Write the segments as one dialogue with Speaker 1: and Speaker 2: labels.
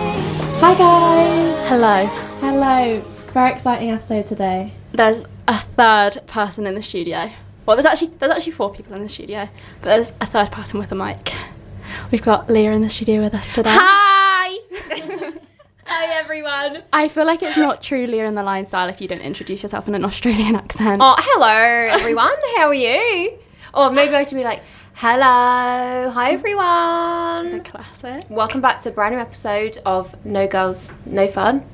Speaker 1: Hi guys!
Speaker 2: Hello.
Speaker 1: Hello. Very exciting episode today.
Speaker 2: There's a third person in the studio. Well, there's actually there's actually four people in the studio, but there's a third person with a mic. We've got Leah in the studio with us today.
Speaker 3: Hi! Hi everyone.
Speaker 2: I feel like it's not true Leah in the Lion style if you don't introduce yourself in an Australian accent.
Speaker 3: Oh, hello everyone. How are you? Or maybe I should be like, hello. Hi
Speaker 2: The
Speaker 3: everyone.
Speaker 2: classic.
Speaker 3: Welcome back to a brand new episode of No Girls, No Fun.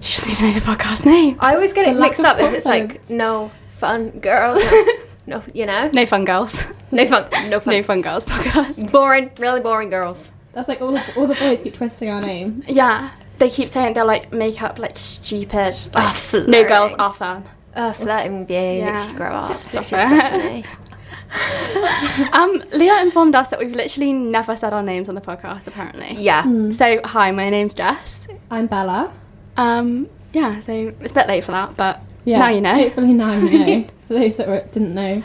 Speaker 2: She doesn't even know the podcast name.
Speaker 3: I always get
Speaker 1: The
Speaker 3: it
Speaker 1: lack
Speaker 3: mixed
Speaker 1: of
Speaker 3: up if it's like
Speaker 1: confidence.
Speaker 3: No Fun Girls. No, you know,
Speaker 2: No fun girls.
Speaker 3: No Fun, No Fun.
Speaker 2: No fun girls podcast.
Speaker 3: Boring, really boring girls.
Speaker 1: That's like all the, all the boys keep twisting our name.
Speaker 2: Yeah. They keep saying they're like make up like stupid. Like,
Speaker 3: Ah,
Speaker 2: no girls
Speaker 3: flirting.
Speaker 2: are fun.
Speaker 3: Oh, flirting with you makes
Speaker 2: Yeah.
Speaker 3: you grow up.
Speaker 2: Stop
Speaker 3: It's just
Speaker 2: it.
Speaker 3: fascinating.
Speaker 2: Um, Leah informed us that we've literally never said our names on the podcast apparently.
Speaker 3: Yeah.
Speaker 2: So hi, my name's Jess.
Speaker 1: Hmm. I'm Bella.
Speaker 2: Um, yeah, so it's a bit late for that, but
Speaker 1: Yeah.
Speaker 2: now you know.
Speaker 1: Hopefully now you know. For those that were, didn't know.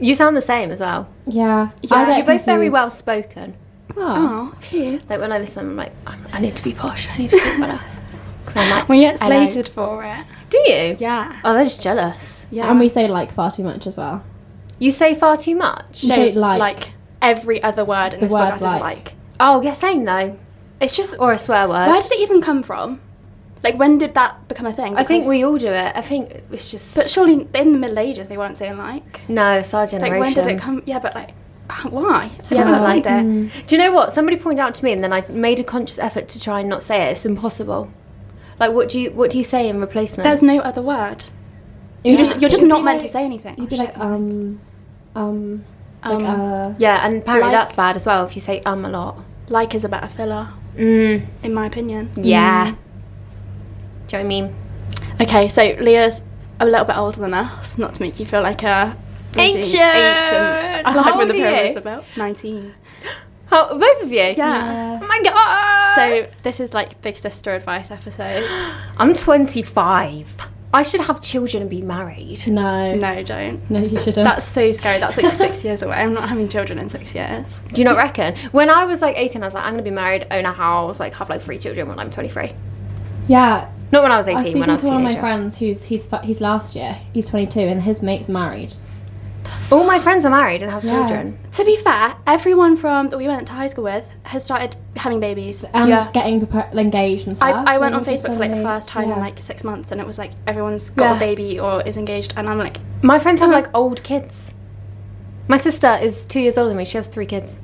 Speaker 3: You sound the same as well.
Speaker 1: Yeah.
Speaker 2: Yeah,
Speaker 1: I get
Speaker 3: You're both very
Speaker 1: confused.
Speaker 3: well spoken.
Speaker 1: Oh.
Speaker 2: Oh, cute.
Speaker 3: Like when I listen, I'm like, I'm, I need to be posh. I need to be better. 'Cause I'm like,
Speaker 2: We get
Speaker 3: hello.
Speaker 2: slated for it.
Speaker 3: Do you?
Speaker 2: Yeah,
Speaker 3: Oh, they're just jealous.
Speaker 2: yeah.
Speaker 1: And we say like far too much as well.
Speaker 3: You say far too much.
Speaker 1: No. say like.
Speaker 2: every other word in
Speaker 1: The
Speaker 2: this
Speaker 1: word
Speaker 2: podcast
Speaker 1: like.
Speaker 2: is like.
Speaker 3: Oh, yeah, same though.
Speaker 2: It's just
Speaker 3: Or a swear word.
Speaker 2: where did it even come from? Like when did that become a thing?
Speaker 3: I think
Speaker 2: Because-
Speaker 3: we all do it. I think it's just.
Speaker 2: But surely in the Middle Ages they weren't saying like.
Speaker 3: no, it's our generation.
Speaker 2: Like when did it come? Yeah, but like why? I
Speaker 3: Yeah,
Speaker 2: don't
Speaker 3: but
Speaker 2: understand
Speaker 3: like- "Mm."
Speaker 2: it.
Speaker 3: Do you know what? Somebody pointed out to me, and then I made a conscious effort to try and not say it. It's impossible. Like, what do you what do you say in replacement?
Speaker 2: There's no other word.
Speaker 1: You
Speaker 2: You're just you're just
Speaker 1: You'd
Speaker 2: not
Speaker 1: be
Speaker 2: meant to
Speaker 1: like-
Speaker 2: say anything.
Speaker 1: You'd be
Speaker 2: Oh,
Speaker 1: like
Speaker 2: shit.
Speaker 1: um, um, like
Speaker 2: Um,
Speaker 1: uh.
Speaker 3: yeah, and apparently
Speaker 2: Like-
Speaker 3: that's bad as well if you say um a lot.
Speaker 2: like is a better filler,
Speaker 3: Mm.
Speaker 2: in my opinion. Mm.
Speaker 3: Yeah. Do you know what I mean?
Speaker 2: Okay, so Leah's a little bit older than us, not to make you feel like a bougie,
Speaker 3: Ancient!
Speaker 2: ancient.
Speaker 3: How
Speaker 2: alive when
Speaker 3: old
Speaker 2: the
Speaker 3: are you?
Speaker 2: pyramids were built. Nineteen.
Speaker 3: Oh, both of you?
Speaker 2: Yeah.
Speaker 1: uh,
Speaker 3: Oh my god!
Speaker 2: So this is like big sister advice episode.
Speaker 3: I'm 25. I should have children and be married.
Speaker 1: No.
Speaker 2: No, don't.
Speaker 1: No, you shouldn't.
Speaker 2: That's so scary. That's like six years away. I'm not having children in six years.
Speaker 3: Do you not reckon? When I was like 18, I was like, I'm gonna be married, own a house, like have like three children when I'm 23.
Speaker 1: yeah.
Speaker 3: Not when I was
Speaker 1: I
Speaker 3: 18,
Speaker 1: was speaking
Speaker 3: when I was
Speaker 1: to one of my
Speaker 3: teenager.
Speaker 1: friends who's he's fu- he's last year. He's 22 and his mate's married.
Speaker 3: All my friends are married and have
Speaker 1: Yeah.
Speaker 3: children.
Speaker 2: To be fair, everyone from that we went to high school with has started having babies.
Speaker 1: and
Speaker 3: Yeah.
Speaker 1: getting propo- engaged and
Speaker 2: I,
Speaker 1: stuff.
Speaker 2: I went
Speaker 1: and
Speaker 2: on
Speaker 1: I'm just
Speaker 2: Facebook for like the
Speaker 1: suddenly-
Speaker 2: first time in
Speaker 1: yeah.
Speaker 2: like six months, and it was like everyone's got
Speaker 3: Yeah.
Speaker 2: a baby or is engaged, and I'm like,
Speaker 3: My friends have like old kids. My sister is two years older than me, she has three kids.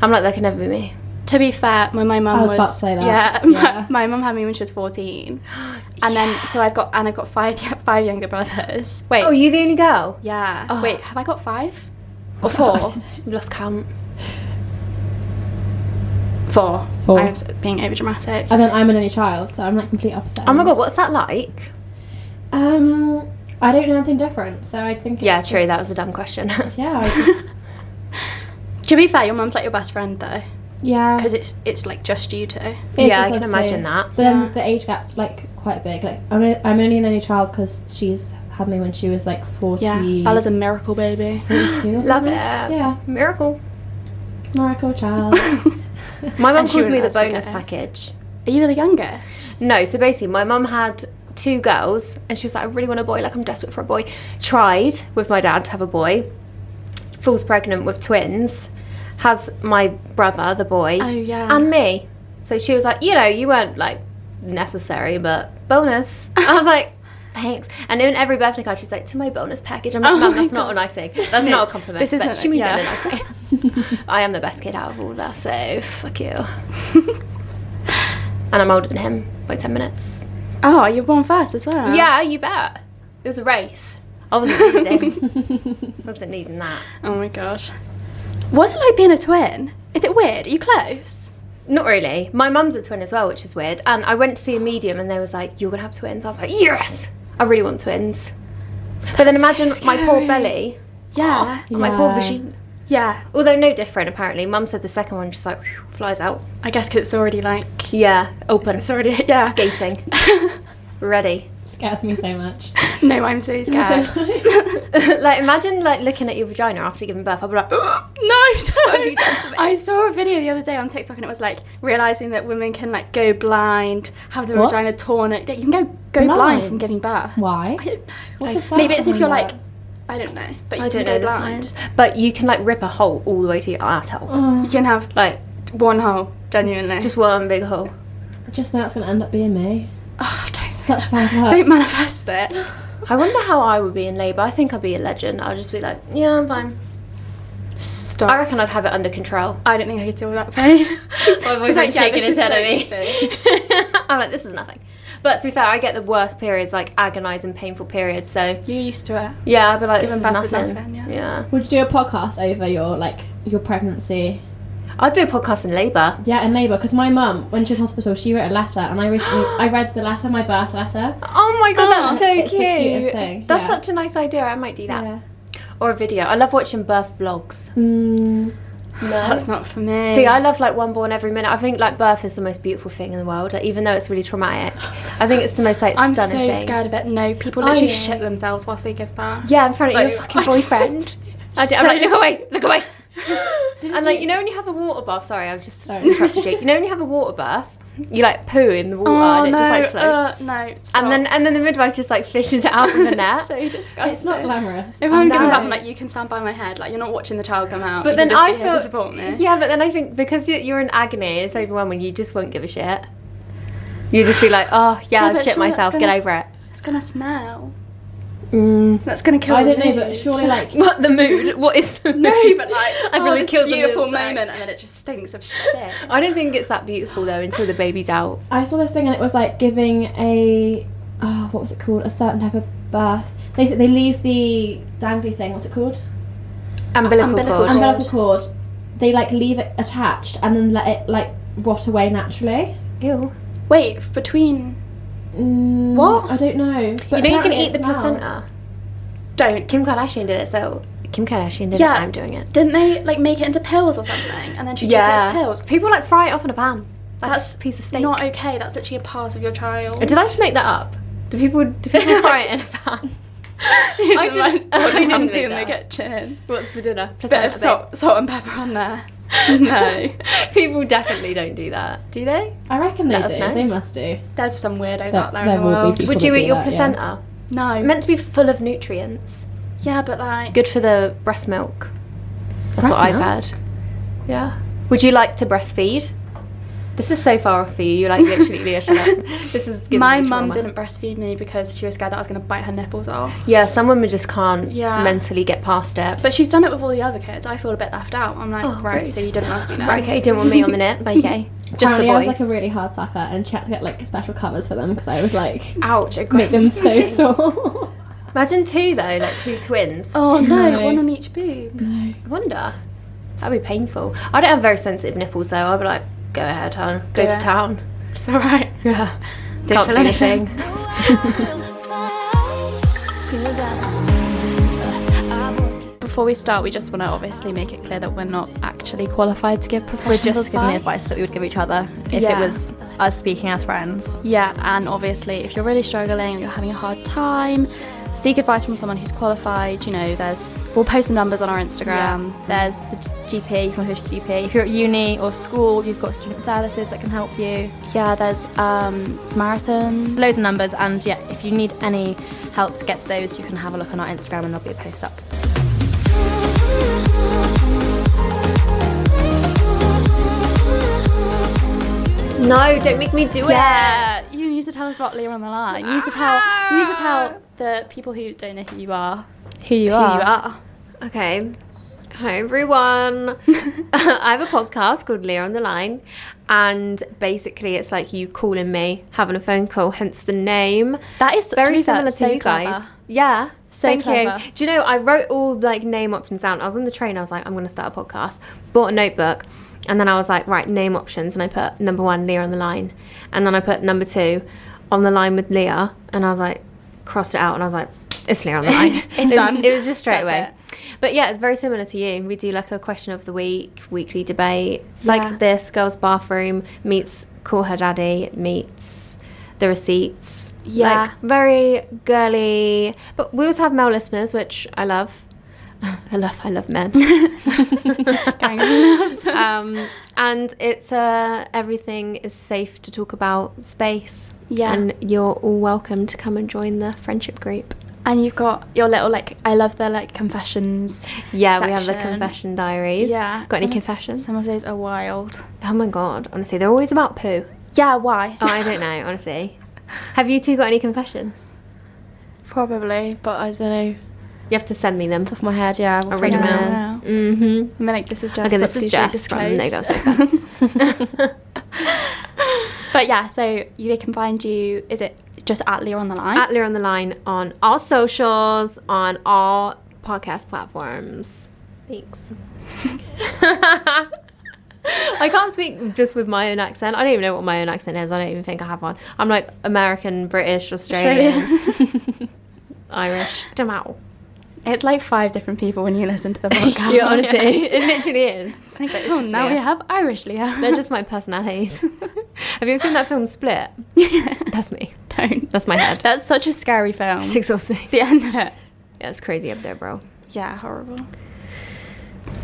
Speaker 3: I'm like, that could never be me.
Speaker 2: To be fair, when my mum
Speaker 1: I was about to say that.
Speaker 2: Yeah,
Speaker 1: Yeah.
Speaker 2: My, my mum had me when she was fourteen, and then so I've got and I've got five five younger brothers. Wait,
Speaker 3: Oh, you the only girl?
Speaker 2: yeah.
Speaker 3: Oh.
Speaker 2: Wait, have I got five
Speaker 1: Oh,
Speaker 2: or four?
Speaker 3: You lost count.
Speaker 2: Four.
Speaker 1: Four. Uh,
Speaker 2: I was being overdramatic.
Speaker 1: And then I'm an only child, so I'm like complete opposite.
Speaker 3: Oh my god,
Speaker 1: ends.
Speaker 3: what's that like?
Speaker 1: Um, I don't know anything different, so I think. It's
Speaker 3: yeah, true,
Speaker 1: Just,
Speaker 3: that was a dumb question.
Speaker 1: Yeah, I just.
Speaker 2: To be fair, your mum's like your best friend though,
Speaker 1: Yeah.
Speaker 2: because it's it's like just you two.
Speaker 1: it's
Speaker 3: yeah,
Speaker 1: just
Speaker 3: I can
Speaker 1: us
Speaker 3: imagine
Speaker 1: two.
Speaker 3: that.
Speaker 1: But then
Speaker 2: Yeah.
Speaker 1: the age gap's like quite big. Like I'm, o- I'm only an only child because she's had me when she was like 40.
Speaker 2: Yeah, Bella's a miracle baby.
Speaker 1: 42 or
Speaker 3: Love
Speaker 1: something.
Speaker 3: it.
Speaker 1: Yeah,
Speaker 3: Miracle.
Speaker 1: miracle child.
Speaker 3: My mum
Speaker 2: And she
Speaker 3: calls me the
Speaker 2: wouldn't let us
Speaker 3: bonus
Speaker 2: forget it.
Speaker 3: package.
Speaker 2: Are you the younger?
Speaker 3: No, so basically, my mum had two girls, and she was like, I really want a boy, like, I'm desperate for a boy. Tried with my dad to have a boy, falls pregnant with twins, has my brother, the boy,
Speaker 2: Oh yeah.
Speaker 3: and me. So she was like, You know, you weren't like necessary, but bonus. I was like, Thanks. And in every birthday card, she's like, To my bonus package. I'm like,
Speaker 2: Oh
Speaker 3: Mum,
Speaker 2: my
Speaker 3: that's not
Speaker 2: God.
Speaker 3: a nice thing. That's
Speaker 2: No,
Speaker 3: not a compliment.
Speaker 2: this
Speaker 3: This isn't,
Speaker 2: isn't-
Speaker 3: she means
Speaker 2: yeah.
Speaker 3: it in a nice way. I am the best kid out of all of us, so fuck you. and I'm older than him by 10 minutes.
Speaker 2: oh, you won first as well.
Speaker 3: Yeah, you bet. It was a race. I wasn't losing. I wasn't losing that.
Speaker 2: Oh my god. What's it like being a twin? Is it weird? Are you close?
Speaker 3: Not really. My mum's a twin as well, which is weird. And I went to see a medium and they was like, You're gonna have twins. I was like, Yes! I really want twins. But then
Speaker 2: That's so
Speaker 3: imagine my poor
Speaker 2: scary.
Speaker 3: belly.
Speaker 2: Yeah.
Speaker 3: Oh My poor
Speaker 1: Yeah.
Speaker 3: vagina.
Speaker 2: Oh. Yeah.
Speaker 3: Although no different apparently. Mum said the second one just like whew, flies out.
Speaker 2: I guess 'cause it's already like
Speaker 3: Yeah. Open.
Speaker 2: it's already yeah.
Speaker 3: Gaping. Ready.
Speaker 1: scares me so much.
Speaker 2: No, I'm so scared.
Speaker 3: like imagine like looking at your vagina after giving birth. I'd be like,
Speaker 2: No,
Speaker 3: What have
Speaker 2: don't.
Speaker 3: you done to me?
Speaker 2: I saw a video the other day on TikTok and it was like realizing that women can like go blind, have their
Speaker 1: What?
Speaker 2: vagina torn. It, yeah, you can go go blind,
Speaker 1: Blind?
Speaker 2: from getting birth.
Speaker 1: Why?
Speaker 2: I don't know.
Speaker 1: What's the
Speaker 2: Maybe it's
Speaker 1: science
Speaker 2: if you're
Speaker 1: behind
Speaker 2: like, I don't know, but you
Speaker 3: I
Speaker 2: can
Speaker 3: don't know
Speaker 2: go
Speaker 3: the
Speaker 2: blind.
Speaker 3: science, but you can like rip a hole all the way to your asshole.
Speaker 2: You can have
Speaker 3: Like
Speaker 2: one hole, genuinely.
Speaker 3: just one big hole.
Speaker 1: Just now it's going to end up being me.
Speaker 2: oh, don't,
Speaker 1: Such bad luck.
Speaker 2: don't manifest it.
Speaker 3: I wonder how I would be in labour. I think I'd be a legend. I'd just be like, yeah, I'm fine.
Speaker 2: Stop.
Speaker 3: I reckon I'd have it under control.
Speaker 2: I don't think I could deal with that pain. she's,
Speaker 3: My
Speaker 2: she's
Speaker 3: boyfriend's
Speaker 2: like, yeah,
Speaker 3: shaking
Speaker 2: this
Speaker 3: his
Speaker 2: is
Speaker 3: head
Speaker 2: so easy.
Speaker 3: at me. I'm like, this is nothing. But to be fair, I get the worst periods, like agonising, painful periods. So
Speaker 2: You're used to it.
Speaker 3: yeah, I'd be like,
Speaker 2: Giving
Speaker 3: this is
Speaker 2: birth with
Speaker 3: nothing.
Speaker 2: nothing, yeah.
Speaker 3: yeah.
Speaker 1: Would you do a podcast over your like your pregnancy?
Speaker 3: I'd do a podcast in labour.
Speaker 1: Yeah, and labour. Because my mum, when she was in hospital, she wrote a letter, and I recently I read the letter, my birth letter.
Speaker 3: Oh my god, that's so
Speaker 1: It's the
Speaker 3: cute.
Speaker 1: cutest thing,
Speaker 3: That's
Speaker 1: yeah.
Speaker 3: such a nice idea. I might do that.
Speaker 1: Yeah.
Speaker 3: Or a video. I love watching birth vlogs.
Speaker 1: Mm,
Speaker 3: No.
Speaker 2: That's not for me.
Speaker 3: See, I love like one born every minute. I think like birth is the most beautiful thing in the world, like, even though it's really traumatic. I think it's the most like
Speaker 2: I'm so
Speaker 3: stunning thing.
Speaker 2: scared of it. No, people
Speaker 3: Are
Speaker 2: literally
Speaker 3: you?
Speaker 2: shit themselves whilst they give birth.
Speaker 3: Yeah, in front of your
Speaker 2: Like,
Speaker 3: fucking
Speaker 2: I just-
Speaker 3: boyfriend. I do, I'm like, look away, look away. and like, you know when you have a water bath. Sorry, I was just
Speaker 1: Sorry.
Speaker 3: interrupted you. You know when you have a water bath, you like poo in the water
Speaker 2: Oh,
Speaker 3: and it
Speaker 2: no,
Speaker 3: just like floats.
Speaker 2: uh, no. stop.
Speaker 3: and then and then the midwife just like fishes it out of the net.
Speaker 2: so disgusting.
Speaker 1: it's not glamorous.
Speaker 2: If I'm
Speaker 3: No.
Speaker 2: giving birth, I'm like, you can stand by my head. Like, you're not watching the child come out.
Speaker 3: but
Speaker 2: you
Speaker 3: then
Speaker 2: can just
Speaker 3: I
Speaker 2: be here
Speaker 3: feel
Speaker 2: to support me.
Speaker 3: yeah, but then I think because you're, you're in agony, it's overwhelming. You just won't give a shit. You just be like, oh yeah,
Speaker 2: Yeah,
Speaker 3: I've
Speaker 2: but
Speaker 3: shit
Speaker 2: surely that's
Speaker 3: myself. Get
Speaker 2: gonna-
Speaker 3: over it.
Speaker 2: It's gonna smell.
Speaker 3: Mm.
Speaker 2: That's gonna kill.
Speaker 1: I don't know,
Speaker 2: me.
Speaker 1: but surely like
Speaker 3: What the mood? What is the
Speaker 2: No,
Speaker 3: mood?
Speaker 2: but like,
Speaker 3: I've
Speaker 2: oh,
Speaker 3: really
Speaker 2: this
Speaker 3: killed the
Speaker 2: beautiful
Speaker 3: mood, sorry.
Speaker 2: moment, and then it just stinks of shit.
Speaker 3: I don't think it's that beautiful though until the baby's out.
Speaker 1: I saw this thing and it was like giving a oh, what was it called? A certain type of birth. They they leave the dangly thing. What's it called?
Speaker 3: Umbilical,
Speaker 2: Umbilical cord.
Speaker 3: cord.
Speaker 1: Umbilical cord. They like leave it attached and then let it like rot away naturally.
Speaker 3: Ew.
Speaker 2: Wait, f- between
Speaker 1: Mm,
Speaker 2: What?
Speaker 1: I don't
Speaker 3: you
Speaker 1: know.
Speaker 3: know you can
Speaker 1: apparently it
Speaker 3: eat the
Speaker 1: smells.
Speaker 3: placenta.
Speaker 2: don't
Speaker 3: Kim Kardashian did it, so Kim Kardashian did
Speaker 2: Yeah.
Speaker 3: it. I'm doing it.
Speaker 2: didn't they like make it into pills or something, and then she took it as pills.
Speaker 3: People like fry it off in a pan. Like
Speaker 2: That's
Speaker 3: a piece of steak.
Speaker 2: Not okay. That's actually a part of your child.
Speaker 3: Did I just make that up? Do people do people fry it in a pan? I didn't.
Speaker 2: What they didn't do
Speaker 3: make
Speaker 2: in the
Speaker 3: that up.
Speaker 2: kitchen.
Speaker 3: What's for dinner?
Speaker 2: Bit of
Speaker 3: Placenta
Speaker 2: salt, salt and pepper on there. No,
Speaker 3: bake. people definitely don't do that, do they?
Speaker 1: I reckon they
Speaker 3: Let us
Speaker 1: do.
Speaker 3: know.
Speaker 1: They must do.
Speaker 2: there's some weirdos
Speaker 1: There-
Speaker 2: out there,
Speaker 1: there
Speaker 2: in the
Speaker 1: will be
Speaker 2: world.
Speaker 1: people.
Speaker 3: Would you
Speaker 1: that
Speaker 3: eat
Speaker 1: do
Speaker 3: your
Speaker 1: that, yeah.
Speaker 3: placenta? It's
Speaker 2: No,
Speaker 3: meant to be full of nutrients.
Speaker 2: yeah, but like,
Speaker 3: Good for the breast milk. That's
Speaker 1: Breast
Speaker 3: what I've
Speaker 1: milk?
Speaker 3: had. Yeah. Would you like to breastfeed? This is so far off for you. You're like literally, Leah, shut up. This is giving
Speaker 2: my
Speaker 3: me
Speaker 2: mum
Speaker 3: trauma.
Speaker 2: didn't breastfeed me because she was scared that I was going to bite her nipples off.
Speaker 3: Yeah, some women just can't
Speaker 2: Yeah.
Speaker 3: mentally get past it.
Speaker 2: But she's done it with all the other kids. I feel a bit left out. I'm like,
Speaker 3: Oh,
Speaker 2: right,
Speaker 3: rude.
Speaker 2: so you didn't love me then.
Speaker 3: Right, okay, didn't want me on the net, but okay. Just the
Speaker 1: Apparently, I was
Speaker 3: boys.
Speaker 1: like a really hard sucker, and she had to get like special covers for them because I would like
Speaker 3: Ouch,
Speaker 1: make
Speaker 3: aggressive.
Speaker 1: them so sore.
Speaker 3: Imagine two though, like two twins.
Speaker 2: Oh no,
Speaker 1: No.
Speaker 2: one on each boob.
Speaker 3: I wonder. That'd be painful. I don't have very sensitive nipples though. I'd be like, go ahead, hon. Go
Speaker 2: Do
Speaker 3: to
Speaker 2: it.
Speaker 3: town.
Speaker 2: It's alright.
Speaker 3: Yeah.
Speaker 2: Don't
Speaker 3: Can't
Speaker 2: feel
Speaker 3: feel anything.
Speaker 2: Before we start, we just want to obviously make it clear that we're not actually qualified to give professional advice.
Speaker 4: We're just giving the advice that we would give each other if
Speaker 2: Yeah.
Speaker 4: it was us speaking as friends.
Speaker 2: Yeah, and obviously, if you're really struggling or you're having a hard time, seek advice from someone who's qualified. You know, there's we'll post some numbers on our Instagram.
Speaker 4: There's the GP, you can host GP. If you're at uni or school, you've got student services that can help you.
Speaker 2: Yeah, there's um, Samaritans.
Speaker 4: There's loads of numbers, and yeah, if you need any help to get to those, you can have a look on our Instagram and there'll be a post up.
Speaker 3: No, don't make me do
Speaker 2: Yeah, you need to tell us about Leah on the line. You need to tell you need to tell the people who don't know who you are
Speaker 4: Who you
Speaker 2: who
Speaker 4: are?
Speaker 2: you are.
Speaker 3: it. Okay. Hi everyone. I have a podcast called Leah on the Line, and basically it's like you calling me, having a phone call, hence the name.
Speaker 2: That is
Speaker 3: very
Speaker 2: true,
Speaker 3: similar
Speaker 2: that's
Speaker 3: to
Speaker 2: so
Speaker 3: you guys.
Speaker 2: clever.
Speaker 3: Yeah.
Speaker 2: So
Speaker 3: Thank
Speaker 2: clever.
Speaker 3: you. Do you know I wrote all like name options down. I was on the train. I was like, I'm going to start a podcast. Bought a notebook, and then I was like, right, name options, and I put number one Leah on the line, and then I put number two on the line with Leah, and I was like, crossed it out, and I was like, it's Leah on the line. it, was-
Speaker 2: done.
Speaker 3: It was just straight
Speaker 2: That's
Speaker 3: away.
Speaker 2: it.
Speaker 3: But yeah, it's very similar to you. We do like a question of the week, weekly debate. It's
Speaker 2: Yeah.
Speaker 3: like this girls' bathroom meets call her daddy meets the receipts.
Speaker 2: Yeah.
Speaker 3: Like, very girly. But we also have male listeners, which I love. I love, I love men. um, and it's uh, everything is safe to talk about space.
Speaker 2: Yeah.
Speaker 3: And you're all welcome to come and join the friendship group.
Speaker 2: and you've got your little like I love the like confessions.
Speaker 3: Yeah, we have the
Speaker 2: section.
Speaker 3: confession diaries.
Speaker 2: Yeah.
Speaker 3: Got any
Speaker 2: Some-
Speaker 3: confessions?
Speaker 2: Some of those are wild.
Speaker 3: Oh my god, honestly, they're always about poo.
Speaker 2: Yeah, why?
Speaker 3: Oh, I don't know, honestly. Have you two got any confessions?
Speaker 1: Probably, but I don't know.
Speaker 3: You have to send me them.
Speaker 1: Top of my head, yeah. I'll
Speaker 3: read
Speaker 1: read
Speaker 3: them
Speaker 1: them
Speaker 2: Yeah,
Speaker 3: out.
Speaker 2: I know.
Speaker 3: Mm-hmm.
Speaker 2: I mean, like this is just
Speaker 3: Okay, this is Jess
Speaker 2: just
Speaker 3: from No Girls Sofa.
Speaker 2: But yeah, so you, they can find you. Is it just at Lear on the line?
Speaker 3: At Lear on the Line on all socials, on all podcast platforms. Thanks. I can't speak just with my own accent. I don't even know what my own accent is. I don't even think I have one. I'm like American, British, Australian, Irish. Don't know.
Speaker 2: it's like five different people when you listen to the podcast.
Speaker 3: Yeah, honestly, it literally is.
Speaker 2: Like,
Speaker 3: But it's
Speaker 2: oh,
Speaker 3: just
Speaker 2: now we
Speaker 3: Leah.
Speaker 2: have Irish Leah.
Speaker 3: They're just my personalities. have you ever seen that film Split? That's me.
Speaker 2: Don't.
Speaker 3: That's my head.
Speaker 2: That's such a scary film.
Speaker 3: It's exhausting.
Speaker 2: The end of it.
Speaker 3: Yeah, it's crazy up there, bro.
Speaker 2: Yeah, horrible.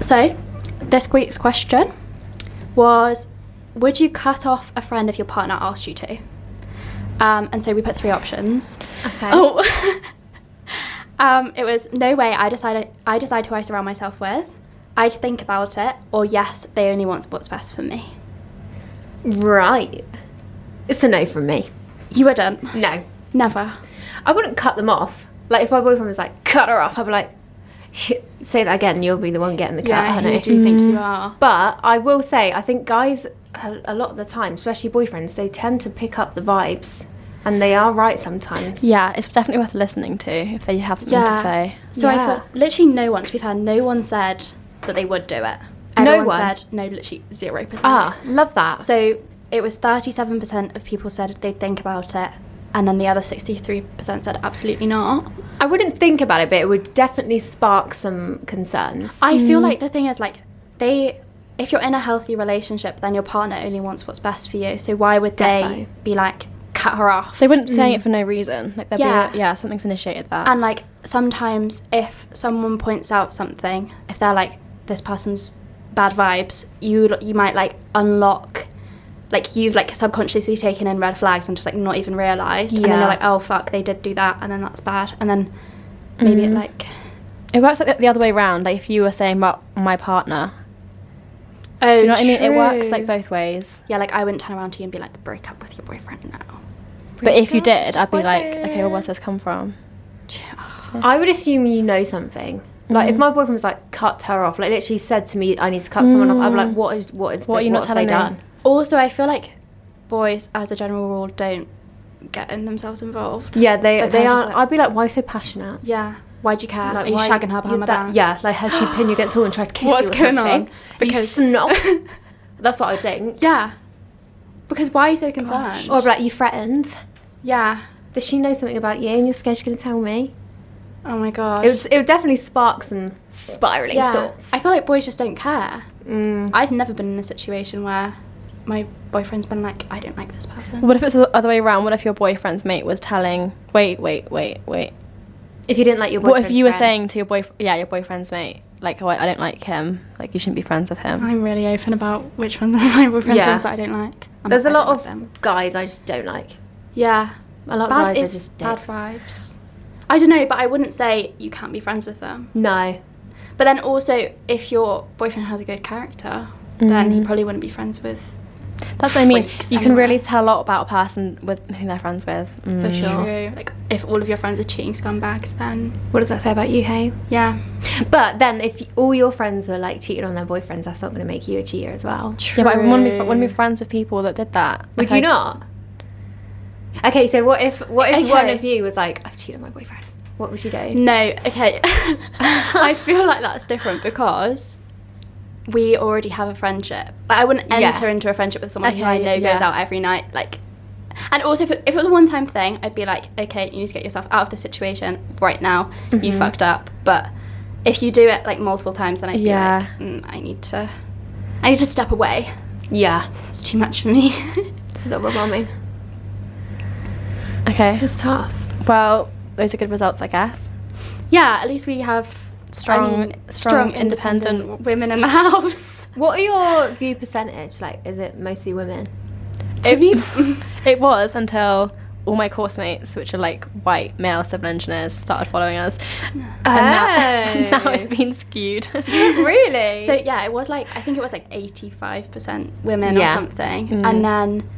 Speaker 2: So, this week's question was Would you cut off a friend if your partner asked you to? Um, and so we put three options.
Speaker 3: Okay.
Speaker 2: Oh. um, it was no way. I decided. I decide who I surround myself with. I'd think about it, or yes, they only want what's best for me.
Speaker 3: Right. It's a no from me.
Speaker 2: You wouldn't.
Speaker 3: No.
Speaker 2: Never.
Speaker 3: I wouldn't cut them off. Like, if my boyfriend was like, cut her off, I'd be like, say that again, you'll be the one getting the cut, honey.
Speaker 2: you do think you are.
Speaker 3: But I will say, I think guys, a, a lot of the time, especially boyfriends, they tend to pick up the vibes and they are right sometimes.
Speaker 1: Yeah, it's definitely worth listening to if they have something to say.
Speaker 2: So I
Speaker 3: Yeah.
Speaker 2: thought literally no one. To be fair, no one said that they would do it.
Speaker 3: No
Speaker 2: Everyone
Speaker 3: one?
Speaker 2: said no. Literally zero percent.
Speaker 3: Ah, love that.
Speaker 2: So it was thirty-seven percent of people said they'd think about it, and then the other sixty-three percent said absolutely not.
Speaker 3: I wouldn't think about it, but it would definitely spark some concerns.
Speaker 2: I
Speaker 1: Mm.
Speaker 2: feel like the thing is like they if you're in a healthy relationship then your partner only wants what's best for you. So why would
Speaker 3: Defo.
Speaker 2: they be like cut her off?
Speaker 1: They wouldn't be saying it for no reason. Like, there'd
Speaker 2: Mm. Yeah.
Speaker 1: be a, yeah, something's initiated that.
Speaker 2: and like sometimes if someone points out something, if they're like this person's bad vibes, you you might like unlock like you've like subconsciously taken in red flags and just like not even realized and then
Speaker 3: Yeah.
Speaker 2: you're like oh fuck they did do that and then that's bad and then maybe
Speaker 3: Mm-hmm.
Speaker 2: it like
Speaker 1: it works like the- the other way round. Like if you were saying about my partner,
Speaker 2: oh
Speaker 1: do you know what I mean? It works like both ways.
Speaker 2: yeah like I wouldn't turn around to you and be like break up with your boyfriend now
Speaker 1: But if you did, I'd be
Speaker 3: Why
Speaker 1: like, okay, well,
Speaker 3: not?
Speaker 1: where's this come from?
Speaker 3: I would assume you know something. Like if
Speaker 1: Mm.
Speaker 3: my boyfriend was like cut her off, like literally said to me, I need to cut someone off. I'm like, what is what is
Speaker 1: Mm. What are you not
Speaker 3: have they
Speaker 1: telling me?
Speaker 3: done?
Speaker 2: Also, I feel like boys, as a general rule, don't get in themselves involved.
Speaker 3: Yeah, they
Speaker 2: They're
Speaker 3: they
Speaker 2: kind of
Speaker 3: are.
Speaker 2: just like-
Speaker 3: I'd be like, why so passionate?
Speaker 2: Yeah. Why do you care?
Speaker 3: Like,
Speaker 2: Are you
Speaker 3: why-
Speaker 2: shagging her behind my
Speaker 3: that-
Speaker 2: back?
Speaker 3: Yeah, like has she pinned you against the wall and tried to kiss
Speaker 2: What's
Speaker 3: you or
Speaker 2: going
Speaker 3: something?
Speaker 2: on?
Speaker 3: Because
Speaker 2: Because-
Speaker 3: snot. That's what I think.
Speaker 2: Yeah. Because why are you so concerned?
Speaker 3: Or I'd be like you threatened.
Speaker 2: yeah.
Speaker 3: Does she know something about you and you're scared she's gonna tell me?
Speaker 2: Oh my gosh.
Speaker 3: It would, it would definitely spark some spiraling
Speaker 2: yeah.
Speaker 3: thoughts.
Speaker 2: I feel like boys just don't care.
Speaker 3: Mm.
Speaker 2: I've never been in a situation where my boyfriend's been like, I don't like this person.
Speaker 1: What if it's the other way around? What if your boyfriend's mate was telling, wait, wait, wait, wait?
Speaker 3: if you didn't like your boyfriend,
Speaker 1: What if you were saying to your boyfriend, yeah, your boyfriend's mate, like, oh, I I don't like him, like, you shouldn't be friends with him?
Speaker 2: I'm really open about which ones are my boyfriend's
Speaker 3: Yeah.
Speaker 2: ones that I don't like. I'm
Speaker 3: There's a
Speaker 2: like, I
Speaker 3: lot
Speaker 2: don't like
Speaker 3: of
Speaker 2: them.
Speaker 3: guys I just don't like.
Speaker 2: Yeah.
Speaker 3: A lot
Speaker 2: bad
Speaker 3: of guys
Speaker 2: is
Speaker 3: are just
Speaker 2: bad
Speaker 3: dicks.
Speaker 2: vibes. I don't know, but I wouldn't say you can't be friends with them.
Speaker 3: No,
Speaker 2: But then also, if your boyfriend has a good character, then he probably wouldn't be friends with.
Speaker 1: That's what I mean.
Speaker 2: Freaks
Speaker 1: You can really
Speaker 2: anyway.
Speaker 1: tell a lot about a person with who they're friends with. Mm.
Speaker 3: for sure.
Speaker 2: True. Like if all of your friends are cheating scumbags, then
Speaker 3: What does that say about you, hey?
Speaker 2: yeah.
Speaker 3: But then, if all your friends were like cheating on their boyfriends, that's not going to make you a cheater as well.
Speaker 1: Yeah, but I wouldn't be, fr-
Speaker 2: True.
Speaker 1: wouldn't be friends with people that did that.
Speaker 3: Would
Speaker 1: Like, I-
Speaker 3: you not? Okay, so what if what if one
Speaker 2: Okay.
Speaker 3: of you was like, I've cheated on my boyfriend? What would you do?
Speaker 2: No. Okay. I feel like that's different because we already have a friendship. Like I wouldn't
Speaker 3: Yeah.
Speaker 2: enter into a friendship with someone who
Speaker 1: Okay,
Speaker 2: I know goes
Speaker 1: yeah.
Speaker 2: out every night. Like. And also, if it, if it was a one-time thing, I'd be like, okay, you need to get yourself out of this situation right now. You
Speaker 1: Mm-hmm.
Speaker 2: fucked up. But if you do it like multiple times, then I'd
Speaker 1: Yeah.
Speaker 2: be like, mm, I need to, I need to step away.
Speaker 3: Yeah,
Speaker 2: It's too much for me.
Speaker 3: this is overwhelming.
Speaker 4: Okay.
Speaker 3: It's tough.
Speaker 4: Well, those are good results, I guess.
Speaker 2: Yeah, at least we have
Speaker 4: Strong,
Speaker 2: I mean,
Speaker 4: strong, independent.
Speaker 2: women in the house.
Speaker 3: What are your view percentage? Like, is it mostly women?
Speaker 4: It was until all my course mates, which are like white male civil engineers, started following us, and now, now it's been skewed.
Speaker 3: Oh. really?
Speaker 2: So yeah, it was like I think it was like eighty-five percent women
Speaker 3: Yeah.
Speaker 2: or something,
Speaker 3: Mm.
Speaker 2: and then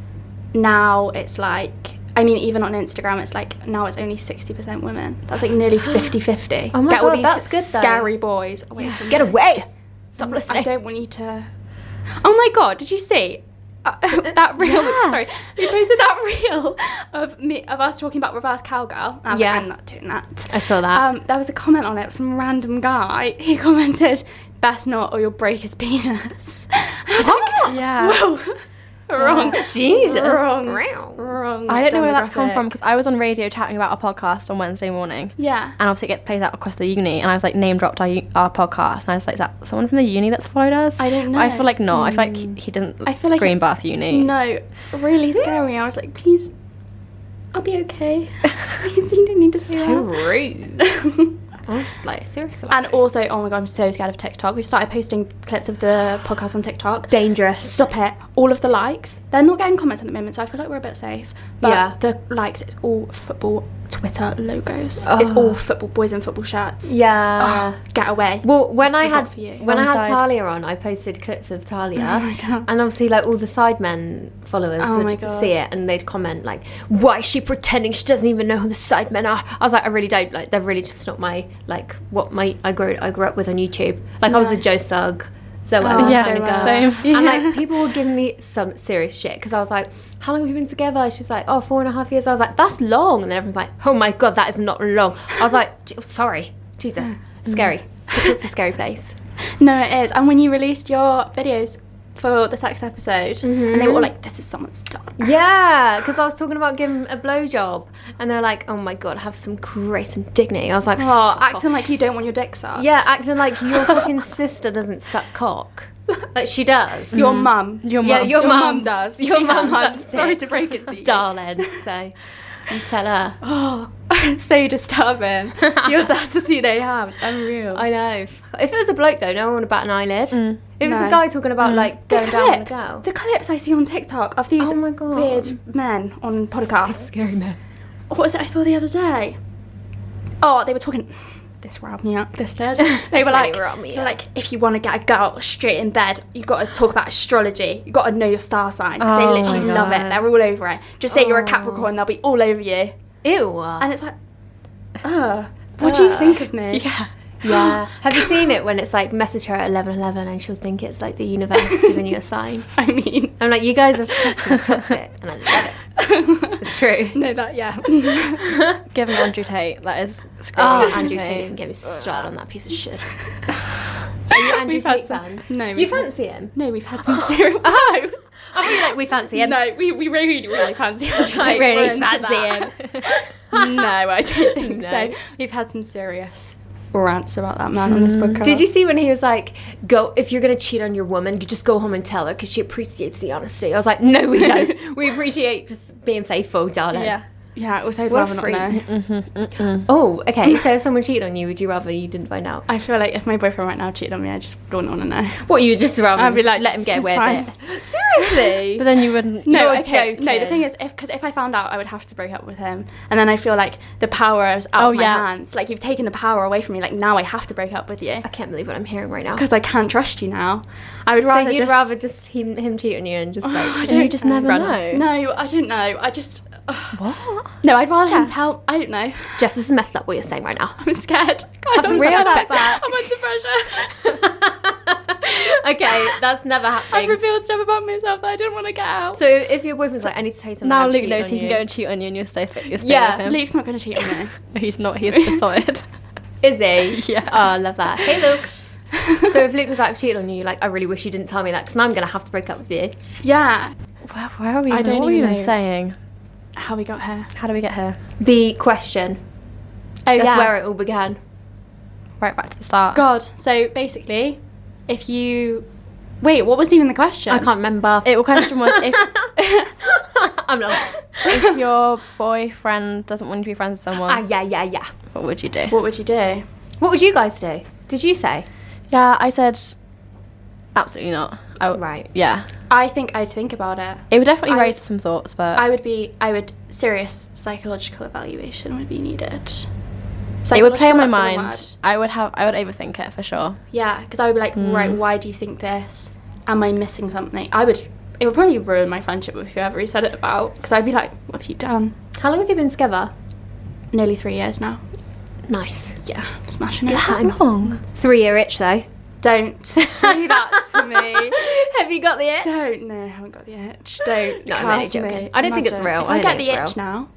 Speaker 2: now it's like I mean, even on Instagram, it's like now it's only sixty percent women. That's like nearly 50-50.
Speaker 3: Oh my
Speaker 2: Get all
Speaker 3: God,
Speaker 2: these
Speaker 3: that's good, though.
Speaker 2: scary boys away from
Speaker 3: get
Speaker 2: me.
Speaker 3: away. Stop
Speaker 2: I
Speaker 3: listening.
Speaker 2: don't want you to. Oh my god! Did you see uh, that reel? Sorry, we posted that reel of me of us talking about reverse cowgirl. And I was
Speaker 3: Yeah.
Speaker 2: like, I'm not doing that.
Speaker 3: I saw that.
Speaker 2: Um, there was a comment on it. Some random guy. He commented, "Best not, or you'll break his penis." I was like,
Speaker 4: Yeah.
Speaker 2: Whoa, wrong,
Speaker 3: Jesus.
Speaker 2: wrong,
Speaker 3: Wow.
Speaker 2: wrong.
Speaker 4: I don't know where that's come
Speaker 2: demographic.
Speaker 4: from because I was on radio chatting about our podcast on Wednesday morning.
Speaker 2: Yeah.
Speaker 4: And obviously, it gets played out across the uni. And I was like, name dropped our, u- our podcast. And I was like, is that someone from the uni that's followed us?
Speaker 2: I don't
Speaker 4: I
Speaker 2: know. Mm.
Speaker 4: feel like not. I feel like he, he doesn't
Speaker 2: I feel like
Speaker 4: scream
Speaker 2: it's-
Speaker 4: bath uni.
Speaker 2: No, really scary. I was like, please, I'll be okay. please, you don't need to say
Speaker 3: So
Speaker 2: that.
Speaker 3: rude. Honestly, seriously.
Speaker 2: And also, oh my god, I'm so scared of TikTok. We've started posting clips of the podcast on TikTok.
Speaker 3: dangerous.
Speaker 2: Stop it. All of the likes. They're not getting comments at the moment, so I feel like we're a bit safe. But
Speaker 3: Yeah.
Speaker 2: the likes, it's all football Twitter logos. It's all football boys in football shirts.
Speaker 3: Yeah.
Speaker 2: Get away.
Speaker 3: Well, when I
Speaker 2: is not
Speaker 3: had
Speaker 2: for you.
Speaker 3: when I
Speaker 4: Wrong
Speaker 3: had
Speaker 4: side.
Speaker 3: Talia on, I posted clips of Talia,
Speaker 2: Oh God.
Speaker 3: and obviously like all the sidemen followers
Speaker 2: Oh my
Speaker 3: would
Speaker 2: God.
Speaker 3: see it, and they'd comment like, "Why is she pretending? She doesn't even know who the sidemen are." I was like, I really don't like. They're really just not my like what my I grew I grew up with on YouTube. Like I was a Joe Sugg, Zoe
Speaker 2: Oh,
Speaker 3: yeah,
Speaker 4: yeah,
Speaker 3: kind of girl.
Speaker 4: same.
Speaker 3: And like people were giving me some serious shit because I was like, "How long have you been together?" She's like, "Oh, four and a half years." I was like, "That's long," and then everyone's like, "Oh my god, that is not long." I was like, "J- "Sorry, Jesus, scary." It's a scary place.
Speaker 2: No, it is. And when you released your videos for the sex episode, and they were all like, this is someone's done.
Speaker 3: Yeah, because I was talking about giving a blowjob, and they're like, "Oh my god, have some grace and dignity." I was like,
Speaker 2: Oh,
Speaker 3: "Fuck
Speaker 2: acting like you don't want your dick sucked.
Speaker 3: off." Yeah, acting like your fucking sister doesn't suck cock, like she does. Mm.
Speaker 2: Your mum.
Speaker 4: Your
Speaker 3: yeah,
Speaker 4: mum.
Speaker 3: your,
Speaker 2: mum
Speaker 3: mum
Speaker 2: does.
Speaker 3: Your
Speaker 2: She
Speaker 3: mum
Speaker 2: has.
Speaker 3: sucks
Speaker 2: Sorry
Speaker 3: it.
Speaker 2: to break it to you.
Speaker 3: darling. So you tell her.
Speaker 2: Oh, so disturbing. the audacity they have. It's unreal.
Speaker 3: I know. Fuck. If it was a bloke though, no one would bat an eyelid. If it was a
Speaker 2: Mm, No. Mm.
Speaker 3: guy talking about like
Speaker 2: the
Speaker 3: going down on a
Speaker 2: clips,
Speaker 3: girl.
Speaker 2: the clips I see on TikTok of these
Speaker 3: Oh my God.
Speaker 2: weird men on podcasts. What was it I saw the other day? Oh, they were talking. This riled me up. This did. They
Speaker 3: This
Speaker 2: were like,
Speaker 3: really riled me
Speaker 2: they were
Speaker 3: up.
Speaker 2: like, if you want to get a girl straight in bed, you got to talk about astrology. You got to know your star sign because
Speaker 4: Oh
Speaker 2: they literally
Speaker 4: my
Speaker 2: love it.
Speaker 4: God.
Speaker 2: They're all over it. Just say you're a Capricorn, they'll be all over you.
Speaker 3: Ew.
Speaker 2: And it's like, ugh. What do you think of me?
Speaker 4: Yeah.
Speaker 3: yeah. Have you seen it when it's like message her at eleven eleven and she'll think it's like the universe giving you a sign?
Speaker 2: I mean,
Speaker 3: I'm like, you guys are fucking toxic, and I love it. It's true.
Speaker 2: no, that yeah.
Speaker 4: Giving Andrew Tate. That is screaming
Speaker 3: Oh,
Speaker 4: Andrew,
Speaker 3: Andrew Tate
Speaker 4: Tate.
Speaker 3: didn't get me started on that piece of shit. Are you Andrew
Speaker 2: We've had
Speaker 3: Tate
Speaker 2: some-
Speaker 3: fan?
Speaker 2: No,
Speaker 3: You
Speaker 2: we've had-
Speaker 3: fancy him?
Speaker 2: No, we've had some serious. Oh,
Speaker 3: I feel like we fancy him.
Speaker 2: no, we, we really really fancy Andrew
Speaker 3: I
Speaker 2: Tate. We're
Speaker 3: really
Speaker 2: into
Speaker 3: fancy
Speaker 2: that.
Speaker 3: him.
Speaker 2: no, I don't think so.
Speaker 3: No.
Speaker 2: We've had some serious rants about that man on this podcast.
Speaker 3: Mm. Did you see when he was like, "Go if you're gonna cheat on your woman, you just go home and tell her because she appreciates the honesty." I was like, "No, we don't. we appreciate just being faithful, darling."
Speaker 4: Yeah.
Speaker 2: Yeah, it was. I'd
Speaker 3: What a
Speaker 2: rather not
Speaker 3: freak.
Speaker 2: know.
Speaker 3: Oh, okay. So if someone cheated on you, would you rather you didn't find out?
Speaker 2: I feel like if my boyfriend right now cheated on me, I just don't want to know.
Speaker 3: What you would just rather?
Speaker 2: I'd be
Speaker 3: just
Speaker 2: like,
Speaker 3: let him get
Speaker 2: "It's
Speaker 3: away
Speaker 2: fine."
Speaker 3: with it. Seriously.
Speaker 4: But then you wouldn't.
Speaker 2: No,
Speaker 3: Mm. You're
Speaker 2: okay. No, the
Speaker 3: joking.
Speaker 2: thing is, if because if I found out, I would have to break up with him, and then I feel like the power is out
Speaker 4: Oh,
Speaker 2: of my
Speaker 4: yeah.
Speaker 2: hands. Like you've taken the power away from me. Like now I have to break up with you
Speaker 3: I can't believe what I'm hearing right now.
Speaker 2: because I can't trust you now. I would
Speaker 3: Uh, So
Speaker 2: rather
Speaker 3: you'd
Speaker 2: just-
Speaker 3: rather just him, him cheat on you and just like
Speaker 2: I
Speaker 4: And you
Speaker 2: don't
Speaker 4: just
Speaker 2: know.
Speaker 4: never
Speaker 3: Run
Speaker 4: know.
Speaker 2: No, I don't know. I just
Speaker 4: What?
Speaker 2: no. I'd rather him
Speaker 3: Jess.
Speaker 2: tell. I don't know.
Speaker 3: Jess, this is messed up what you're saying right now.
Speaker 2: I'm scared. Guys,
Speaker 3: Have some
Speaker 2: I'm scared.
Speaker 3: self-respect.
Speaker 2: I'm under pressure.
Speaker 3: okay, that's never
Speaker 2: I've
Speaker 3: happening.
Speaker 2: revealed stuff about myself that I didn't want to get out.
Speaker 3: So if your boyfriend's like, I need to tell you something.
Speaker 4: Now
Speaker 3: I've
Speaker 4: Luke
Speaker 3: cheated
Speaker 4: knows
Speaker 3: on
Speaker 4: he can
Speaker 3: you."
Speaker 4: go and cheat on you and you're stay fit. You're staying
Speaker 3: Yeah,
Speaker 4: with him.
Speaker 2: Luke's not going to cheat on me.
Speaker 4: He's not. He's besotted.
Speaker 3: Is he?
Speaker 4: Yeah.
Speaker 3: Oh, I love that. Hey, Luke. so if Luke was like, I've cheated on you, you're like, I really wish you didn't tell me that because now I'm going to have to break up with you.
Speaker 2: yeah.
Speaker 4: Where, where are we?
Speaker 2: I
Speaker 4: even-
Speaker 2: don't
Speaker 4: what are we
Speaker 2: even
Speaker 4: even
Speaker 2: know.
Speaker 4: saying?
Speaker 2: How we got here?
Speaker 4: How do we get here?
Speaker 3: The question.
Speaker 2: Oh
Speaker 3: That's where it all began.
Speaker 4: Right back to the start.
Speaker 2: God. So basically, if you wait, what was even the question?
Speaker 3: I can't remember.
Speaker 4: It, the question was if
Speaker 3: I'm not.
Speaker 4: if your boyfriend doesn't want you to be friends with someone,
Speaker 3: Ah, yeah, yeah, yeah.
Speaker 4: what would you do?
Speaker 2: What would you do?
Speaker 3: What would you guys do? Did you say?
Speaker 4: Yeah, I said absolutely not. I w-
Speaker 3: Right.
Speaker 4: Yeah,
Speaker 2: I think I'd think about it.
Speaker 4: it would definitely
Speaker 2: I
Speaker 4: raise
Speaker 2: would-
Speaker 4: some thoughts, but
Speaker 2: I would be. I would serious psychological evaluation would be needed.
Speaker 4: it would play on my
Speaker 2: Psychological, that's the
Speaker 4: mind. I would have, I would overthink it for sure.
Speaker 2: word. Yeah, because I would be like,
Speaker 3: Mm.
Speaker 2: right, why do you think this? Am I missing something? I would. It would probably ruin my friendship with whoever he said it about. Because I'd be like, what have you done?
Speaker 3: How long have you been together?
Speaker 2: Nearly three years now.
Speaker 3: Nice.
Speaker 2: Yeah, smashing it.
Speaker 4: long?
Speaker 3: Three year itch though.
Speaker 2: Don't say that to me.
Speaker 3: have you got the itch?
Speaker 2: Don't. No, I haven't got the itch. Don't.
Speaker 3: No, I'm only
Speaker 2: cast
Speaker 3: joking.
Speaker 2: me.
Speaker 3: I don't think it's
Speaker 2: Imagine.
Speaker 3: real.
Speaker 2: If I,
Speaker 3: I don't
Speaker 2: get
Speaker 3: think
Speaker 2: the
Speaker 3: it's
Speaker 2: itch now,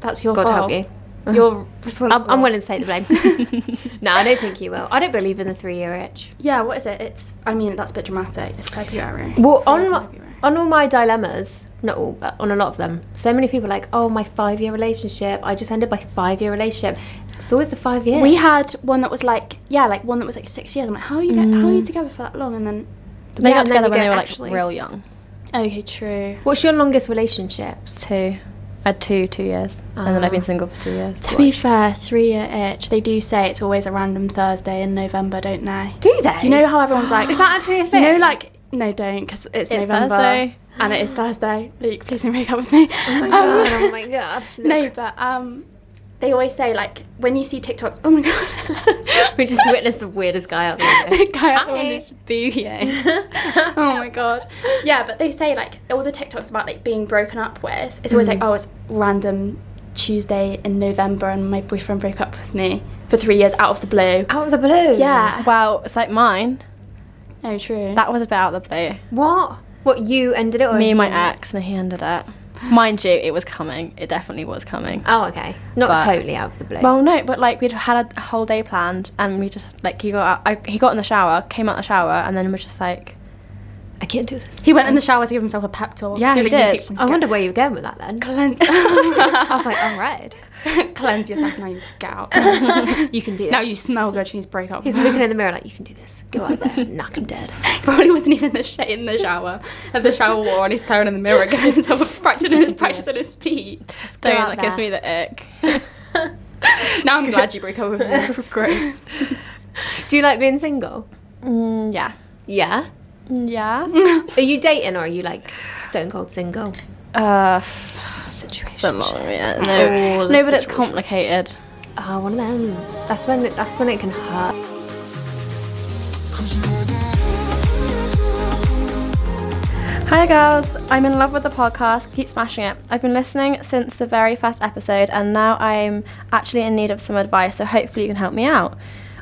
Speaker 2: that's your
Speaker 3: God
Speaker 2: fault.
Speaker 3: help you.
Speaker 2: You're responsible.
Speaker 3: I'm, I'm willing to take the blame. no, I don't think you will. I don't believe in the three year itch.
Speaker 2: Yeah, what is it? It's. I mean, that's a bit dramatic. It's February.
Speaker 3: Well,
Speaker 2: Three
Speaker 3: on
Speaker 2: years in
Speaker 3: my,
Speaker 2: February.
Speaker 3: on all my dilemmas, not all, but on a lot of them, so many people are like, oh, my five year relationship. I just ended my five year relationship. It's always the five years.
Speaker 2: We had one that was like, yeah, like one that was like six years. I'm like, how are you? Get, how are you together for that long? And then,
Speaker 4: They
Speaker 3: Yeah,
Speaker 4: got
Speaker 3: and then
Speaker 4: together
Speaker 3: you
Speaker 4: when
Speaker 3: go,
Speaker 4: they were like
Speaker 3: "Actually."
Speaker 4: real young.
Speaker 2: okay, true.
Speaker 3: What's your longest relationships?
Speaker 4: Two, I had two two years, and then
Speaker 3: Ah.
Speaker 4: I've been single for two years.
Speaker 2: To be fair, three year itch. They do say it's always a random Thursday in November, don't they?
Speaker 3: Do they?
Speaker 2: You know how everyone's like,
Speaker 3: Is that actually a
Speaker 2: You
Speaker 3: thing?
Speaker 2: know, like, no, don't, because it's,
Speaker 4: It's
Speaker 2: November.
Speaker 4: Thursday.
Speaker 2: And it is Thursday. Luke, please don't break up with me.
Speaker 3: Oh my
Speaker 2: Um,
Speaker 3: god! oh my god!
Speaker 2: No, but um, they always say, like, when you see TikToks, oh my god.
Speaker 3: we just witnessed the weirdest guy out there.
Speaker 2: the guy out the
Speaker 3: Hi.
Speaker 2: window is booyah. oh my god. Yeah, but they say, like, all the TikToks about, like, being broken up with, it's always like, oh, it's random Tuesday in November and my boyfriend broke up with me for three years out of the blue.
Speaker 3: Out of the blue.
Speaker 2: Yeah.
Speaker 4: Wow, it's like mine.
Speaker 2: No, true.
Speaker 4: That was a bit out of the blue.
Speaker 3: What? What you ended it? Or
Speaker 4: Me and my
Speaker 3: he-
Speaker 4: ex, and he ended it. Mind you, it was coming. It definitely was coming.
Speaker 3: Oh, okay. Not
Speaker 4: But-
Speaker 3: totally out of the blue.
Speaker 4: Well, no, but like we'd had a whole day planned, and we just like he got out, I, he got in the shower, came out the shower, and then was just like,
Speaker 3: I can't do this.
Speaker 2: he went in the shower to give himself a pep talk.
Speaker 4: Yeah,
Speaker 2: He was
Speaker 4: he
Speaker 2: like, "You
Speaker 4: did.
Speaker 2: do-
Speaker 3: I wonder where you were going with that then.
Speaker 2: Cleanse.
Speaker 3: I was like, I'm red.
Speaker 2: Cleanse yourself now you just get out.
Speaker 3: You can do this.
Speaker 2: now you smell good, she needs to break up.
Speaker 3: He's looking in the mirror like, you can do this. Go out there, knock him dead.
Speaker 2: probably wasn't even in the sh- in the shower of the shower wall and he's staring in the mirror getting himself practicing his, practicing his speech.
Speaker 4: "Don't
Speaker 3: out
Speaker 4: that gives
Speaker 3: there.
Speaker 4: me the ick."
Speaker 2: Now I'm glad you broke up with me.
Speaker 4: Gross.
Speaker 3: Do you like being single?
Speaker 4: Mm, yeah.
Speaker 3: Yeah.
Speaker 4: Yeah.
Speaker 3: Are you dating or are you like stone cold single?
Speaker 4: Uh,
Speaker 3: Situation.
Speaker 4: it's a long, yeah. No,
Speaker 3: Oh,
Speaker 4: no, but it's
Speaker 3: situation.
Speaker 4: complicated.
Speaker 3: Oh, one of them. That's when it, that's when it can hurt.
Speaker 4: Hi, girls. I'm in love with the podcast. Keep smashing it. I've been listening since the very first episode, and now I'm actually in need of some advice. So hopefully, you can help me out.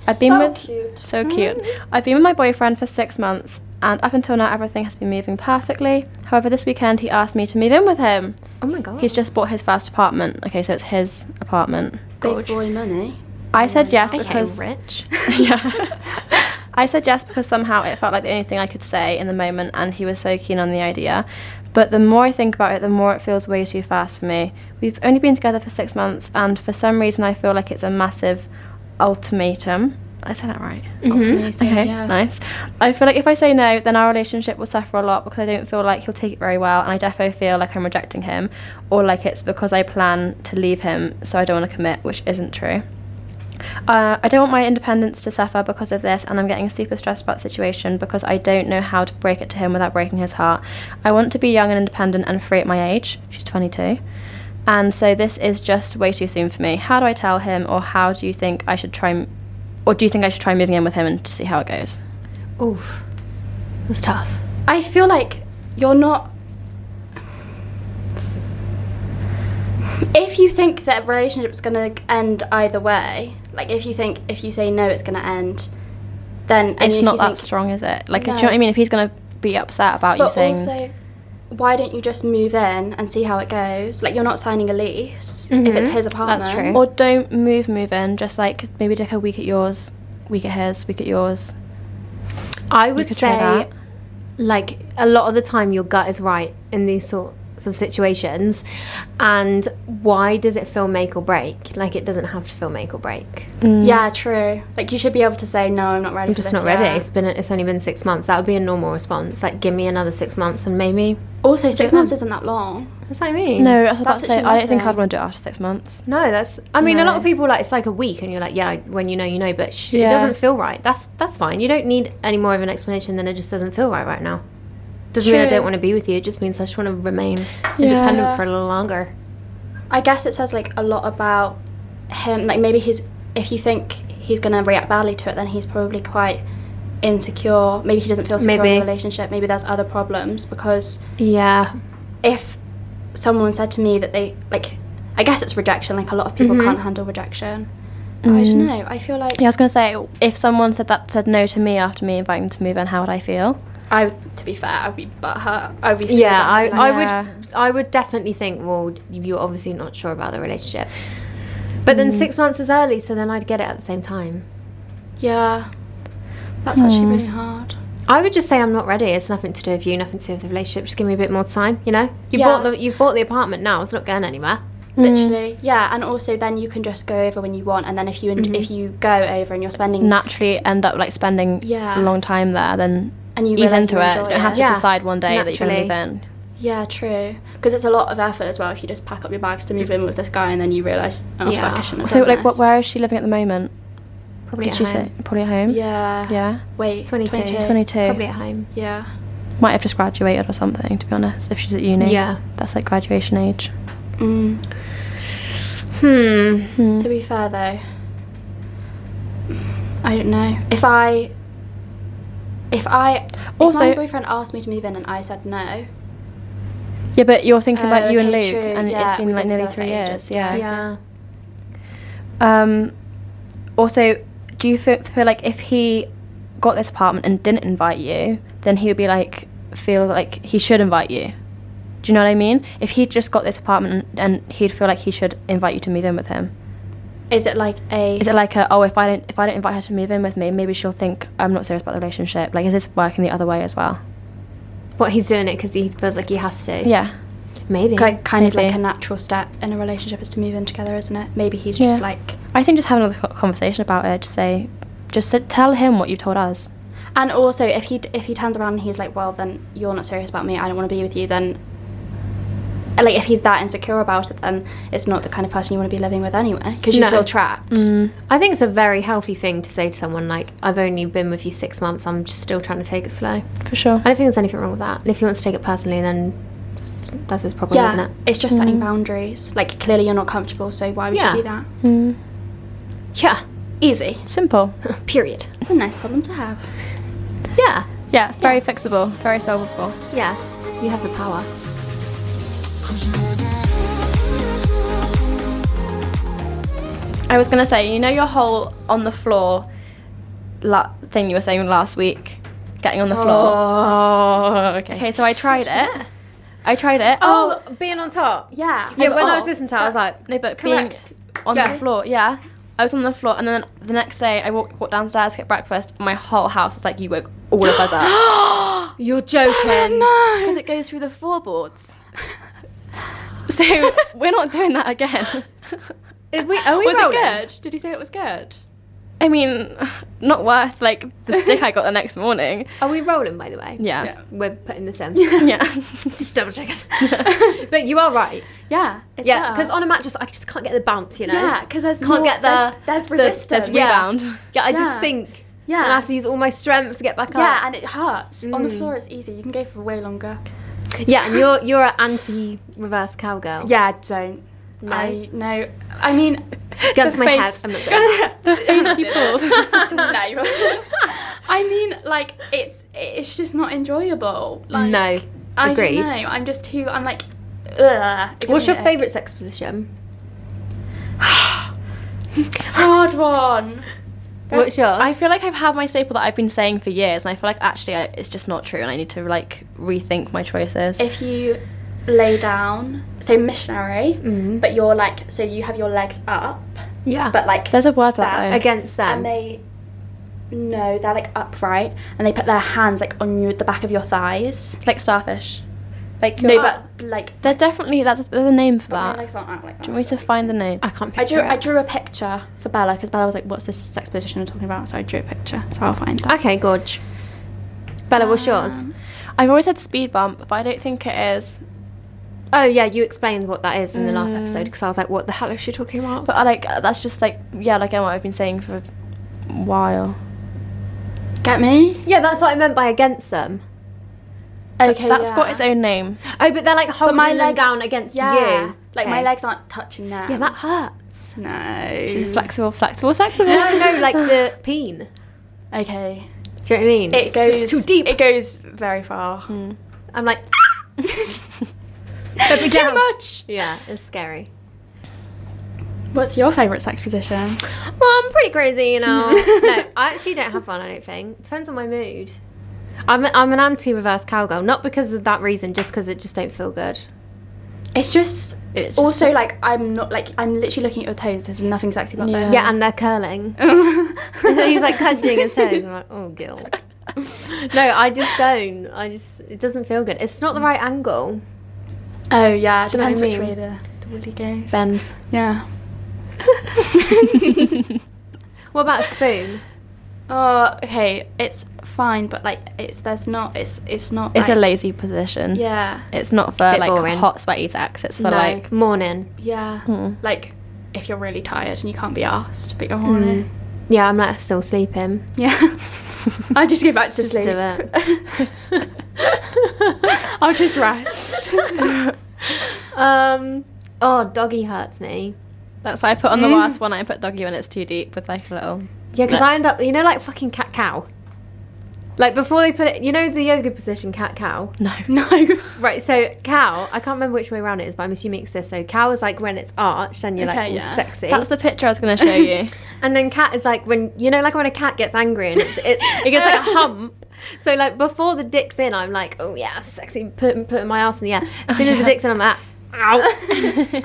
Speaker 4: I've been with so cute. I've been with my boyfriend for six months, and up until now, everything has been moving perfectly. However, this weekend he asked me to move in with him.
Speaker 3: Oh my god.
Speaker 4: He's just bought his first apartment. Okay, so it's his apartment.
Speaker 2: Big boy money.
Speaker 4: I said yes
Speaker 3: okay,
Speaker 4: because
Speaker 3: rich.
Speaker 4: I said yes because somehow it felt like the only thing I could say in the moment, and he was so keen on the idea. But the more I think about it, the more it feels way too fast for me. We've only been together for six months, and for some reason, I feel like it's a massive ultimatum. I said that right.
Speaker 3: Mm-hmm.
Speaker 4: Okay, nice. I feel like if I say no, then our relationship will suffer a lot because I don't feel like he'll take it very well, and I defo feel like I'm rejecting him, or like it's because I plan to leave him, so I don't want to commit, which isn't true. Uh, I don't want my independence to suffer because of this, and I'm getting super stressed about the situation because I don't know how to break it to him without breaking his heart. I want to be young and independent and free at my age. She's 22. And so this is just way too soon for me. How do I tell him, or how do you think I should try, m- or do you think I should try moving in with him and see how it goes?
Speaker 3: Oof. That's tough.
Speaker 2: I feel like you're not. If you think that relationship's gonna end either way, like if you think if you say no, it's gonna end, then and
Speaker 4: It's
Speaker 2: if
Speaker 4: not
Speaker 2: you
Speaker 4: that
Speaker 2: think-
Speaker 4: strong, is it? Like, do you
Speaker 2: No.
Speaker 4: know what I mean? If he's gonna be upset about you
Speaker 2: But
Speaker 4: saying,
Speaker 2: also, why don't you just move in and see how it goes? Like you're not signing a lease if it's his apartment.
Speaker 3: true.
Speaker 4: or don't move, move in, just like maybe take a week at yours, week at his, week at yours.
Speaker 3: I
Speaker 4: We
Speaker 3: would
Speaker 4: could try
Speaker 3: say,
Speaker 4: that.
Speaker 3: like, a lot of the time your gut is right in these sort some situations. And why does it feel make or break? Like it doesn't have to feel make or break.
Speaker 4: Mm.
Speaker 2: Mm. Yeah, true. Like you should be able to say no, I'm not ready.
Speaker 3: I'm
Speaker 2: for
Speaker 3: just
Speaker 2: this
Speaker 3: not ready.
Speaker 2: yet."
Speaker 3: It's been it's only been six months. That would be a normal response. Like give me another six months and maybe
Speaker 2: Also, six months isn't that long.
Speaker 3: that's what I mean.
Speaker 4: No, I was about
Speaker 2: That's
Speaker 4: to say,
Speaker 2: actually
Speaker 4: I don't think I'd
Speaker 2: nothing.
Speaker 4: want to do it after six months.
Speaker 3: No, that's. I mean, a lot
Speaker 2: No.
Speaker 3: of people like it's like a week, and you're like, yeah, when you know, you know. But sh-
Speaker 4: Yeah.
Speaker 3: it doesn't feel right. That's that's fine. You don't need any more of an explanation than it just doesn't feel right right now. Doesn't mean I
Speaker 2: True.
Speaker 3: don't want to be with you. It just means I just want to remain independent
Speaker 2: Yeah.
Speaker 3: for a little longer.
Speaker 2: I guess it says like a lot about him. Like maybe he's if you think he's gonna react badly to it, then he's probably quite insecure. Maybe he doesn't feel secure in
Speaker 3: Maybe.
Speaker 2: the relationship. Maybe there's other problems because
Speaker 3: Yeah,
Speaker 2: if someone said to me that they like, I guess it's rejection. Like a lot of people
Speaker 3: Mhm.
Speaker 2: can't handle rejection. Oh, I don't
Speaker 3: Mm-hmm.
Speaker 2: know. I feel like
Speaker 4: Mm. Yeah, I was gonna say, if someone said that said no to me after me inviting them to move in, how would I feel?
Speaker 2: I. To be fair, I'd be butthurt. I'd be so
Speaker 3: yeah. I,
Speaker 2: butthurt.
Speaker 4: Yeah.
Speaker 3: I would I would definitely think. Well, you're obviously not sure about the relationship. But then six months is early, so then I'd get it at the same time.
Speaker 2: yeah. That's
Speaker 3: Mm.
Speaker 2: actually really hard.
Speaker 3: I would just say I'm not ready. It's nothing to do with you, nothing to do with the relationship. Just give me a bit more time. You know, you
Speaker 2: Yeah.
Speaker 3: bought the you bought the apartment now. It's not going anywhere.
Speaker 2: Literally, yeah, and also then you can just go over when you want, and then if you and
Speaker 3: Mm-hmm.
Speaker 2: if you go over and you're spending
Speaker 4: Mm. Naturally, end up like spending
Speaker 2: Yeah.
Speaker 4: a long time there, then
Speaker 2: and you
Speaker 4: ease
Speaker 2: realise
Speaker 4: into
Speaker 2: you
Speaker 4: it.
Speaker 2: enjoy
Speaker 4: You don't have to
Speaker 3: Yeah.
Speaker 4: decide one day that you're gonna move in.
Speaker 2: Yeah, true. Because it's a lot of effort as well if you just pack up your bags to move in with this guy and then you realise, oh
Speaker 3: Yeah.
Speaker 2: fuck, I shouldn't have
Speaker 4: So,
Speaker 2: done
Speaker 4: like, what,
Speaker 2: this.
Speaker 4: where is she living at the moment?
Speaker 3: Probably
Speaker 4: Did
Speaker 3: at
Speaker 4: she
Speaker 3: home.
Speaker 4: say probably at home?
Speaker 2: Yeah.
Speaker 4: Yeah.
Speaker 2: Wait.
Speaker 3: 22.
Speaker 2: 22.
Speaker 4: 22.
Speaker 3: Probably at home.
Speaker 2: Yeah.
Speaker 4: Might have just graduated or something. To be honest, if she's at uni.
Speaker 3: Yeah.
Speaker 4: That's like graduation age.
Speaker 2: Mm.
Speaker 3: Hmm.
Speaker 4: Mm.
Speaker 2: To be fair though, I don't know if I. If I
Speaker 4: Also-
Speaker 2: if my boyfriend asked me to move in and I said no,
Speaker 4: Yeah, but you're thinking
Speaker 2: Oh,
Speaker 4: about you and Luke,
Speaker 2: okay, true.
Speaker 4: and it's
Speaker 2: Yeah,
Speaker 4: been
Speaker 2: we've
Speaker 4: like
Speaker 2: been
Speaker 4: nearly
Speaker 2: together
Speaker 4: three
Speaker 2: for
Speaker 4: years.
Speaker 2: ages.
Speaker 4: Yeah.
Speaker 3: Yeah.
Speaker 4: Um, also, do you feel, feel like if he got this apartment and didn't invite you, then he would be like feel like he should invite you? Do you know what I mean? If he just got this apartment and, and he'd feel like he should invite you to move in with him,
Speaker 2: is it like a
Speaker 4: is it like a, oh if I don't if I don't invite her to move in with me, maybe she'll think I'm not serious about the relationship? Like, is this working the other way as well?
Speaker 3: What he's doing it because he feels like he has to.
Speaker 4: Yeah.
Speaker 3: Maybe.
Speaker 2: Ki- kind of like
Speaker 4: Maybe.
Speaker 2: a natural step in a relationship is to move in together, isn't it? Maybe he's just
Speaker 4: Yeah.
Speaker 2: like,
Speaker 4: I think just having another co- conversation about it, just say, just sit, tell him what you told us.
Speaker 2: and also if he d- if he turns around and he's like, well, then you're not serious about me. I don't want to be with you. Then, like, if he's that insecure about it, then it's not the kind of person you want to be living with anyway, because you
Speaker 3: No. Mm.
Speaker 2: feel trapped.
Speaker 4: Mm.
Speaker 3: I think it's a very healthy thing to say to someone like, "I've only been with you six months. I'm just still trying to take it slow."
Speaker 4: For sure.
Speaker 3: I don't think there's anything wrong with that. And if he wants to take it personally, then s- that's his problem,
Speaker 2: Yeah,
Speaker 3: isn't it?
Speaker 2: it's just setting boundaries. Like, clearly you're not comfortable, so why would
Speaker 3: Mm. Yeah.
Speaker 2: you do that?
Speaker 3: Yeah.
Speaker 2: Easy.
Speaker 4: Simple.
Speaker 3: Period.
Speaker 2: It's a nice problem to have.
Speaker 3: Yeah.
Speaker 4: Yeah, very fixable, very solvable.
Speaker 3: Yes. You have the power.
Speaker 4: I was gonna say, you know, your whole on the floor la- thing you were saying last week, getting on the floor. Oh, okay. Okay, so I tried it. I tried it.
Speaker 3: Oh, being on top.
Speaker 2: Yeah. Oh,
Speaker 3: Yeah. When I was listening to, it, I was like,
Speaker 4: no, but
Speaker 3: correct.
Speaker 4: being on
Speaker 3: Yeah.
Speaker 4: the floor, yeah. I was on the floor, and then the next day I walked, walked downstairs, get breakfast, and my whole house was like, "You woke all of us up,"
Speaker 3: "You're joking."
Speaker 4: because it goes through the floorboards. so we're not doing that again.
Speaker 3: If we, are we
Speaker 5: Was it
Speaker 3: rolling?
Speaker 5: good? Did he say it was good?
Speaker 4: I mean, not worth like the stick I got the next morning.
Speaker 3: Are we rolling? By the way.
Speaker 4: Yeah.
Speaker 3: We're putting this in.
Speaker 4: Yeah.
Speaker 3: just double check it. but you are right.
Speaker 2: yeah, it's
Speaker 3: Yeah,
Speaker 2: better.
Speaker 3: because on a mattress, I just can't get the bounce, you know?
Speaker 2: yeah, because there's
Speaker 3: Can't
Speaker 2: more-
Speaker 3: get the-
Speaker 2: there's, there's resistance.
Speaker 4: That's
Speaker 3: Yeah.
Speaker 4: rebound.
Speaker 3: Yeah, I just
Speaker 2: Yeah.
Speaker 3: sink.
Speaker 2: yeah,
Speaker 3: And I have to use all my strength to get back
Speaker 2: Yeah,
Speaker 3: up.
Speaker 2: and it hurts. On the floor, it's easy. You can go for way longer.
Speaker 3: Yeah, and you're you're an anti reverse cowgirl.
Speaker 2: Yeah, don't.
Speaker 3: No.
Speaker 2: I no. I mean,
Speaker 3: Gun to my head.
Speaker 4: face.
Speaker 3: I'm not doing it.
Speaker 4: Face you pulled.
Speaker 2: no. I mean, like it's it's just not enjoyable. Like,
Speaker 3: No.
Speaker 2: I
Speaker 3: agreed.
Speaker 2: don't know. I'm just too. I'm like. Ugh, It
Speaker 3: What's
Speaker 2: gives me
Speaker 3: your
Speaker 2: a-
Speaker 3: favourite sex position?
Speaker 2: hard one?
Speaker 3: What's yours?
Speaker 4: I feel like I've had my staple that I've been saying for years, and I feel like actually I, it's just not true, and I need to like rethink my choices.
Speaker 2: If you lay down, so missionary, but you're like, so you have your legs up,
Speaker 3: yeah.
Speaker 2: Mm-hmm. but like
Speaker 4: There's a word for
Speaker 2: That-
Speaker 4: that. Though.
Speaker 3: Against them.
Speaker 2: and they no, they're like upright, and they put their hands like on your, the back of your thighs.
Speaker 4: like starfish. Like
Speaker 2: No,
Speaker 4: you're,
Speaker 2: but like
Speaker 4: they're definitely that's they're the name for
Speaker 2: my
Speaker 4: that.
Speaker 2: legs aren't out like that.
Speaker 4: Do you want me to find the name?
Speaker 3: I can't
Speaker 2: I
Speaker 3: picture
Speaker 2: drew, I
Speaker 3: it.
Speaker 2: drew a picture for Bella because Bella was like, "What's this sex position I'm talking about?" So I drew a picture. So I'll find that.
Speaker 3: okay, gorge. Bella, what's yours?
Speaker 2: Um,
Speaker 4: I've always had speed bump, but I don't think it is.
Speaker 3: Oh yeah, you explained what that is in the last
Speaker 4: Mm.
Speaker 3: episode because I was like, what the hell is she talking about?
Speaker 4: But I like that's just like yeah, like what I've been saying for a while.
Speaker 2: Get me?
Speaker 3: yeah, that's what I meant by against them.
Speaker 2: Okay,
Speaker 4: that's got
Speaker 2: yeah.
Speaker 4: its own name.
Speaker 3: Oh, but they're like holding
Speaker 2: my
Speaker 3: them
Speaker 2: legs-
Speaker 3: down against
Speaker 2: Yeah.
Speaker 3: you.
Speaker 2: Like my
Speaker 3: Okay.
Speaker 2: legs aren't touching now.
Speaker 3: Yeah, that hurts.
Speaker 2: No.
Speaker 4: She's flexible, flexible, flexible.
Speaker 3: No, no, like the peen.
Speaker 2: Okay.
Speaker 3: Do you know what I mean?
Speaker 2: It
Speaker 3: It's
Speaker 2: goes
Speaker 3: just too deep.
Speaker 2: It goes very far.
Speaker 3: I'm like, ah! Let me
Speaker 2: Too
Speaker 3: down.
Speaker 2: much.
Speaker 3: Yeah, it's scary.
Speaker 2: What's your favourite sex position?
Speaker 3: Well, I'm pretty crazy, you know. no, I actually don't have one. I don't think. Depends on my mood. I'm a, I'm an anti-reverse cowgirl, not because of that reason, just because it just don't feel good.
Speaker 2: It's just.
Speaker 4: It's
Speaker 2: also, like I'm not like I'm literally looking at your toes. There's nothing sexy about
Speaker 4: Yeah.
Speaker 2: those.
Speaker 4: Yes.
Speaker 3: Yeah, and they're curling.
Speaker 2: he's
Speaker 3: He's like clenching his toes. I'm like, oh, Gil. No, I just don't. I just it doesn't feel good. It's not the right angle.
Speaker 2: Oh yeah,
Speaker 3: Do you know
Speaker 2: depends
Speaker 3: what I
Speaker 2: which
Speaker 3: mean?
Speaker 2: way the, the woolly goes.
Speaker 3: Bends.
Speaker 2: Yeah.
Speaker 3: What about a spoon?
Speaker 2: Oh, okay. It's fine, but like, it's there's not. It's it's not.
Speaker 4: it's a
Speaker 2: like-
Speaker 4: lazy position.
Speaker 2: Yeah,
Speaker 4: It's not for
Speaker 3: Bit
Speaker 4: like
Speaker 3: boring.
Speaker 4: hot sweaty sex. It's for
Speaker 2: No.
Speaker 4: like
Speaker 3: Morning.
Speaker 2: yeah.
Speaker 4: Mm.
Speaker 2: Like, if you're really tired and you can't be asked, but you're
Speaker 3: Hmm.
Speaker 2: horny.
Speaker 3: Yeah, I'm like still sleeping.
Speaker 2: Yeah. I just go back to
Speaker 3: Just do
Speaker 2: sleep. I'll just rest.
Speaker 3: Um. Oh, doggy hurts me.
Speaker 4: that's why I put on the
Speaker 2: Mm.
Speaker 4: last one. I put doggy when it's too deep with like a little.
Speaker 3: Yeah, because
Speaker 4: But-
Speaker 3: I end up, you know, like fucking cat cow. Like before they put it, you know, the yoga position, cat cow.
Speaker 4: No.
Speaker 2: no.
Speaker 3: Right, so cow, I can't remember which way around it is, but I'm assuming it's this. So cow is like when it's arched and you're
Speaker 2: Okay,
Speaker 3: like all
Speaker 2: yeah.
Speaker 3: sexy.
Speaker 4: That's the picture I was going to show you.
Speaker 3: And then cat is like when you know, like when a cat gets angry and it's, it's, it gets like a hump. So like before the dick's in, I'm like, oh yeah, sexy, putting putting my ass in the air.
Speaker 2: Oh,
Speaker 3: As soon as the dick's in, I'm like, ow,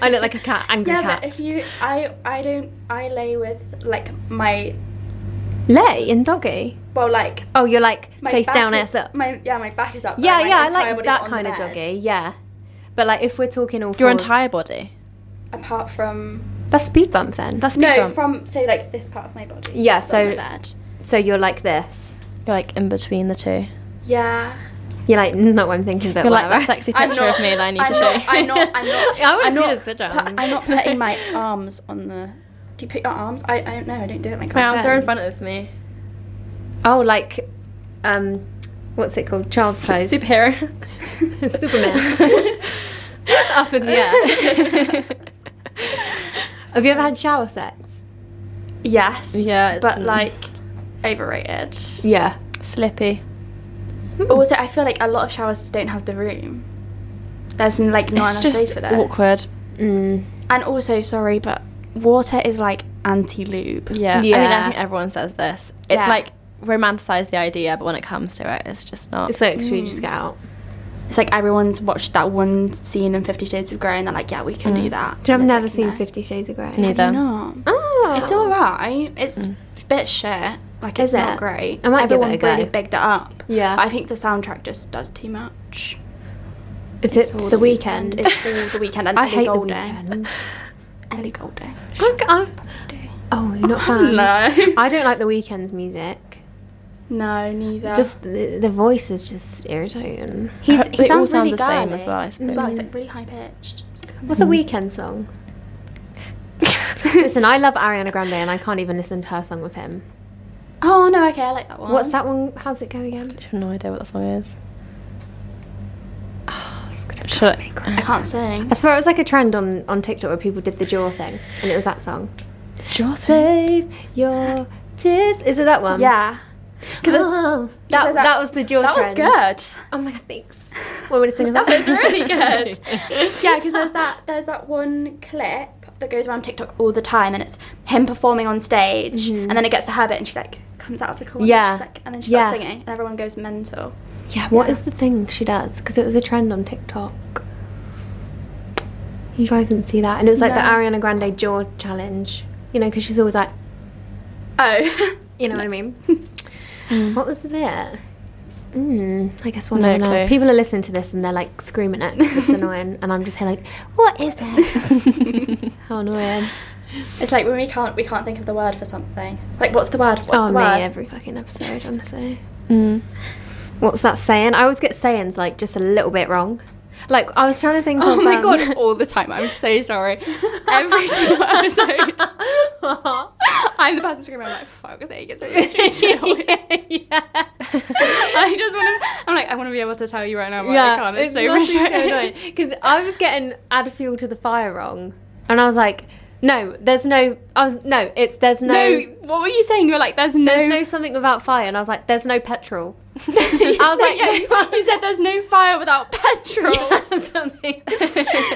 Speaker 3: I look like a cat, angry
Speaker 2: Yeah,
Speaker 3: cat.
Speaker 2: but if you, I, I don't, I lay with like my,
Speaker 3: Lay in doggy.
Speaker 2: well, like
Speaker 3: Oh, you're like
Speaker 2: my
Speaker 3: face
Speaker 2: back
Speaker 3: down,
Speaker 2: is,
Speaker 3: ass up.
Speaker 2: My yeah, my back is up.
Speaker 3: Yeah,
Speaker 2: and my
Speaker 3: yeah, I
Speaker 2: entire
Speaker 3: like
Speaker 2: body's
Speaker 3: that
Speaker 2: on
Speaker 3: kind
Speaker 2: the
Speaker 3: of
Speaker 2: bed.
Speaker 3: doggy. Yeah, but like if we're talking all
Speaker 4: Your
Speaker 3: fours-
Speaker 4: entire body.
Speaker 2: Apart from
Speaker 3: that's speed bump then.
Speaker 4: That's speed
Speaker 2: no,
Speaker 4: bump.
Speaker 2: from so like this part of my body.
Speaker 3: Yeah,
Speaker 2: is on
Speaker 3: so-
Speaker 2: the bed.
Speaker 3: so you're like this.
Speaker 4: You're like in between the two.
Speaker 2: Yeah.
Speaker 3: You're like not what I'm thinking, but
Speaker 4: You're like
Speaker 3: whatever.
Speaker 4: that sexy picture of me that I need
Speaker 2: I'm
Speaker 4: to show.
Speaker 2: Not, I'm not. I'm not.
Speaker 3: Yeah, I wanna
Speaker 2: I'm
Speaker 3: see
Speaker 2: not
Speaker 3: this picture.
Speaker 2: pu- I'm not putting my arms on the. Do you put your arms? I, I don't know. I don't do it like
Speaker 4: My
Speaker 2: that.
Speaker 4: arms are in front of me.
Speaker 3: Oh, like, um, what's it called? Child's pose.
Speaker 4: Superhero.
Speaker 3: Superman. Up in the air. Have you ever had shower sex?
Speaker 2: Yes.
Speaker 4: Yeah,
Speaker 2: But
Speaker 4: mm.
Speaker 2: like, overrated.
Speaker 3: Yeah.
Speaker 4: Slippy.
Speaker 2: Also, I feel like a lot of showers don't have the room. There's like not
Speaker 4: it's
Speaker 2: enough space
Speaker 4: just
Speaker 2: for this.
Speaker 4: awkward.
Speaker 3: Mm.
Speaker 2: And also, sorry, but water is like anti-lube.
Speaker 4: Yeah. I mean, I
Speaker 3: Yeah.
Speaker 4: think everyone says this. It's
Speaker 2: Yeah.
Speaker 4: like romanticize the idea, but when it comes to it, it's just not.
Speaker 3: It's like literally just get out.
Speaker 2: It's like everyone's watched that one scene in Fifty Shades of Grey, and they're like, "Yeah, we can do that."
Speaker 3: Do you know, I've
Speaker 2: And it's
Speaker 3: Mm. never
Speaker 2: like,
Speaker 3: seen
Speaker 2: no.
Speaker 3: Fifty Shades of Grey.
Speaker 4: Neither.
Speaker 2: Have you not?
Speaker 3: Oh. Mm.
Speaker 2: It's all right. It's a bit shit. Like
Speaker 3: Is
Speaker 2: it's not
Speaker 3: it?
Speaker 2: great.
Speaker 3: I might give it
Speaker 2: Everyone
Speaker 3: a go.
Speaker 2: really bigged it up.
Speaker 3: Yeah.
Speaker 2: I think the soundtrack just does too much.
Speaker 3: Is
Speaker 2: It's
Speaker 3: it
Speaker 2: all
Speaker 3: the weekend?
Speaker 2: It's all the weekend and
Speaker 3: I
Speaker 2: Ellie
Speaker 3: hate the
Speaker 2: Goulding.
Speaker 3: weekend.
Speaker 2: Ellie Goulding.
Speaker 3: Look, I- oh, you're not fan.
Speaker 2: No.
Speaker 3: I don't like the weekend's music.
Speaker 2: No, neither.
Speaker 3: Just the, the voice is just irritating.
Speaker 2: he's, he
Speaker 4: They all
Speaker 2: sounds
Speaker 4: sound
Speaker 2: really
Speaker 4: the same as
Speaker 2: garlic
Speaker 4: well, I
Speaker 2: As well, he's
Speaker 4: suppose.
Speaker 2: like really high pitched.
Speaker 3: What's a weekend song? Listen, I love Ariana Grande, and I can't even listen to her song with him.
Speaker 2: Oh no, okay, I like that one.
Speaker 3: What's that one? How's it go again?
Speaker 4: I have no idea what that song is.
Speaker 2: Ah,
Speaker 4: Should I-
Speaker 2: I can't sing.
Speaker 3: I swear it was like a trend on, on TikTok where people did the jaw thing, and it was that song.
Speaker 4: Jaw
Speaker 3: Save your tears. Is it that one?
Speaker 2: Yeah.
Speaker 3: Because that, that, was the jaw
Speaker 2: That was
Speaker 3: trend.
Speaker 2: good.
Speaker 3: Oh my god, thanks. What would it sing?
Speaker 2: That was really good. yeah, because there's that there's that one clip that goes around TikTok all the time, and it's him performing on stage, and then it gets to her bit, and she like comes out of the corner,
Speaker 3: Mm-hmm. Yeah.
Speaker 2: she's like, and then she
Speaker 3: Yeah.
Speaker 2: starts singing, and everyone goes mental.
Speaker 3: Yeah, what is the thing she does? Because it was a trend on TikTok. You guys didn't see that, and it was like the
Speaker 2: No.
Speaker 3: Ariana Grande jaw challenge. You know, because she's always like,
Speaker 2: Oh,
Speaker 3: Mm. you know what I mean. What was the bit? Mm, I guess we'll
Speaker 4: No
Speaker 3: never know.
Speaker 4: clue.
Speaker 3: People are listening to this and they're like screaming at it's annoying, and I'm just here like, what is it? How annoying!
Speaker 2: It's like when we can't we can't think of the word for something. Like what's the word? What's
Speaker 3: oh
Speaker 2: the
Speaker 3: me,
Speaker 2: word?
Speaker 3: every fucking episode, honestly.
Speaker 4: Mm.
Speaker 3: What's that saying? I always get sayings like just a little bit wrong. Like I was trying to think.
Speaker 2: Oh
Speaker 3: of,
Speaker 2: my
Speaker 3: um,
Speaker 2: god, all the time. I'm so sorry. Every single episode. I'm the person screaming, I'm like, fuck, sake, it's really
Speaker 3: yeah,
Speaker 2: I just want to, I'm like, I want to be able to tell you right now, but I can't. It's, so frustrating.
Speaker 3: Because I was getting add fuel to the fire wrong, and I was like, no, there's no. I was no, it's there's no.
Speaker 2: No, what were you saying? You were like, there's no.
Speaker 3: there's no something without fire, and I was like, there's no petrol.
Speaker 2: I was like,
Speaker 3: Yeah,
Speaker 2: you, you said there's no fire without petrol.
Speaker 3: something.
Speaker 2: It's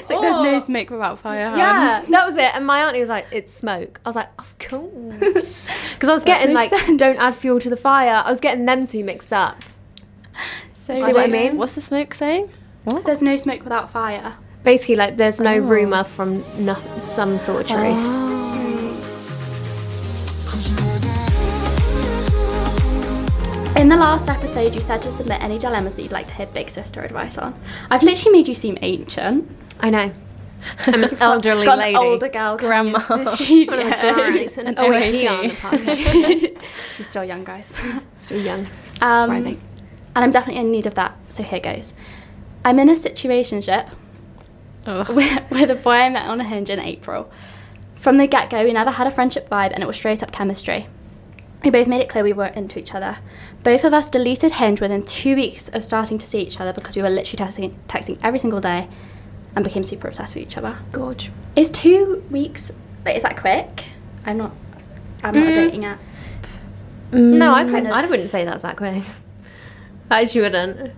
Speaker 2: like, there's no
Speaker 3: Or-
Speaker 2: smoke without fire. hun.
Speaker 3: Yeah, that was it. And my auntie was like, "It's smoke." I was like, "Of course," because I was getting like,
Speaker 2: makes sense.
Speaker 3: "Don't add fuel to the fire." I was getting them two mixed up.
Speaker 2: So
Speaker 3: See what I
Speaker 2: weird.
Speaker 3: mean?
Speaker 4: What's the smoke saying?
Speaker 2: There's no smoke without fire.
Speaker 3: Basically, like, there's no rumor from no- some sort of truth. Oh.
Speaker 2: In the last episode, you said to submit any dilemmas that you'd like to hear Big Sister advice on. I've literally made you seem ancient.
Speaker 3: I know. I'm an elderly
Speaker 2: Got an
Speaker 3: lady.
Speaker 2: older gal grandma.
Speaker 3: Oh, no, Grant. oh wait, he on the podcast.
Speaker 2: She's still young, guys.
Speaker 3: Still young.
Speaker 2: Um,
Speaker 3: Thriving.
Speaker 2: And I'm definitely in need of that. So here goes. I'm in a situationship with, with a boy I met on a hinge in April. From the get go, we never had a friendship vibe and it was straight up chemistry. We both made it clear we were into each other. Both of us deleted Hinge within two weeks of starting to see each other because we were literally texting, texting every single day and became super obsessed with each other.
Speaker 3: Gorge.
Speaker 2: Is two weeks, like, is that quick? I'm not, I'm not a dating app.
Speaker 3: No,
Speaker 4: mm,
Speaker 3: I,
Speaker 2: kind
Speaker 3: wouldn't-
Speaker 2: of-
Speaker 3: I wouldn't say that's that quick. Mm. I she wouldn't.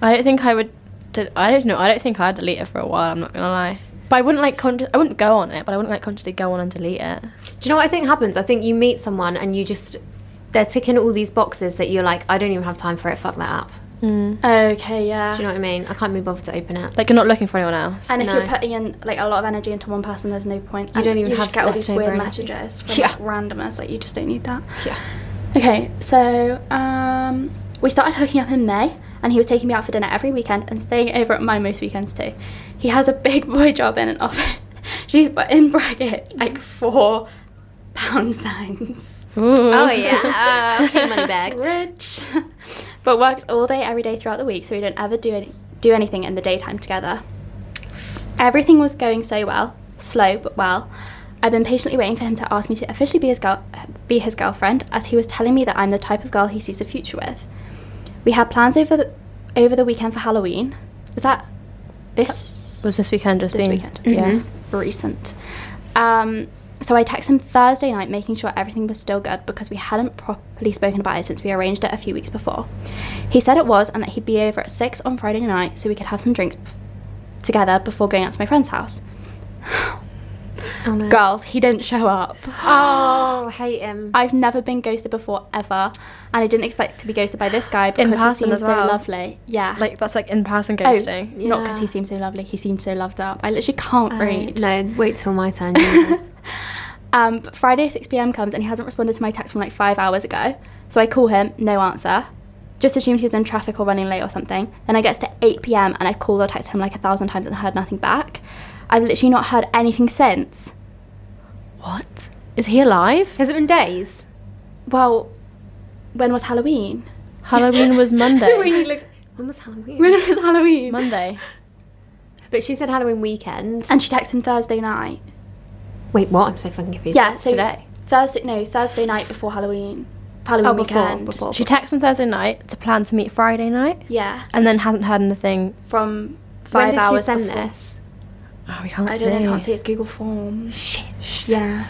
Speaker 4: I don't think I would. Did, I don't know. I don't think I'd delete it for a while. I'm not gonna lie. But I wouldn't like. Con- I wouldn't go on it. But I wouldn't like consciously go on and delete it.
Speaker 3: Do you know what I think happens? I think you meet someone and you just they're ticking all these boxes that you're like, I don't even have time for it. Fuck that up.
Speaker 2: Mm. Okay, yeah.
Speaker 3: Do you know what I mean? I can't be bothered to open it.
Speaker 4: Like you're not looking for anyone else.
Speaker 2: And if you're
Speaker 3: No.
Speaker 2: putting in like a lot of energy into one person, there's no point. And
Speaker 3: don't even
Speaker 2: you just
Speaker 3: have
Speaker 2: get all these
Speaker 3: leftover
Speaker 2: weird
Speaker 3: energy.
Speaker 2: messages from
Speaker 3: Yeah.
Speaker 2: like, randomers. Like you just don't need that.
Speaker 3: Yeah.
Speaker 2: Okay, so um, we started hooking up in May, and he was taking me out for dinner every weekend and staying over at mine most weekends too. He has a big boy job in an office. She's but in brackets like four pound signs.
Speaker 4: Ooh.
Speaker 3: Oh yeah. Uh, okay, money bags.
Speaker 2: Rich, but works all day every day throughout the week, so we don't ever do any, do anything in the daytime together. Everything was going so well, slow but well. I've been patiently waiting for him to ask me to officially be his girl, be his girlfriend, as he was telling me that I'm the type of girl he sees a future with. We had plans over the over the weekend for Halloween. Was that this?
Speaker 4: Was this weekend just
Speaker 2: this
Speaker 4: been?
Speaker 2: weekend? mm-hmm. Yes, recent. Um, so I texted him Thursday night, making sure everything was still good because we hadn't properly spoken about it since we arranged it a few weeks before. He said it was, and that he'd be over at six on Friday night so we could have some drinks bef- together before going out to my friend's house.
Speaker 3: Oh no.
Speaker 2: Girls, he didn't show up.
Speaker 3: Oh, hate him.
Speaker 2: I've never been ghosted before ever, and I didn't expect to be ghosted by this guy because he
Speaker 4: person
Speaker 2: seemed
Speaker 4: as
Speaker 2: so
Speaker 4: well.
Speaker 2: lovely. Yeah,
Speaker 4: Like that's like in person
Speaker 2: oh,
Speaker 4: ghosting.
Speaker 2: not because
Speaker 3: Yeah.
Speaker 2: he seemed so lovely. He seemed so loved up. I literally can't read.
Speaker 3: Uh, No, wait till my turn. Jesus.
Speaker 2: Um, but Friday 6 p.m. comes and he hasn't responded to my text from like five hours ago. So I call him, no answer. Just assumed he was in traffic or running late or something. Then I gets to 8 p.m. and I called or texted him like a thousand times and heard nothing back. I've literally not heard anything since.
Speaker 4: What? Is he alive?
Speaker 3: Has it been days?
Speaker 2: Well, when was Halloween?
Speaker 4: Halloween was Monday.
Speaker 3: When was Halloween?
Speaker 2: When was Halloween?
Speaker 4: Monday.
Speaker 3: But she said Halloween weekend.
Speaker 2: And she texted him Thursday night.
Speaker 3: Wait, what? I'm so fucking confused.
Speaker 2: Yeah, so
Speaker 3: today.
Speaker 2: Thursday, no, Thursday night before Halloween. Halloween
Speaker 3: Oh, before,
Speaker 2: weekend.
Speaker 3: before.
Speaker 4: She texts on Thursday night to plan to meet Friday night,
Speaker 2: Yeah,
Speaker 4: and then hasn't heard anything.
Speaker 2: from five
Speaker 3: when did
Speaker 2: hours
Speaker 3: she send
Speaker 2: before.
Speaker 3: this?
Speaker 4: Oh, we can't
Speaker 2: I
Speaker 4: see.
Speaker 2: don't know, I can't see it's Google Form. Shit. Yeah.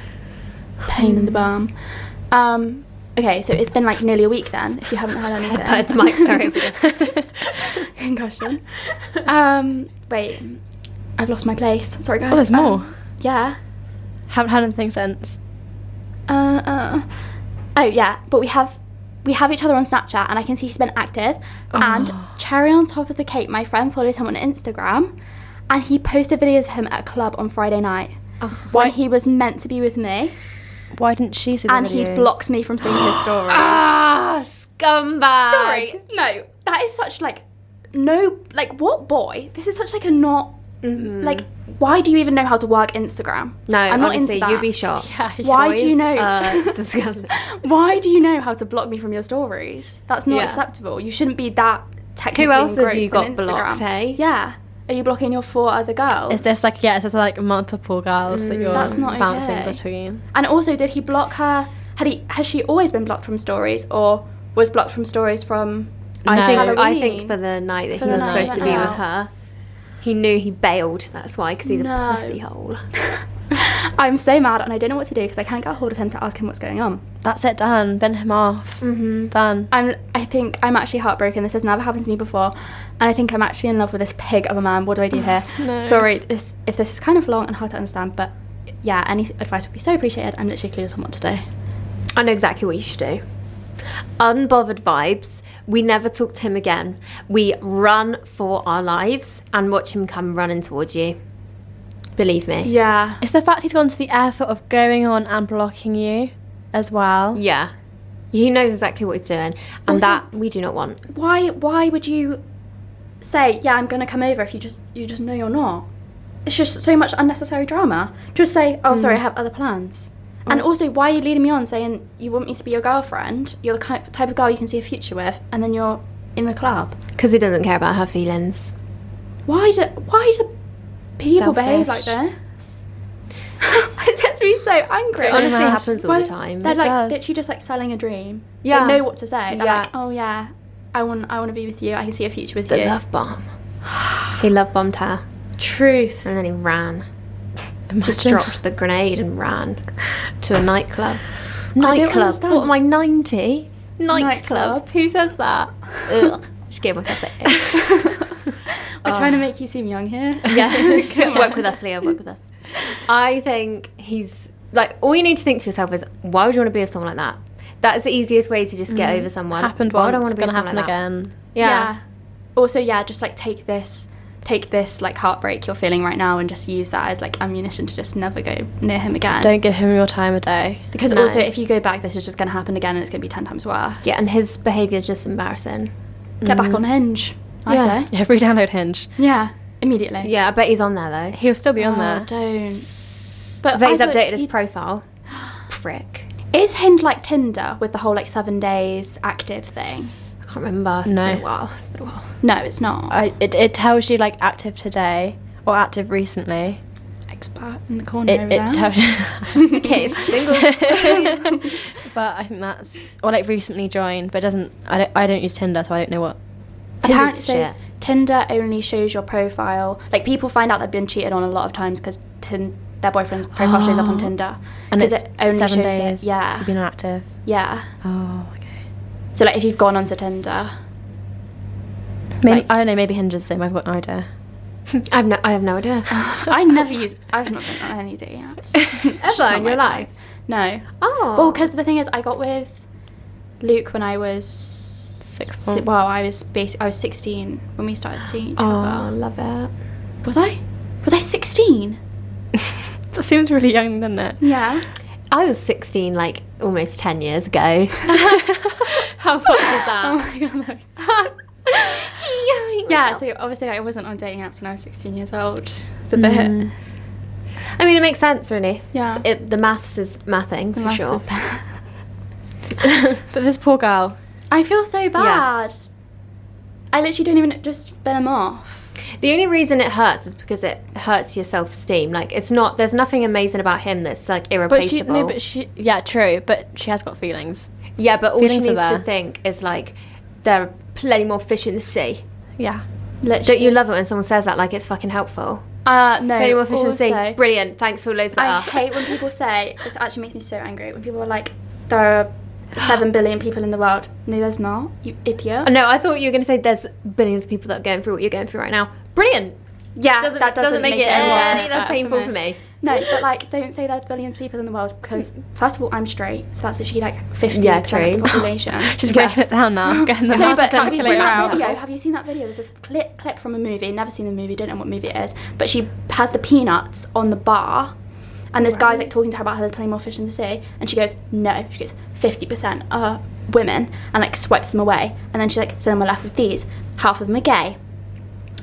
Speaker 2: Pain in the bum. Um, okay, so it's been like nearly a week then, if you haven't heard anything.
Speaker 3: Put the Oh, mic sorry.
Speaker 2: Concussion. Um, wait, I've lost my place. Sorry, guys.
Speaker 4: Oh, there's
Speaker 2: Um,
Speaker 4: more.
Speaker 2: yeah.
Speaker 4: haven't heard anything since.
Speaker 2: Uh, uh. Oh, yeah, but we have. We have each other on Snapchat, and I can see he's been active.
Speaker 4: Oh.
Speaker 2: And cherry on top of the cake, my friend follows him on Instagram, and he posted videos of him at a club on Friday night
Speaker 3: Oh.
Speaker 2: when he was meant to be with me.
Speaker 4: Why didn't she see the
Speaker 2: and he
Speaker 4: videos?
Speaker 2: blocked me from seeing his stories.
Speaker 3: Ah, scumbag.
Speaker 2: Sorry, no. That is such like no like what boy? This is such like a not like why do you even know how to work Instagram?
Speaker 3: Mm. No,
Speaker 2: I'm not
Speaker 3: honestly,
Speaker 2: into that.
Speaker 3: you'd be shocked.
Speaker 2: Why do you know?
Speaker 3: Uh, disgusting.
Speaker 2: why do you know how to block me from your stories? That's not
Speaker 3: Yeah.
Speaker 2: acceptable. You shouldn't be that technically
Speaker 3: Who else have
Speaker 2: engrossed
Speaker 3: you got
Speaker 2: in Instagram.
Speaker 3: blocked, eh?
Speaker 2: Yeah. Are you blocking your four other girls?
Speaker 4: Is this like yeah? Is this like multiple girls that you're
Speaker 2: That's not
Speaker 4: bouncing
Speaker 2: okay.
Speaker 4: between?
Speaker 2: And also, did he block her? Had he? Has she always been blocked from stories, or was blocked from stories from?
Speaker 3: I think
Speaker 4: No.
Speaker 3: I think
Speaker 2: Halloween.
Speaker 3: for the night that
Speaker 2: For
Speaker 3: he
Speaker 2: the
Speaker 3: was
Speaker 4: night
Speaker 3: supposed
Speaker 4: he
Speaker 3: to be
Speaker 4: went
Speaker 3: with
Speaker 2: out.
Speaker 3: her, he knew he bailed. That's why, because he's
Speaker 2: No.
Speaker 3: a pussy hole.
Speaker 2: I'm so mad, and I don't know what to do because I can't get a hold of him to ask him what's going on.
Speaker 4: That's it. Done. Bin him off.
Speaker 3: Mm-hmm.
Speaker 4: Done.
Speaker 2: I'm. I think I'm actually heartbroken. This has never happened to me before, and I think I'm actually in love with this pig of a man. What do I do here?
Speaker 4: No.
Speaker 2: Sorry, this if this is kind of long and hard to understand, but yeah, any advice would be so appreciated. I'm literally clueless on what to do.
Speaker 3: I know exactly what you should do. Unbothered vibes. We never talk to him again. We run for our lives and watch him come running towards you. Believe me.
Speaker 2: Yeah.
Speaker 4: It's the fact he's gone to the effort of going on and blocking you, as well.
Speaker 3: Yeah. He knows exactly what he's doing, and
Speaker 2: Also-
Speaker 3: that we do not want.
Speaker 2: Why? Why would you say yeah? I'm gonna come over if you just you just know you're not. It's just so much unnecessary drama. Just say oh sorry, I have other plans. And also, why are you leading me on saying you want me to be your girlfriend? You're the ki- type of girl you can see a future with, and then you're in the club.
Speaker 3: Because he doesn't care about her feelings.
Speaker 2: Why do why do people behave like
Speaker 3: Selfish.
Speaker 2: this? it gets me so angry.
Speaker 3: It honestly
Speaker 4: mad.
Speaker 3: happens all
Speaker 2: Why-
Speaker 3: the time.
Speaker 2: They're
Speaker 4: It
Speaker 2: like
Speaker 4: does.
Speaker 2: literally just like selling a dream.
Speaker 3: Yeah.
Speaker 2: They know what to say. They're
Speaker 3: Yeah.
Speaker 2: like, oh yeah, I want I want to be with you. I can see a future with
Speaker 3: The
Speaker 2: you.
Speaker 3: love bomb. He love bombed her,
Speaker 2: Truth.
Speaker 3: and then he ran. Just
Speaker 4: Imagine.
Speaker 3: dropped the grenade and ran to a nightclub. Nightclub.
Speaker 2: understand.
Speaker 3: What am I, 90? Nightclub.
Speaker 2: Nightclub.
Speaker 3: Who says that? Ugh. Just gave myself the ick.
Speaker 2: We're trying to make you seem young here.
Speaker 3: Yeah. work with us, Leo. Work with us. I think he's like, all you need to think to yourself is, why would you want to be with someone like that? That is the easiest way to just get over someone.
Speaker 4: Happened
Speaker 3: why would
Speaker 4: once.
Speaker 3: I want
Speaker 4: It's
Speaker 3: to be with
Speaker 4: gonna
Speaker 3: someone
Speaker 4: happen
Speaker 3: like that?
Speaker 4: again.
Speaker 3: Yeah.
Speaker 2: Also, yeah, just like take this take this like heartbreak you're feeling right now and just use that as like ammunition to just never go near him again.
Speaker 4: Don't give him your time of day.
Speaker 2: because
Speaker 3: No.
Speaker 2: also if you go back this is just going to happen again and it's going to be 10 times worse.
Speaker 3: Yeah, and his behaviour is just embarrassing.
Speaker 2: get back on Hinge.
Speaker 3: Yeah.
Speaker 2: I say.
Speaker 4: Yeah, re-download Hinge.
Speaker 2: Yeah, immediately.
Speaker 3: Yeah, I bet he's on there though.
Speaker 4: He'll still be on there.
Speaker 2: Don't.
Speaker 3: But I bet he's
Speaker 2: I thought
Speaker 3: updated his
Speaker 2: you'd-
Speaker 3: profile. Prick.
Speaker 2: Is Hinge like Tinder with the whole like seven days active thing?
Speaker 3: I can't remember. It's
Speaker 4: No.
Speaker 3: been a while. It's been a while.
Speaker 2: No, it's not.
Speaker 3: Uh,
Speaker 4: I, it, it tells you like active today or active recently.
Speaker 2: Expert in the corner
Speaker 4: It,
Speaker 2: over
Speaker 4: it
Speaker 2: there.
Speaker 4: tells you.
Speaker 3: Okay, single.
Speaker 4: but I think that's or like recently joined, but it doesn't. I don't, I don't use Tinder, so I don't know what.
Speaker 3: Tinder's
Speaker 2: Apparently,
Speaker 3: shit.
Speaker 2: Tinder only shows your profile. Like people find out they've been cheated on a lot of times because tin- their boyfriend's profile shows up on
Speaker 4: Oh.
Speaker 2: Tinder.
Speaker 4: And
Speaker 2: 'Cause
Speaker 4: it's seven
Speaker 2: it-
Speaker 4: days.
Speaker 2: Yeah,
Speaker 4: you've been active.
Speaker 2: yeah.
Speaker 4: Oh, okay.
Speaker 2: So like if you've gone onto Tinder,
Speaker 4: Maybe
Speaker 2: Like-
Speaker 4: I don't know. Maybe Hinge is the same. I've got no idea.
Speaker 3: I've no, I have no idea.
Speaker 2: I never use. I've not been on any dating apps. It's just
Speaker 3: Ever
Speaker 2: not
Speaker 3: in
Speaker 2: my vibe.
Speaker 3: your life?
Speaker 2: No.
Speaker 3: Oh.
Speaker 2: Well, because the thing is, I got with Luke when I was
Speaker 4: Sixth
Speaker 2: six.
Speaker 4: form.
Speaker 2: Well, I was basic. I was sixteen when we started seeing each
Speaker 3: Oh, I
Speaker 2: other.
Speaker 3: love it.
Speaker 2: Was I? Was I sixteen?
Speaker 4: That seems really young, doesn't it?
Speaker 2: Yeah.
Speaker 3: I was 16, like almost 10 years ago. How fucked is
Speaker 2: Oh
Speaker 3: that?
Speaker 2: my god. No.
Speaker 3: yeah.
Speaker 2: Yeah. So obviously, I wasn't on dating apps when I was sixteen years old. It's a bit.
Speaker 3: I mean, it makes sense, really.
Speaker 2: Yeah.
Speaker 3: It, the maths is mathing for
Speaker 2: Maths
Speaker 3: sure.
Speaker 2: is bad.
Speaker 4: But this poor girl.
Speaker 2: I feel so bad. I literally don't even just bin them off.
Speaker 3: The only reason it hurts is because it hurts your self esteem. Like, it's not, there's nothing amazing about him that's like irreplaceable.
Speaker 4: But she, no, but she, yeah, true. But she has got feelings.
Speaker 3: yeah, but all she
Speaker 4: feelings are
Speaker 3: needs to
Speaker 4: there.
Speaker 3: think is like, there are plenty more fish in the sea.
Speaker 4: Yeah.
Speaker 3: Don't
Speaker 2: Literally.
Speaker 3: you love it when someone says that? Like, it's fucking helpful.
Speaker 2: Uh, no.
Speaker 3: Plenty more fish in the sea.
Speaker 2: also-
Speaker 3: Brilliant. Thanks for loads better.
Speaker 2: I hate when people say this actually makes me so angry when people are like there are seven billion people in the world. No, there's not. You idiot.
Speaker 3: Oh, No, I thought you were going to say there's billions of people that are going through what you're going through right now. Brilliant.
Speaker 2: Yeah,
Speaker 3: Doesn't,
Speaker 2: that doesn't,
Speaker 3: make, it
Speaker 2: any
Speaker 3: any
Speaker 2: better
Speaker 3: less painful for me.
Speaker 2: No, but like, don't say there's billions of people in the world because first of all, I'm straight, so that's literally like 50
Speaker 3: Yeah,
Speaker 2: percent of the
Speaker 3: true.
Speaker 2: population.
Speaker 4: She's breaking it down now. Getting the
Speaker 2: No, but have you
Speaker 4: calculator
Speaker 2: seen that
Speaker 4: out.
Speaker 2: video? Have you seen that video? There's a clip, clip from a movie. Never seen the movie. Don't know what movie it is. But she has the peanuts on the bar, and this guy's like talking to her about how there's plenty more fish in the sea, and she goes, "No." She goes, "50%." Uh, women and like swipes them away. And then she's like, so then we're left with these. Half of them are gay.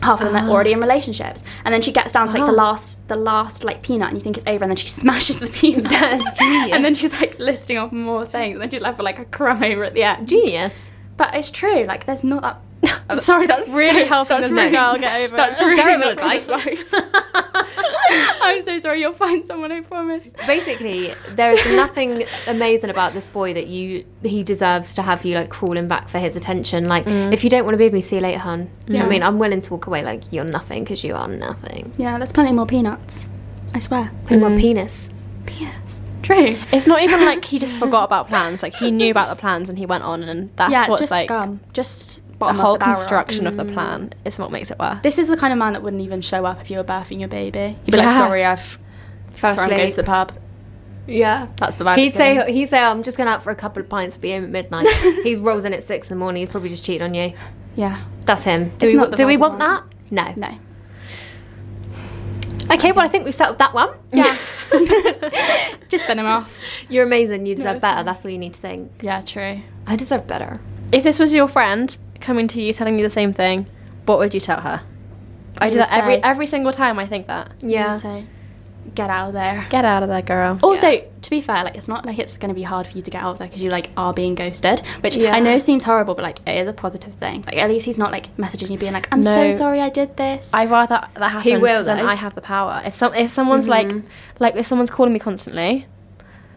Speaker 2: Half of them are already in relationships. And then she gets down to like the last, the last like peanut, and you think it's over, and then she smashes the peanut.
Speaker 3: That's genius.
Speaker 2: and then she's like listing off more things, and then she's left with like a crumb over at the end.
Speaker 3: Genius.
Speaker 2: But it's true. Like, there's not that. I'm sorry, that's really helpful. That's
Speaker 4: this
Speaker 2: really,
Speaker 4: girl get over
Speaker 2: That's
Speaker 4: it.
Speaker 2: really
Speaker 3: Terrible
Speaker 2: helpful
Speaker 3: advice.
Speaker 2: I'm so sorry. You'll find someone. I promise.
Speaker 3: Basically, there is nothing amazing about this boy that you he deserves to have you like crawling back for his attention. Like, if you don't want to be with me, see you later, hun. I mean, I'm willing to walk away. Like, you're nothing because you are nothing.
Speaker 2: Yeah, there's plenty more peanuts. I swear.
Speaker 3: Put my penis.
Speaker 2: Peanuts. True.
Speaker 4: It's not even like he just forgot about plans. Like he knew about the plans and he went on, and that's
Speaker 2: yeah,
Speaker 4: what's
Speaker 2: just
Speaker 4: like
Speaker 2: scum. Just
Speaker 4: the
Speaker 2: bottom of
Speaker 4: whole
Speaker 2: barrel. Mm.
Speaker 4: construction of the plan is what makes it worse.
Speaker 2: This is the kind of man that wouldn't even show up if you were birthing your baby. You'd be like,
Speaker 3: Yeah.
Speaker 2: sorry, I've. First, I'm going
Speaker 3: Firstly-
Speaker 2: to the pub.
Speaker 3: Yeah.
Speaker 2: That's the vibe.
Speaker 3: He'd
Speaker 2: it's giving.
Speaker 3: say, he'd say, I'm just going out for a couple of pints, be home at midnight. he rolls in at six in the morning. He's probably just cheating on you.
Speaker 2: yeah,
Speaker 3: That's him. Do
Speaker 2: It's
Speaker 3: we,
Speaker 2: not the
Speaker 3: do we
Speaker 2: vibe I
Speaker 3: want that? No.
Speaker 2: no.
Speaker 3: Okay, well, I think we've settled that one.
Speaker 2: Yeah. just spin him off.
Speaker 3: You're amazing. You deserve better. That's all you need to think.
Speaker 2: Yeah, true.
Speaker 3: I deserve better.
Speaker 4: If this was your friend coming to you telling you the same thing, what would you tell her? I do
Speaker 2: would
Speaker 4: that every
Speaker 2: say-
Speaker 4: every single time. I think that
Speaker 3: Yeah.
Speaker 2: I'd say, get out of there.
Speaker 4: get out of there, girl.
Speaker 2: Also, to be fair, like it's not like it's going to be hard for you to get out of there because you like are being ghosted, which
Speaker 3: Yeah.
Speaker 2: I know seems horrible, but like it is a positive thing. Like at least he's not like messaging you being like, "I'm so
Speaker 4: No.
Speaker 2: sorry I did this."
Speaker 4: I'd rather that happen.
Speaker 3: will,
Speaker 4: Then
Speaker 3: though.
Speaker 4: I have the power. If some if someone's like like if someone's calling me constantly,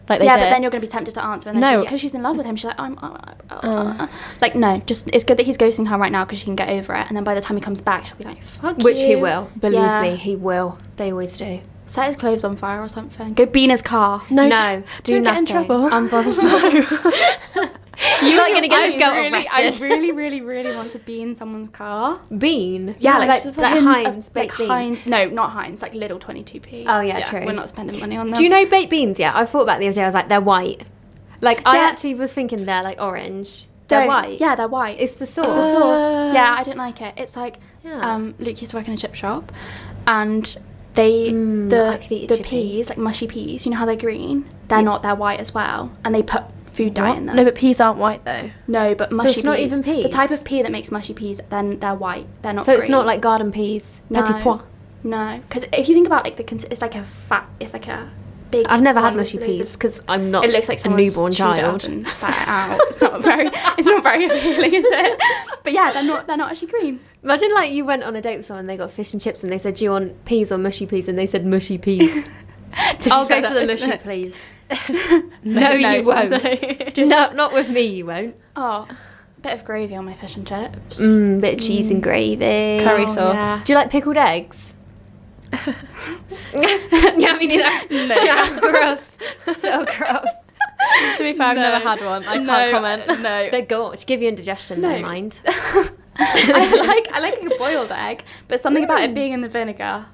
Speaker 4: like
Speaker 2: Mm-hmm.
Speaker 4: they
Speaker 2: yeah,
Speaker 4: did,
Speaker 2: but then you're going to be tempted to answer, and then
Speaker 4: No.
Speaker 2: because she's in love with him, she's like, "I'm," uh, uh, uh, uh." like no, just it's good that he's ghosting her right now because she can get over it, and then by the time he comes back, she'll be like, "Fuck
Speaker 3: Which he
Speaker 2: you."
Speaker 3: will. Believe
Speaker 2: Yeah.
Speaker 3: me, he will. They always do.
Speaker 2: Set his clothes on fire or something. Go be in his car.
Speaker 4: no,
Speaker 3: no, do
Speaker 4: don't get in
Speaker 3: nothing.
Speaker 4: trouble.
Speaker 3: Unbothered. You're not going to get this girl
Speaker 2: really, I
Speaker 3: arrested.
Speaker 2: really, really, really want to be in someone's car.
Speaker 3: Bean.
Speaker 2: Yeah, like,
Speaker 3: like,
Speaker 2: just
Speaker 3: like
Speaker 2: tins of-
Speaker 3: Heinz
Speaker 2: like
Speaker 3: baked beans.
Speaker 2: Heinz. No, not Heinz. Like little twenty-two p.
Speaker 3: Oh, yeah, true.
Speaker 2: We're not spending money on them.
Speaker 3: Do you know baked beans? Yeah, I thought about it the other day. I was like, they're white. Like I
Speaker 2: Yeah.
Speaker 3: actually was thinking they're like orange. They're
Speaker 2: Don't-
Speaker 3: white.
Speaker 2: Yeah, they're white.
Speaker 3: it's the sauce. Oh.
Speaker 2: It's the sauce. Yeah, I don't like it. It's like
Speaker 3: Yeah.
Speaker 2: um, Luke used to work in a chip shop, and they the
Speaker 3: Mm, I could eat a
Speaker 2: the
Speaker 3: chippy.
Speaker 2: peas like mushy peas. You know how they're green? They're not. They're white as well, and they put food dye in them.
Speaker 4: no, but peas aren't white though.
Speaker 2: No, but mushy
Speaker 3: it's not
Speaker 2: peas.
Speaker 3: even peas?
Speaker 2: The type of pea that makes mushy peas, then they're white. They're not.
Speaker 3: So it's not
Speaker 2: green.
Speaker 3: like garden peas.
Speaker 2: No.
Speaker 3: Petit pois.
Speaker 2: no, because if you think about like the cons- it's like a fat. It's like a big.
Speaker 3: I've never had
Speaker 2: one with
Speaker 3: mushy
Speaker 2: loads of-
Speaker 3: peas because I'm not.
Speaker 2: it looks like
Speaker 3: a
Speaker 2: someone's
Speaker 3: newborn
Speaker 2: chewed up
Speaker 3: child.
Speaker 2: and spat it out. It's not very. It's not very appealing, is it? But yeah, they're not. They're not actually green.
Speaker 3: Imagine like you went on a date with someone, they got fish and chips, and they said, "Do you want peas or mushy peas?" And they said, "Mushy peas." I'll go for the mushy, please. no, you won't. No, not with me. You won't.
Speaker 2: Oh, bit of gravy on my fish and chips.
Speaker 3: Mm, bit of cheese and gravy.
Speaker 4: Curry
Speaker 2: Oh,
Speaker 4: sauce.
Speaker 2: yeah.
Speaker 3: Do you like pickled eggs? yeah, me neither. No. Yeah, gross. So gross.
Speaker 4: To be fair, I've never had one. I can't
Speaker 2: uh,
Speaker 4: comment. No.
Speaker 3: They're gorge. Give you indigestion, no. mind.
Speaker 2: I like I like a boiled egg, but something about
Speaker 3: Mm.
Speaker 2: it being in the vinegar.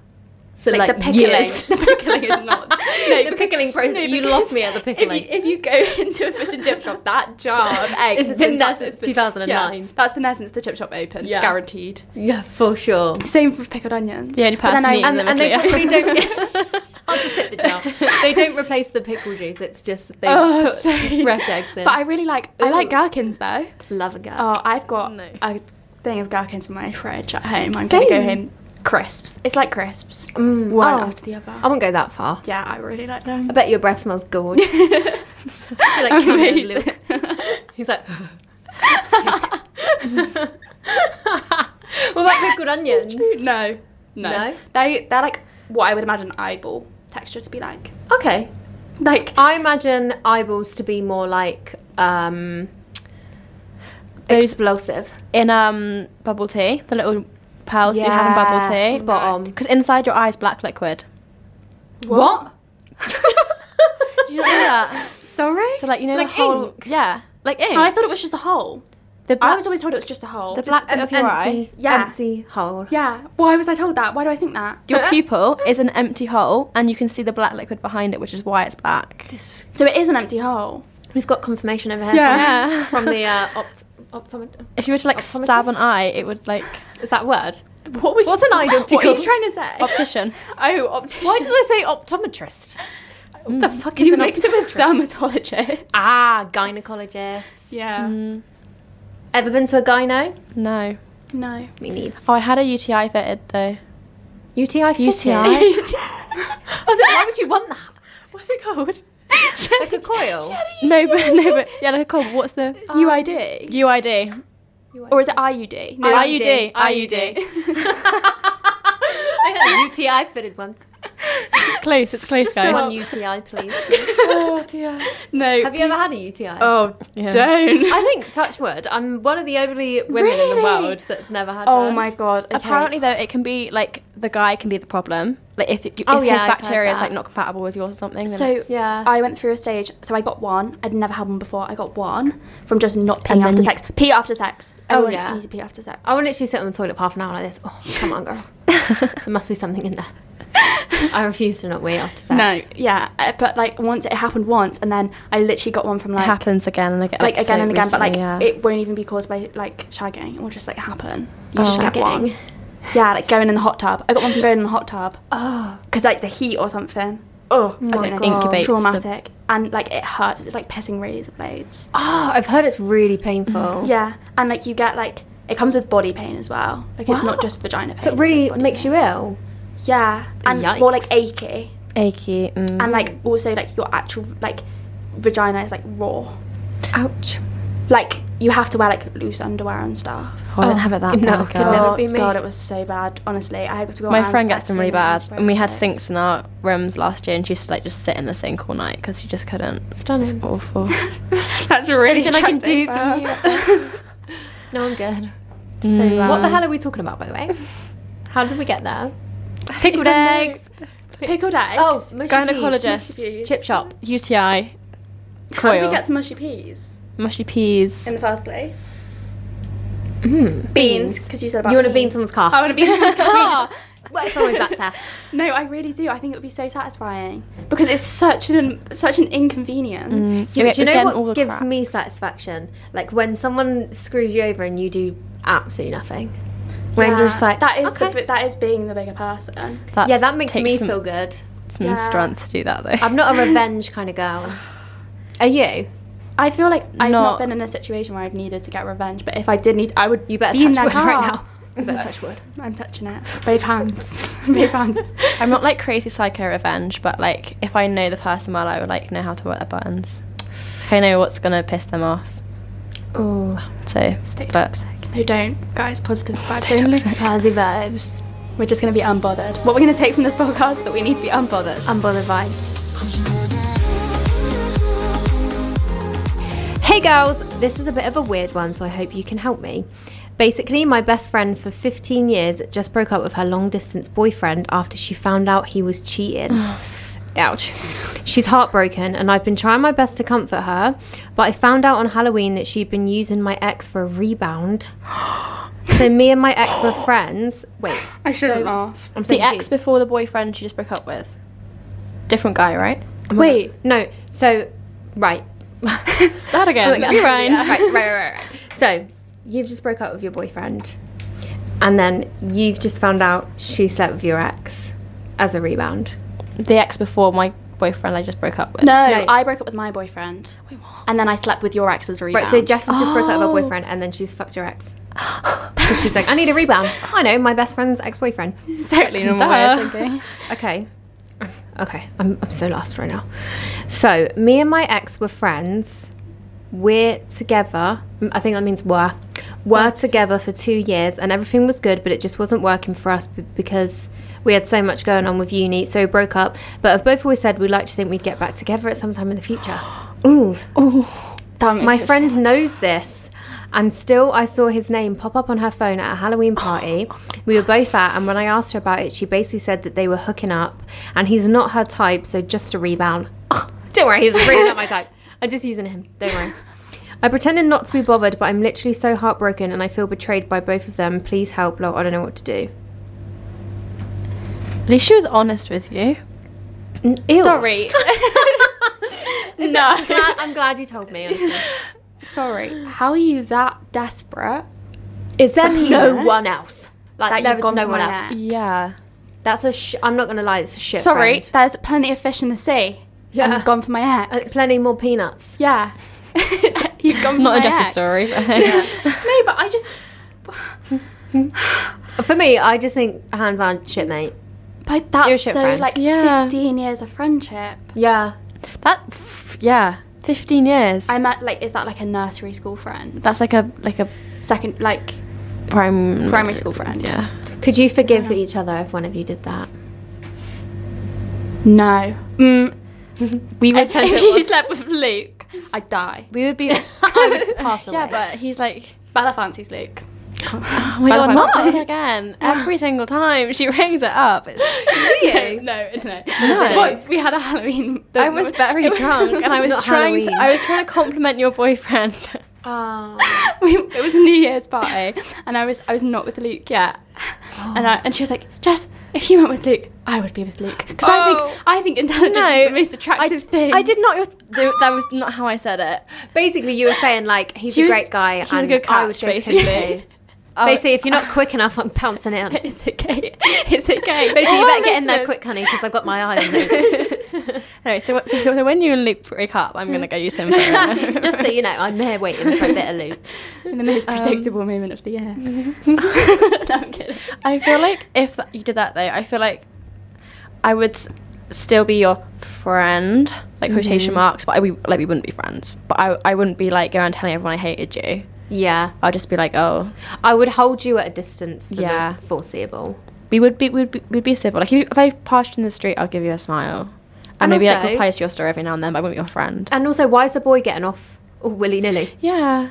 Speaker 3: For
Speaker 2: like, the pickling.
Speaker 3: years.
Speaker 2: The pickling is not. No,
Speaker 3: the
Speaker 2: because-
Speaker 3: pickling process.
Speaker 2: no,
Speaker 3: you
Speaker 2: because
Speaker 3: lost me at the
Speaker 2: If you,
Speaker 3: pickling.
Speaker 2: if you go into a fish and chip shop, that jar of eggs
Speaker 3: It's
Speaker 2: has
Speaker 3: been there
Speaker 2: sat-
Speaker 3: since
Speaker 2: it's been-
Speaker 3: 2009.
Speaker 2: yeah, that's been there since the chip shop opened,
Speaker 3: Yeah.
Speaker 2: guaranteed.
Speaker 3: yeah, for sure.
Speaker 2: Same for pickled onions.
Speaker 4: The only
Speaker 2: But then
Speaker 4: person
Speaker 2: I-
Speaker 4: eating
Speaker 2: and-
Speaker 4: them
Speaker 3: and
Speaker 4: is
Speaker 3: they
Speaker 4: Leah.
Speaker 3: probably don't. I'll just dip the jar. They don't replace the pickle juice. It's just that they
Speaker 2: Oh,
Speaker 3: put
Speaker 2: sorry.
Speaker 3: fresh eggs in.
Speaker 2: But I really like I like gherkins though.
Speaker 3: love a girl.
Speaker 2: Oh, I've got
Speaker 4: No.
Speaker 2: a thing of gherkins in my fridge at home. I'm gonna go
Speaker 3: Same.
Speaker 2: home crisps. It's like crisps,
Speaker 3: Mm,
Speaker 2: one
Speaker 3: oh,
Speaker 2: after the other.
Speaker 3: I won't go that far.
Speaker 2: yeah, I really like them.
Speaker 3: I bet your breath smells good. You're like, "Come here, Luke." He's like, what about pickled onions?
Speaker 2: No, no,
Speaker 3: No?
Speaker 2: They they're like what I would imagine eyeball texture to be like.
Speaker 3: Okay.
Speaker 2: Like
Speaker 3: I imagine eyeballs to be more like um,
Speaker 4: Those-
Speaker 3: explosive.
Speaker 4: In um bubble tea, the little pearls you have in bubble
Speaker 3: Yeah,
Speaker 4: tea.
Speaker 3: Spot on.
Speaker 4: Because inside your eye is black liquid.
Speaker 3: What?
Speaker 4: Do you not know that?
Speaker 2: sorry.
Speaker 4: So like you know
Speaker 3: Like
Speaker 4: the whole
Speaker 3: ink?
Speaker 4: yeah, like ink.
Speaker 2: I thought it was just a hole.
Speaker 4: the
Speaker 2: I
Speaker 4: black,
Speaker 2: was always told it was just a hole.
Speaker 4: the black bit
Speaker 3: An
Speaker 4: of your eye.
Speaker 3: empty,
Speaker 2: Yeah.
Speaker 3: empty hole.
Speaker 2: yeah. Why was I told that? Why do I think that?
Speaker 4: Your pupil is an empty hole, and you can see the black liquid behind it, which is why it's black.
Speaker 2: So it is an empty hole.
Speaker 3: We've got confirmation over here
Speaker 4: Yeah.
Speaker 3: from, from the uh, opt- optometrist.
Speaker 4: If you were to like
Speaker 3: Optometrist?
Speaker 4: stab an eye, it would like
Speaker 3: Is that a word?
Speaker 4: what? Were
Speaker 3: What's an eye
Speaker 2: What are you
Speaker 3: optical?
Speaker 2: trying to say?
Speaker 4: optician?
Speaker 2: oh, optician.
Speaker 3: Why did I say optometrist? What the fuck is
Speaker 2: You
Speaker 3: an
Speaker 2: mixed up with
Speaker 3: obstetric?
Speaker 2: dermatologist.
Speaker 3: Ah, gynecologist.
Speaker 2: Yeah.
Speaker 4: Mm,
Speaker 3: Ever been to a gyno?
Speaker 4: no.
Speaker 2: No.
Speaker 3: Me neither.
Speaker 4: Oh, I had a UTI fitted though.
Speaker 3: UTI fitted.
Speaker 4: UTI?
Speaker 3: I was like, why would you want that?
Speaker 4: What's it called?
Speaker 3: Like a coil?
Speaker 4: No, but no, but yeah, like called. What's the
Speaker 2: UID.
Speaker 4: UID?
Speaker 2: Or is it IUD? No,
Speaker 4: IUD.
Speaker 3: I had a UTI fitted once.
Speaker 4: Close. It's close,
Speaker 3: Just the one
Speaker 4: guys.
Speaker 3: UTI, please.
Speaker 4: Oh dear.
Speaker 2: No.
Speaker 3: Have you ever had a UTI?
Speaker 2: Oh,
Speaker 4: Yeah.
Speaker 2: don't.
Speaker 3: I think, touch wood, I'm one of the only women in the
Speaker 2: Really?
Speaker 3: world that's never had
Speaker 2: oh
Speaker 3: one.
Speaker 2: my god. okay.
Speaker 4: Apparently, though, it can be like the guy can be the problem. Like if, if
Speaker 3: Oh,
Speaker 4: his
Speaker 3: yeah, I've heard
Speaker 4: bacteria is
Speaker 3: that.
Speaker 4: like not compatible with yours or something. Then
Speaker 2: So
Speaker 4: it's-
Speaker 3: Yeah.
Speaker 2: I went through a stage. So I got one. I'd never had one before. I got one from just not
Speaker 4: And
Speaker 2: peeing
Speaker 4: then
Speaker 2: after
Speaker 4: you-
Speaker 2: sex. Pee after sex.
Speaker 3: Oh,
Speaker 2: Everyone
Speaker 3: yeah.
Speaker 2: needs to pee after sex.
Speaker 3: I would literally sit on the toilet for half an hour like this. Oh, come on, girl. there must be something in there. I refuse to not wait after sex.
Speaker 2: no. Yeah. uh, But like once it happened once, and then I literally got one from
Speaker 4: it
Speaker 2: like
Speaker 4: happens again and again.
Speaker 2: like again and again. But like
Speaker 4: yeah.
Speaker 2: it won't even be caused by like shagging. It will just like happen. You
Speaker 4: Oh.
Speaker 2: just get one.
Speaker 3: Shagging.
Speaker 2: Yeah, like going in the hot tub. I got one from going in the hot tub
Speaker 3: Oh,
Speaker 2: because like the heat or something. Oh, I don't
Speaker 3: my
Speaker 2: know.
Speaker 3: God.
Speaker 4: Incubates the-
Speaker 2: Traumatic and like it hurts. It's like pissing razor blades.
Speaker 3: oh, I've heard it's really painful.
Speaker 2: Yeah, and like you get like it comes with body pain as well. Like it's
Speaker 3: Wow.
Speaker 2: not just vagina pain.
Speaker 3: So it
Speaker 2: it's,
Speaker 3: really
Speaker 2: like, body
Speaker 3: makes
Speaker 2: pain.
Speaker 3: you ill. Oh,
Speaker 2: yeah, and
Speaker 3: Yikes.
Speaker 2: more like achy,
Speaker 4: achy. Mm.
Speaker 2: and like also like your actual like vagina is like raw.
Speaker 3: Ouch.
Speaker 2: Like you have to wear like loose underwear and stuff.
Speaker 4: Oh, I don't have it that
Speaker 3: no,
Speaker 4: bad,
Speaker 3: could
Speaker 4: girl.
Speaker 3: never
Speaker 2: Oh,
Speaker 3: be me.
Speaker 2: God, it was so bad. Honestly, I had to go.
Speaker 4: My
Speaker 2: around
Speaker 4: friend gets them really
Speaker 2: messing around
Speaker 4: bad,
Speaker 2: with
Speaker 4: and we had
Speaker 2: robotics.
Speaker 4: sinks in our rooms last year, and she used to like just sit in the sink all night because she just couldn't. It's
Speaker 3: Stunning.
Speaker 4: awful.
Speaker 2: That's really
Speaker 3: Anything I can do for
Speaker 2: attractive.
Speaker 3: you. no, I'm good.
Speaker 4: Mm.
Speaker 3: What the hell are we talking about, by the way? How did we get there? Pickled
Speaker 4: even know.
Speaker 3: eggs.
Speaker 2: Pickled eggs.
Speaker 3: Oh, mushy
Speaker 4: Gynecologist.
Speaker 3: peas. Chip shop.
Speaker 4: UTI,
Speaker 2: How did
Speaker 4: coil.
Speaker 2: we get to mushy peas
Speaker 4: mushy peas.
Speaker 2: in the first place?
Speaker 3: Mm.
Speaker 2: Beans, because you said about
Speaker 3: You want a bean
Speaker 2: beans.
Speaker 3: someone's car?
Speaker 2: I want to be someone's car. We just-
Speaker 3: well, it's always back there.
Speaker 2: No, I really do. I think it would be so satisfying because it's such an such an inconvenience.
Speaker 4: You
Speaker 3: Do
Speaker 4: get
Speaker 3: you know
Speaker 4: again
Speaker 3: what
Speaker 4: all the
Speaker 3: gives me
Speaker 4: cracks.
Speaker 3: satisfaction? Like when someone screws you over and you do absolutely nothing. When you're just like,
Speaker 2: that is the
Speaker 3: okay.
Speaker 2: bi- that is being the bigger person.
Speaker 4: That's,
Speaker 3: yeah, that makes
Speaker 4: takes
Speaker 3: me
Speaker 4: some,
Speaker 3: feel good.
Speaker 4: some
Speaker 2: Yeah.
Speaker 4: strength to do that though.
Speaker 3: I'm not a revenge kind of girl. Are you?
Speaker 2: I feel like I've
Speaker 4: Not-
Speaker 2: not been in a situation where I've needed to get revenge, but if I did need, I would.
Speaker 3: You better
Speaker 2: be in
Speaker 3: touch
Speaker 2: their
Speaker 3: wood
Speaker 2: car.
Speaker 3: right now. You better touch wood.
Speaker 2: I'm touching it. Brave hands. Brave hands.
Speaker 4: I'm not like crazy psycho revenge, but like if I know the person well, I would like know how to work their buttons. If I know what's gonna piss them off.
Speaker 3: Oh,
Speaker 4: So,
Speaker 2: Stay
Speaker 4: but
Speaker 2: toxic. No, don't, guys. Positive vibes
Speaker 4: Stay
Speaker 2: only.
Speaker 4: toxic.
Speaker 3: Parsi vibes,
Speaker 2: We're just gonna be unbothered. What we're gonna take from this podcast is that we need to be unbothered.
Speaker 3: unbothered vibes. Hey girls, this is a bit of a weird one, so I hope you can help me. Basically, my best friend for 15 years just broke up with her long distance boyfriend after she found out he was cheating. Ouch. She's heartbroken, and I've been trying my best to comfort her, but I found out on Halloween that she'd been using my ex for a rebound. so me and my ex were friends. Wait,
Speaker 2: I shouldn't
Speaker 3: so-
Speaker 2: laugh.
Speaker 3: I'm so
Speaker 4: the ex
Speaker 3: confused.
Speaker 4: before the boyfriend she just broke up with. Different guy, right?
Speaker 2: Wait,
Speaker 3: No, so right.
Speaker 4: Start
Speaker 3: Oh my
Speaker 4: again.
Speaker 3: God.
Speaker 4: That's right.
Speaker 3: right, right, right, right. So you've just broke up with your boyfriend, and then you've just found out she slept with your ex as a rebound.
Speaker 4: The ex before my boyfriend I just broke up with.
Speaker 2: no,
Speaker 3: No.
Speaker 2: I broke up with my boyfriend, and then I slept with your ex as a rebound.
Speaker 3: Right, so Jess has just broke up with
Speaker 4: Oh.
Speaker 3: her boyfriend, and then she's fucked your ex. 'Cause she's like, I need a rebound. I know my best friend's ex-boyfriend.
Speaker 4: totally
Speaker 2: Ah.
Speaker 4: normal way of thinking.
Speaker 3: Okay. Okay, I'm, I'm so lost right now. So, me and my ex were friends. We're together. Mm, I think that means were. Were together for two years and everything was good, but it just wasn't working for us b- because we had so much going on with uni, so we broke up. But I've both always said we'd like to think we'd get back together at some time in the future. Ooh,
Speaker 2: That makes
Speaker 3: my
Speaker 2: us-
Speaker 3: friend knows this. And still, I saw his name pop up on her phone at a Halloween party we were both at. And when I asked her about it, she basically said that they were hooking up and he's not her type, so just a rebound. don't worry, he's really not my type. I'm just using him. Don't worry. I pretended not to be bothered, but I'm literally so heartbroken and I feel betrayed by both of them. Please help, lol. I don't know what to do.
Speaker 4: At least she was honest with you.
Speaker 3: Ew.
Speaker 4: Sorry.
Speaker 3: no. I'm glad, I'm glad you told me. honestly.
Speaker 2: Sorry, how are you that desperate?
Speaker 3: Is there no
Speaker 2: penis?
Speaker 3: one else? Like,
Speaker 2: That
Speaker 3: there
Speaker 2: you've
Speaker 3: is
Speaker 2: gone
Speaker 3: no
Speaker 2: to
Speaker 3: one
Speaker 2: my
Speaker 3: else.
Speaker 2: ex?
Speaker 4: Yeah.
Speaker 3: That's a. Sh- I'm not gonna lie. It's a shit.
Speaker 2: Sorry,
Speaker 3: friend.
Speaker 2: there's plenty of fish in the sea. and
Speaker 3: Yeah.
Speaker 2: you've gone for my ex.
Speaker 3: Uh, plenty more peanuts.
Speaker 2: Yeah. you've gone for
Speaker 4: Not
Speaker 2: my
Speaker 4: a Dexter
Speaker 2: ex.
Speaker 4: story. But
Speaker 2: No, but I just.
Speaker 3: For me, I just think hands aren't shit, mate.
Speaker 2: But
Speaker 3: You're a
Speaker 2: that's
Speaker 3: shit
Speaker 2: so
Speaker 3: friend.
Speaker 2: like
Speaker 4: Yeah.
Speaker 2: 15 years of friendship.
Speaker 3: Yeah.
Speaker 4: that, f- yeah, 15 years.
Speaker 2: I met like, is that like a nursery school friend?
Speaker 4: That's like a like a
Speaker 2: second, like
Speaker 4: prime
Speaker 2: primary school friend.
Speaker 4: Yeah.
Speaker 3: Could you forgive each other if one of you did that?
Speaker 2: No. Mm,
Speaker 4: We would.
Speaker 3: Depends
Speaker 2: if
Speaker 3: it
Speaker 2: you
Speaker 3: was-
Speaker 2: slept with Luke, I'd die.
Speaker 4: We would be.
Speaker 3: I would pass away.
Speaker 4: yeah, but he's like.
Speaker 2: Bella fancies Luke.
Speaker 4: Oh my
Speaker 2: Bella
Speaker 4: god,
Speaker 2: Fanta-
Speaker 4: not this again. Every single time she rings it up. It's,
Speaker 3: do
Speaker 2: No,
Speaker 3: you?
Speaker 2: no, no.
Speaker 4: No.
Speaker 2: Once we had a Halloween.
Speaker 4: I was very drunk and I was
Speaker 3: Not
Speaker 4: trying to,
Speaker 3: Halloween.
Speaker 4: I was trying to compliment your boyfriend.
Speaker 3: Oh.
Speaker 2: we, it was a New Year's party, and I was I was not with Luke yet,
Speaker 3: Oh.
Speaker 2: and I, and she was like, Jess, if you went with Luke, I would be with Luke because I
Speaker 3: Oh.
Speaker 2: think I think intelligence
Speaker 4: No,
Speaker 2: is the most attractive thing.
Speaker 4: I did not do that was not how I said it.
Speaker 3: Basically, you were saying like he's
Speaker 4: She
Speaker 3: a
Speaker 4: was-
Speaker 3: great guy
Speaker 4: he's a
Speaker 3: and
Speaker 4: good
Speaker 3: I would
Speaker 4: catch,
Speaker 3: go for him
Speaker 4: basically.
Speaker 3: too.
Speaker 4: Oh,
Speaker 3: Basically, if you're not quick enough, I'm pouncing in.
Speaker 2: It's okay. It's okay.
Speaker 3: Basically, you
Speaker 4: All
Speaker 3: better
Speaker 4: our
Speaker 3: get in there
Speaker 4: listeners-
Speaker 3: quick, honey, because I've got my eye on this.
Speaker 4: anyway, so, what- so so when you and Luke break up, I'm gonna go use him. For
Speaker 3: Just so you know, I'm here waiting for a bit of loot.
Speaker 2: in the most
Speaker 3: Um,
Speaker 2: predictable moment of the year. no, I'm kidding.
Speaker 4: I feel like if you did that though, I feel like I would s- still be your friend, like quotation marks, but I, we like we wouldn't be friends. But I I wouldn't be like going around telling everyone I hated you.
Speaker 3: Yeah,
Speaker 4: I'd just be like, oh,
Speaker 3: I would hold you at a distance for
Speaker 4: Yeah.
Speaker 3: the foreseeable.
Speaker 4: we would be we'd be, we'd be civil. Like if, you, if I passed you in the street, I'll give you a smile.
Speaker 3: And
Speaker 4: And, maybe like
Speaker 3: also-
Speaker 4: reply to your story every now and then, but I won't be your friend.
Speaker 3: And also, why is the boy getting off Oh, all willy nilly?
Speaker 4: Yeah.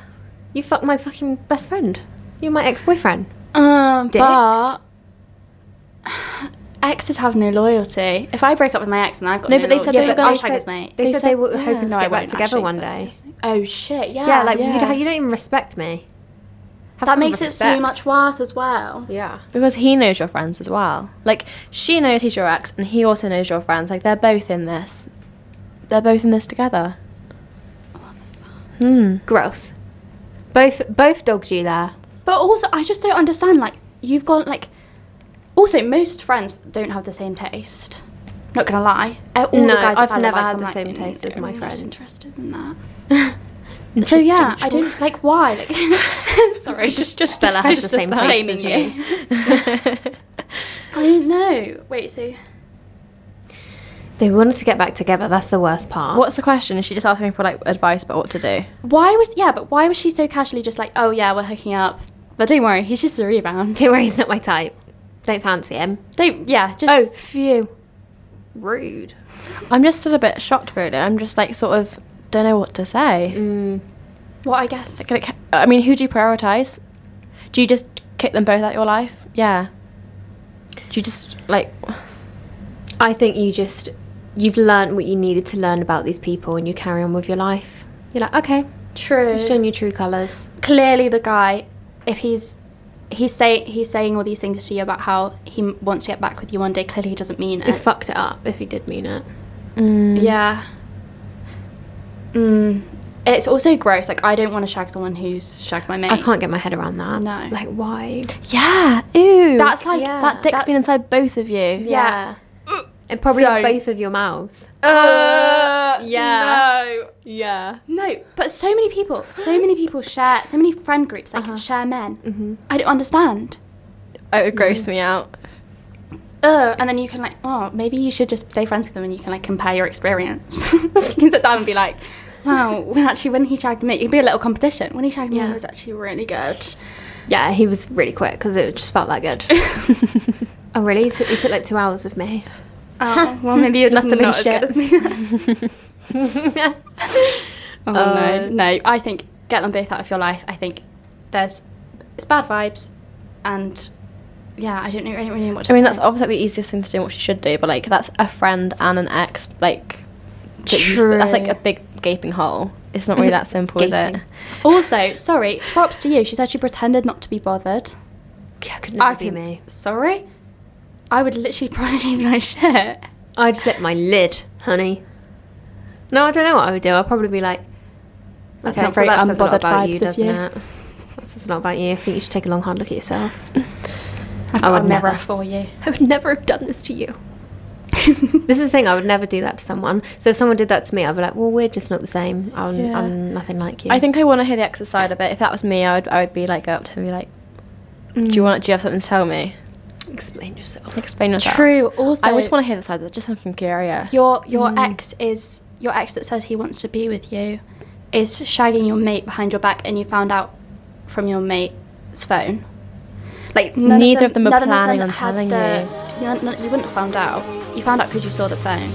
Speaker 3: You fucked my fucking best friend. You're my ex boyfriend.
Speaker 2: Um,
Speaker 3: Dick.
Speaker 2: but exes have no loyalty. If I break up with my ex and I've got
Speaker 4: No,
Speaker 2: no,
Speaker 4: but they said
Speaker 2: loyalty,
Speaker 4: they were
Speaker 2: I'll
Speaker 4: gonna-
Speaker 2: shag his mate.
Speaker 3: They,
Speaker 4: They
Speaker 3: said,
Speaker 4: said-
Speaker 3: they were
Speaker 4: yeah.
Speaker 3: hoping
Speaker 2: No,
Speaker 3: to
Speaker 2: I
Speaker 3: get back
Speaker 2: won't
Speaker 3: together
Speaker 2: actually,
Speaker 3: one
Speaker 2: but
Speaker 3: day.
Speaker 2: it's just- Oh shit! Yeah,
Speaker 3: Yeah, like You,
Speaker 4: yeah.
Speaker 3: don't, you don't even respect me. Have
Speaker 2: that
Speaker 3: some
Speaker 2: makes it so
Speaker 3: respect.
Speaker 2: much worse as well.
Speaker 3: Yeah.
Speaker 4: Because he knows your friends as well. Like she knows he's your ex, and he also knows your friends. Like they're both in this. They're both in this together. Hmm.
Speaker 3: Gross. Both both dogs you there.
Speaker 2: But also, I just don't understand. Like, you've got like. Also, most friends don't have the same taste. Not gonna lie. Uh, All
Speaker 3: No,
Speaker 2: the guys
Speaker 3: I've
Speaker 2: I've
Speaker 3: never
Speaker 2: liked,
Speaker 3: had
Speaker 2: I'm
Speaker 3: the
Speaker 2: like,
Speaker 3: same
Speaker 2: "Mm,
Speaker 3: taste as
Speaker 2: no,
Speaker 3: my
Speaker 2: I'm not
Speaker 3: friends."
Speaker 2: Interested in that. So yeah, I don't like why. Like, sorry, just just
Speaker 3: Bella has the
Speaker 2: just
Speaker 3: same taste
Speaker 2: shaming
Speaker 3: as you.
Speaker 2: I don't know. Wait, so
Speaker 3: They wanted to get back together. That's the worst part.
Speaker 4: What's the question? Is she just asking for like advice about what to do?
Speaker 2: why was yeah? But why was she so casually just like, oh yeah, we're hooking up? But don't worry, he's just a rebound.
Speaker 3: Don't worry, he's not my type. Don't fancy him.
Speaker 2: Don't yeah,
Speaker 3: Oh,
Speaker 2: just
Speaker 3: phew. Rude.
Speaker 4: I'm just still a bit shocked, really. I'm just like sort of don't know what to say.
Speaker 3: Mm.
Speaker 2: what I guess.
Speaker 4: Like, like, I mean, who do you prioritize? Do you just kick them both out your life? Yeah. Do you just like?
Speaker 3: I think you just you've learned what you needed to learn about these people, and you carry on with your life. You're like, okay,
Speaker 2: True.
Speaker 3: you've shown your true colours.
Speaker 2: clearly the guy if he's he's say he's saying all these things to you about how he m- wants to get back with you one day clearly he doesn't mean it
Speaker 3: He's fucked it up if he did mean it.
Speaker 2: yeah mm. it's also gross like i don't want to shag someone who's shagged my mate
Speaker 3: I can't get my head around that.
Speaker 2: No.
Speaker 3: Like, why?
Speaker 4: Yeah. Ew.
Speaker 2: that's like
Speaker 3: Yeah.
Speaker 4: that dick's been
Speaker 2: that's-
Speaker 4: inside both of you.
Speaker 2: Yeah.
Speaker 3: And probably
Speaker 2: So-
Speaker 3: both of your mouths.
Speaker 2: uh,
Speaker 3: yeah.
Speaker 2: no
Speaker 3: Yeah.
Speaker 2: no but so many people so many people share so many friend groups like
Speaker 4: Uh-huh.
Speaker 2: share men
Speaker 3: Mm-hmm.
Speaker 2: i don't understand
Speaker 4: It would gross me out.
Speaker 2: oh, and then you can like, oh, maybe you should just stay friends with them and you can like compare your experience. you can sit down and be like, wow, well, actually, when he shagged me, it'd be a little competition. When he shagged me,
Speaker 3: Yeah.
Speaker 2: it was actually really good.
Speaker 3: Yeah, he was really quick because it just felt that good. oh, really? He took, he took like two hours with me.
Speaker 2: Oh, well, maybe it
Speaker 3: Must
Speaker 2: must
Speaker 3: have
Speaker 2: have
Speaker 3: been
Speaker 2: not
Speaker 3: shit.
Speaker 2: as good as me. oh
Speaker 3: Uh,
Speaker 2: no, no. I think get them both out of your life. I think there's it's bad vibes, and yeah, I don't know. I don't really know what to
Speaker 4: I mean,
Speaker 2: say.
Speaker 4: that's obviously the easiest thing to do, and what she should do. But like, that's a friend and an ex. Like, that you- that's like
Speaker 2: True.
Speaker 4: a big gaping hole. It's not really that simple, is it?
Speaker 3: Gaping.
Speaker 2: also sorry. Props to you. She said she pretended not to be bothered.
Speaker 3: Yeah, could never be
Speaker 2: can-
Speaker 3: me.
Speaker 2: Sorry? I would literally probably lose my shirt.
Speaker 3: I'd flip my lid, honey. No, I don't know what I would do. I'd probably be like,
Speaker 2: That's
Speaker 3: okay,
Speaker 2: not very
Speaker 3: well, that says a lot
Speaker 2: unbothered
Speaker 3: about you,
Speaker 2: vibes of
Speaker 3: doesn't
Speaker 2: you.
Speaker 3: it? That says a lot about you. I think you should take a long hard look at yourself.
Speaker 2: I've
Speaker 3: I
Speaker 2: got
Speaker 3: would
Speaker 2: a mirror
Speaker 3: never.
Speaker 2: for you.
Speaker 3: I would never have done this to you. This is the thing, I would never do that to someone. So if someone did that to me, I'd be like, well, we're just not the same. I'm,
Speaker 4: Yeah.
Speaker 3: I'm nothing like you.
Speaker 4: I think I want to hear the exercise of it. If that was me, I would, I would be like, go up to him and be like, do
Speaker 3: Mm.
Speaker 4: you want? Do you have something to tell me?
Speaker 3: Explain yourself.
Speaker 4: Explain yourself.
Speaker 2: True. Also,
Speaker 4: I just want to hear the side of it. Just so I'm curious.
Speaker 2: your your
Speaker 4: Mm.
Speaker 2: ex is your ex that says he wants to be with you is shagging your mate behind your back, and you found out from your mate's phone. Like none
Speaker 4: Neither of them are
Speaker 2: none
Speaker 4: planning on
Speaker 2: had
Speaker 4: telling
Speaker 2: the- none- none- you wouldn't have found out. You found out because you saw the phone.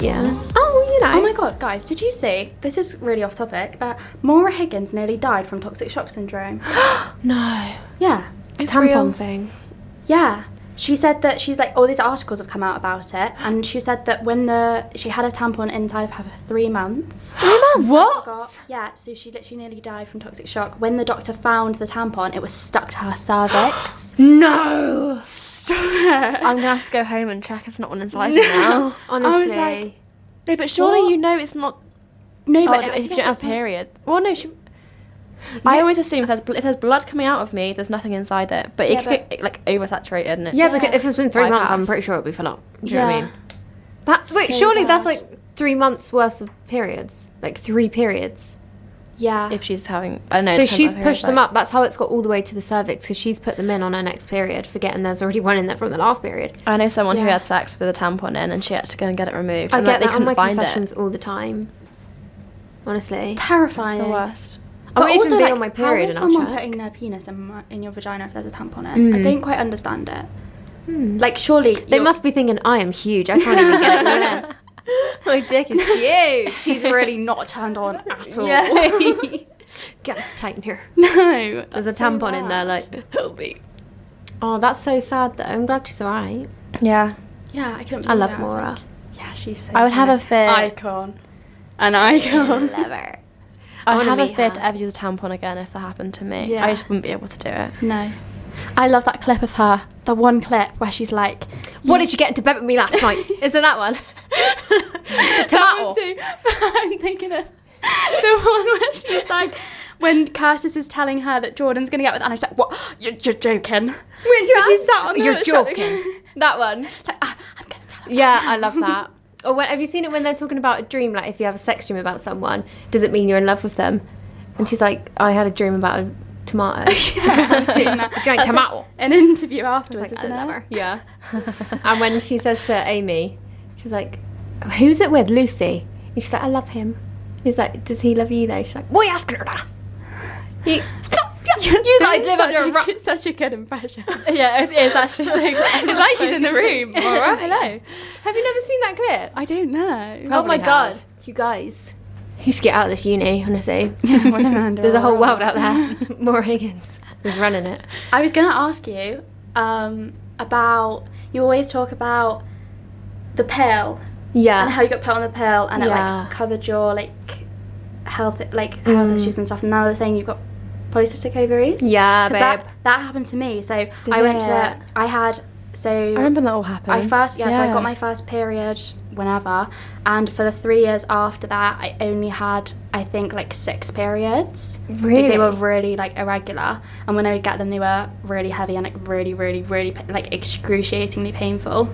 Speaker 3: Yeah. Oh, you know.
Speaker 2: Oh my god, guys, did you see? This is really off topic, but Maura Higgins nearly died from toxic shock syndrome.
Speaker 3: No.
Speaker 2: yeah.
Speaker 4: It's
Speaker 3: Tampon
Speaker 4: real.
Speaker 3: thing.
Speaker 2: Yeah. She said that she's like all these articles have come out about it and she said that when the she had a tampon inside of her for 3 months.
Speaker 4: What?
Speaker 2: Got, yeah, so she literally nearly died from toxic shock. When the doctor found the tampon, it was stuck to her cervix.
Speaker 3: No.
Speaker 4: I'm gonna have to go home and check. It's not one inside me now.
Speaker 3: Honestly.
Speaker 2: like-
Speaker 4: No, but surely you know it's not.
Speaker 2: no,
Speaker 4: Oh,
Speaker 2: but
Speaker 4: if you don't
Speaker 2: it's
Speaker 4: have a
Speaker 2: some-
Speaker 4: period. Well, no. She, I always assume if there's bl- if there's blood coming out of me, there's nothing inside it. But it
Speaker 2: Yeah,
Speaker 4: could
Speaker 2: but-
Speaker 4: get it, like oversaturated. And it,
Speaker 3: yeah, because if it's been three months, I'm
Speaker 4: Bypass.
Speaker 3: pretty sure it'll be full up. Do you know what I
Speaker 2: Yeah.
Speaker 3: mean? That's wait,
Speaker 2: So
Speaker 3: surely that's
Speaker 2: bad.
Speaker 3: like three months worth of periods, like three periods.
Speaker 2: Yeah.
Speaker 4: if she's having, I don't know. it
Speaker 3: so
Speaker 4: depends
Speaker 3: she's
Speaker 4: on her,
Speaker 3: pushed them
Speaker 4: like-
Speaker 3: up. That's how it's got all the way to the cervix because she's put them in on her next period, forgetting there's already one in there from the last period.
Speaker 4: I know someone who
Speaker 2: Yeah.
Speaker 4: had sex with a tampon in, and she had to go and get it removed.
Speaker 3: I
Speaker 4: and,
Speaker 3: get
Speaker 4: like, they
Speaker 3: that on
Speaker 4: couldn't
Speaker 3: my
Speaker 4: find
Speaker 3: confessions
Speaker 4: it.
Speaker 3: all the time. Honestly,
Speaker 2: terrifying.
Speaker 4: The worst.
Speaker 3: I won't even be
Speaker 2: like,
Speaker 3: on my period
Speaker 2: How is
Speaker 3: and I'll
Speaker 2: someone
Speaker 3: check.
Speaker 2: putting their penis in, my, in your vagina if there's a tampon in? I don't quite understand it. Like surely
Speaker 3: Hmm. they
Speaker 2: you're-
Speaker 3: must be thinking I am huge. I can't even get it. in." My dick is huge.
Speaker 2: She's really not turned on at all.
Speaker 3: Get us tight in here.
Speaker 2: no.
Speaker 3: There's a
Speaker 2: that's so
Speaker 3: tampon in there,
Speaker 2: bad.
Speaker 3: like help me. Oh, that's so sad though. I'm glad she's alright.
Speaker 4: Yeah,
Speaker 2: Yeah, I couldn't.
Speaker 3: I
Speaker 2: believe
Speaker 3: love
Speaker 2: it. was
Speaker 3: Maura.
Speaker 2: like, yeah, she's. So
Speaker 4: I would have a
Speaker 2: funny.
Speaker 4: fit. I,
Speaker 2: icon. An icon.
Speaker 3: love her.
Speaker 4: would
Speaker 3: wanna
Speaker 4: have a
Speaker 3: meet
Speaker 4: fit
Speaker 3: her.
Speaker 4: to ever use a tampon again if that happened to me.
Speaker 2: Yeah.
Speaker 4: I just wouldn't be able to do it.
Speaker 2: no. I love that clip of her. The one clip where she's like,
Speaker 3: What did you get into bed with me last night? Isn't that one? The tomato.
Speaker 2: I'm thinking of the one where she's like, when Curtis is telling her that Jordan's gonna get with Anna, she's like, "What? You're, you're joking." Which
Speaker 3: one?
Speaker 2: She's sat on the
Speaker 3: You're
Speaker 2: shut the-
Speaker 3: joking. That one.
Speaker 2: Like, "Ah, I'm gonna tell her.
Speaker 3: Yeah, I love that. Or when, have you seen it when they're talking about a dream? Like if you have a sex dream about someone, does it mean you're in love with them? And she's like, I had a dream about a tomato.
Speaker 2: I've seen that.
Speaker 3: Giant
Speaker 2: That's
Speaker 3: tomato.
Speaker 2: like an interview
Speaker 3: I
Speaker 2: afterwards,
Speaker 3: was like, I
Speaker 2: isn't
Speaker 3: love
Speaker 2: it?
Speaker 3: her. Yeah. and when she says to Amy, she's like, Who's it with? Lucy. And she's like, I love him. He's like, Does he love you though? She's like, Why are you asking her that? You, you guys live under a rock.
Speaker 2: It's such a good impression.
Speaker 4: Yeah, it's, it's actually so
Speaker 2: it's like she's in the room. Maura. Hello.
Speaker 3: Have you never seen that clip?
Speaker 2: I don't know.
Speaker 3: oh my
Speaker 4: have.
Speaker 3: god, you guys. You should get out of this uni, honestly. There's a whole world out there. More Higgins is running it.
Speaker 2: I was going to ask you um, about. You always talk about the pill and how
Speaker 3: Yeah.
Speaker 2: you got put on the pill and it
Speaker 3: Yeah. Mm.
Speaker 2: like covered your like health like health issues and stuff. And now they're saying you've got polycystic ovaries.
Speaker 3: Yeah,
Speaker 2: 'Cause
Speaker 3: babe.
Speaker 2: That, that happened to me. So I went
Speaker 3: it?
Speaker 2: to. I had. So
Speaker 4: I remember that all happened.
Speaker 2: I first, yeah, so I got my first period whenever, and for the three years after that, I only had, I think, like six periods. Like,
Speaker 3: Really?
Speaker 2: they were really like irregular, and when I would get them, they were really heavy and like really, really, really pa- like excruciatingly painful.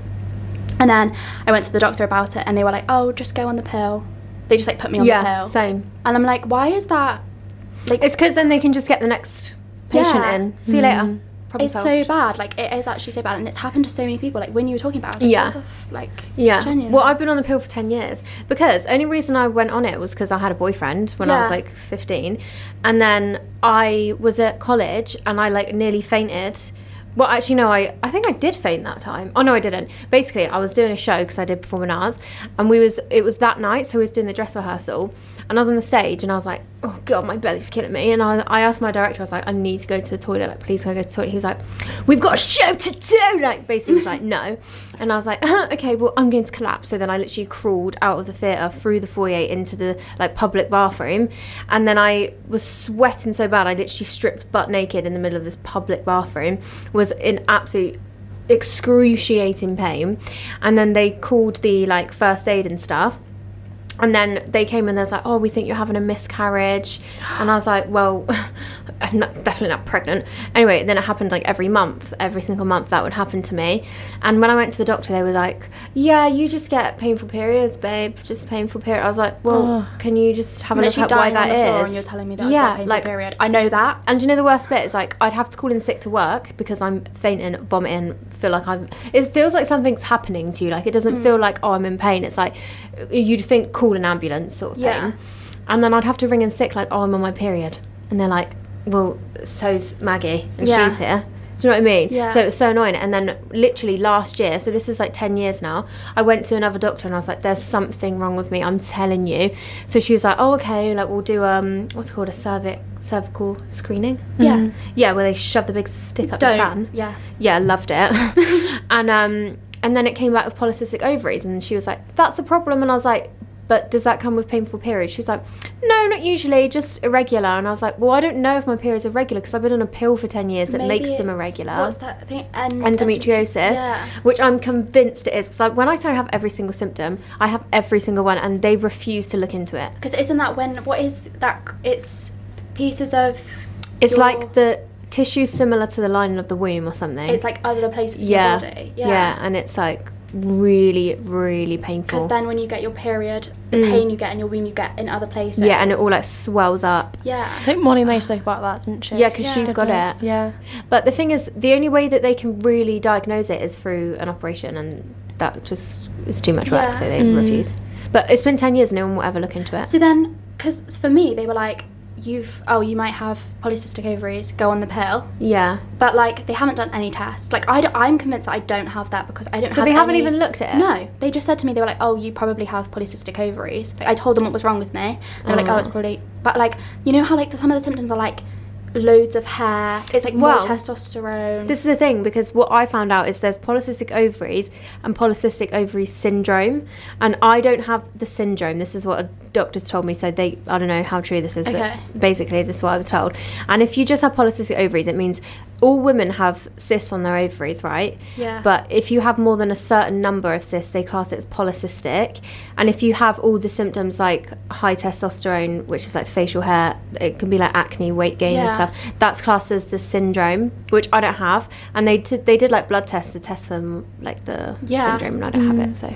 Speaker 2: And then I went to the doctor about it, and they were like, "Oh, just go on the pill." They just like put me on
Speaker 3: yeah,
Speaker 2: the pill,
Speaker 3: same.
Speaker 2: and I'm like, "Why is that?" Like,
Speaker 3: It's because then they can just get the next patient
Speaker 2: Yeah.
Speaker 3: in. Mm. See you later. Problem
Speaker 2: it's so
Speaker 3: solved.
Speaker 2: bad. Like, it is actually so bad, and it's happened to so many people. Like when you were talking about, it, I was like, what
Speaker 3: Yeah.
Speaker 2: the f- like,
Speaker 3: Yeah.
Speaker 2: genuinely.
Speaker 3: Well, I've been on the pill for 10 years because only reason I went on it was because I had a boyfriend when I was
Speaker 2: Yeah.
Speaker 3: like 15. And then I was at college and I like nearly fainted. Well, actually, no, I, I think I did faint that time. Oh, no, I didn't. Basically, I was doing a show because I did performing arts and we was, it was that night. So we was doing the dress rehearsal and I was on the stage and I was like, oh God, my belly's killing me. And I, I asked my director, I was like, I need to go to the toilet. Like, please can I go to the toilet? He was like, we've got a show to do. Like, basically, he was like, no. And I was like, uh, okay, well, I'm going to collapse. So then I literally crawled out of the theatre through the foyer into the like public bathroom. And then I was sweating so bad, I literally stripped butt naked in the middle of this public bathroom, was in absolute excruciating pain. And then they called the like first aid and stuff And then they came and they was like, "Oh, we think you're having a miscarriage," and I was like, "Well, I'm not, definitely not pregnant." Anyway, then it happened like every month, every single month that would happen to me. And when I went to the doctor, they were like, "Yeah, you just get painful periods, babe. Just painful period." I was like,
Speaker 2: Oh.
Speaker 3: "Well, can you just have a look
Speaker 2: Literally
Speaker 3: at why
Speaker 2: dying
Speaker 3: that
Speaker 2: on the
Speaker 3: is?"
Speaker 2: floor and you're telling me that I've got
Speaker 3: yeah,
Speaker 2: painful
Speaker 3: like
Speaker 2: period. I know that.
Speaker 3: and do you know the worst bit is like I'd have to call in sick to work because I'm fainting, vomiting, feel like I'm. It feels like something's happening to you. Like it doesn't
Speaker 2: Hmm.
Speaker 3: feel like oh I'm in pain. It's like you'd think call an ambulance sort of
Speaker 2: Yeah.
Speaker 3: thing. And then I'd have to ring in sick like oh I'm on my period, and they're like well so's Maggie and
Speaker 2: Yeah.
Speaker 3: she's here. Do you know what I mean?
Speaker 2: Yeah.
Speaker 3: So it was so annoying. And then literally last year, so this is like 10 years now, I went to another doctor and I was like, there's something wrong with me, I'm telling you. So she was like, oh, okay, like we'll do, um, what's it called a cervic, cervical screening?
Speaker 2: Yeah.
Speaker 3: Yeah, where they shove the big stick mm-hmm. up the
Speaker 2: Don't.
Speaker 3: fan.
Speaker 2: Yeah.
Speaker 3: Yeah, loved it. and um, and then it came back with polycystic ovaries, and she was like, "That's a problem." And I was like, "But does that come with painful periods?" She was like, "No, not usually, just irregular." And I was like, "Well, I don't know if my periods are regular because I've been on a pill for ten years that
Speaker 2: Maybe
Speaker 3: makes them
Speaker 2: it's-
Speaker 3: irregular."
Speaker 2: What's that thing? End-
Speaker 3: Endometriosis,
Speaker 2: Yeah.
Speaker 3: which I'm convinced it is. Because I, when I say I have every single symptom, I have every single one, and they refuse to look into it.
Speaker 2: Because isn't that when what is that? It's pieces of.
Speaker 3: It's
Speaker 2: your-
Speaker 3: like the tissue similar to the lining of the womb or something.
Speaker 2: It's like other places
Speaker 3: yeah,
Speaker 2: in your body.
Speaker 3: yeah, and it's like really, really painful.
Speaker 2: Because then when you get your period, the pain you get in your womb, you get in other places.
Speaker 3: Mm. yeah, and it all like swells up.
Speaker 4: I
Speaker 2: Yeah.
Speaker 4: think Molly May spoke about that, didn't she?
Speaker 3: Yeah, because she's got it.
Speaker 4: Yeah.
Speaker 3: But the thing is, the only way that they can really diagnose it is through an operation, and that just is too much work,
Speaker 2: Yeah.
Speaker 3: so they refuse. But it's been ten years; no one will ever look into it.
Speaker 2: So then, because for me, they were like, "You've oh, you might have polycystic ovaries. Go on the pill."
Speaker 3: yeah,
Speaker 2: But like, they haven't done any tests. Like, I am convinced that I don't have that because I don't.
Speaker 3: so
Speaker 2: have
Speaker 3: they haven't
Speaker 2: any-
Speaker 3: even looked at it.
Speaker 2: No, they just said to me they were like, "Oh, you probably have polycystic ovaries." Like I told them what was wrong with me. They were like, "Oh, it's probably," but like you know how like some of the symptoms are like loads of hair. It's like
Speaker 3: Well,
Speaker 2: more testosterone.
Speaker 3: This is the thing because what I found out is there's polycystic ovaries and polycystic ovary syndrome, and I don't have the syndrome. This is what a doctor's told me, so they I don't know how true this is,
Speaker 2: Okay.
Speaker 3: but basically this is what I was told. And if you just have polycystic ovaries, it means all women have cysts on their ovaries, right?
Speaker 2: Yeah.
Speaker 3: But if you have more than a certain number of cysts, they class it as polycystic. And if you have all the symptoms like high testosterone, which is like facial hair, it can be like acne, weight gain, and
Speaker 2: Yeah.
Speaker 3: stuff that's classed as the syndrome, which I don't have. And they t- they did like blood tests to test for like the
Speaker 2: Yeah. Mm.
Speaker 3: syndrome, and I don't have it. So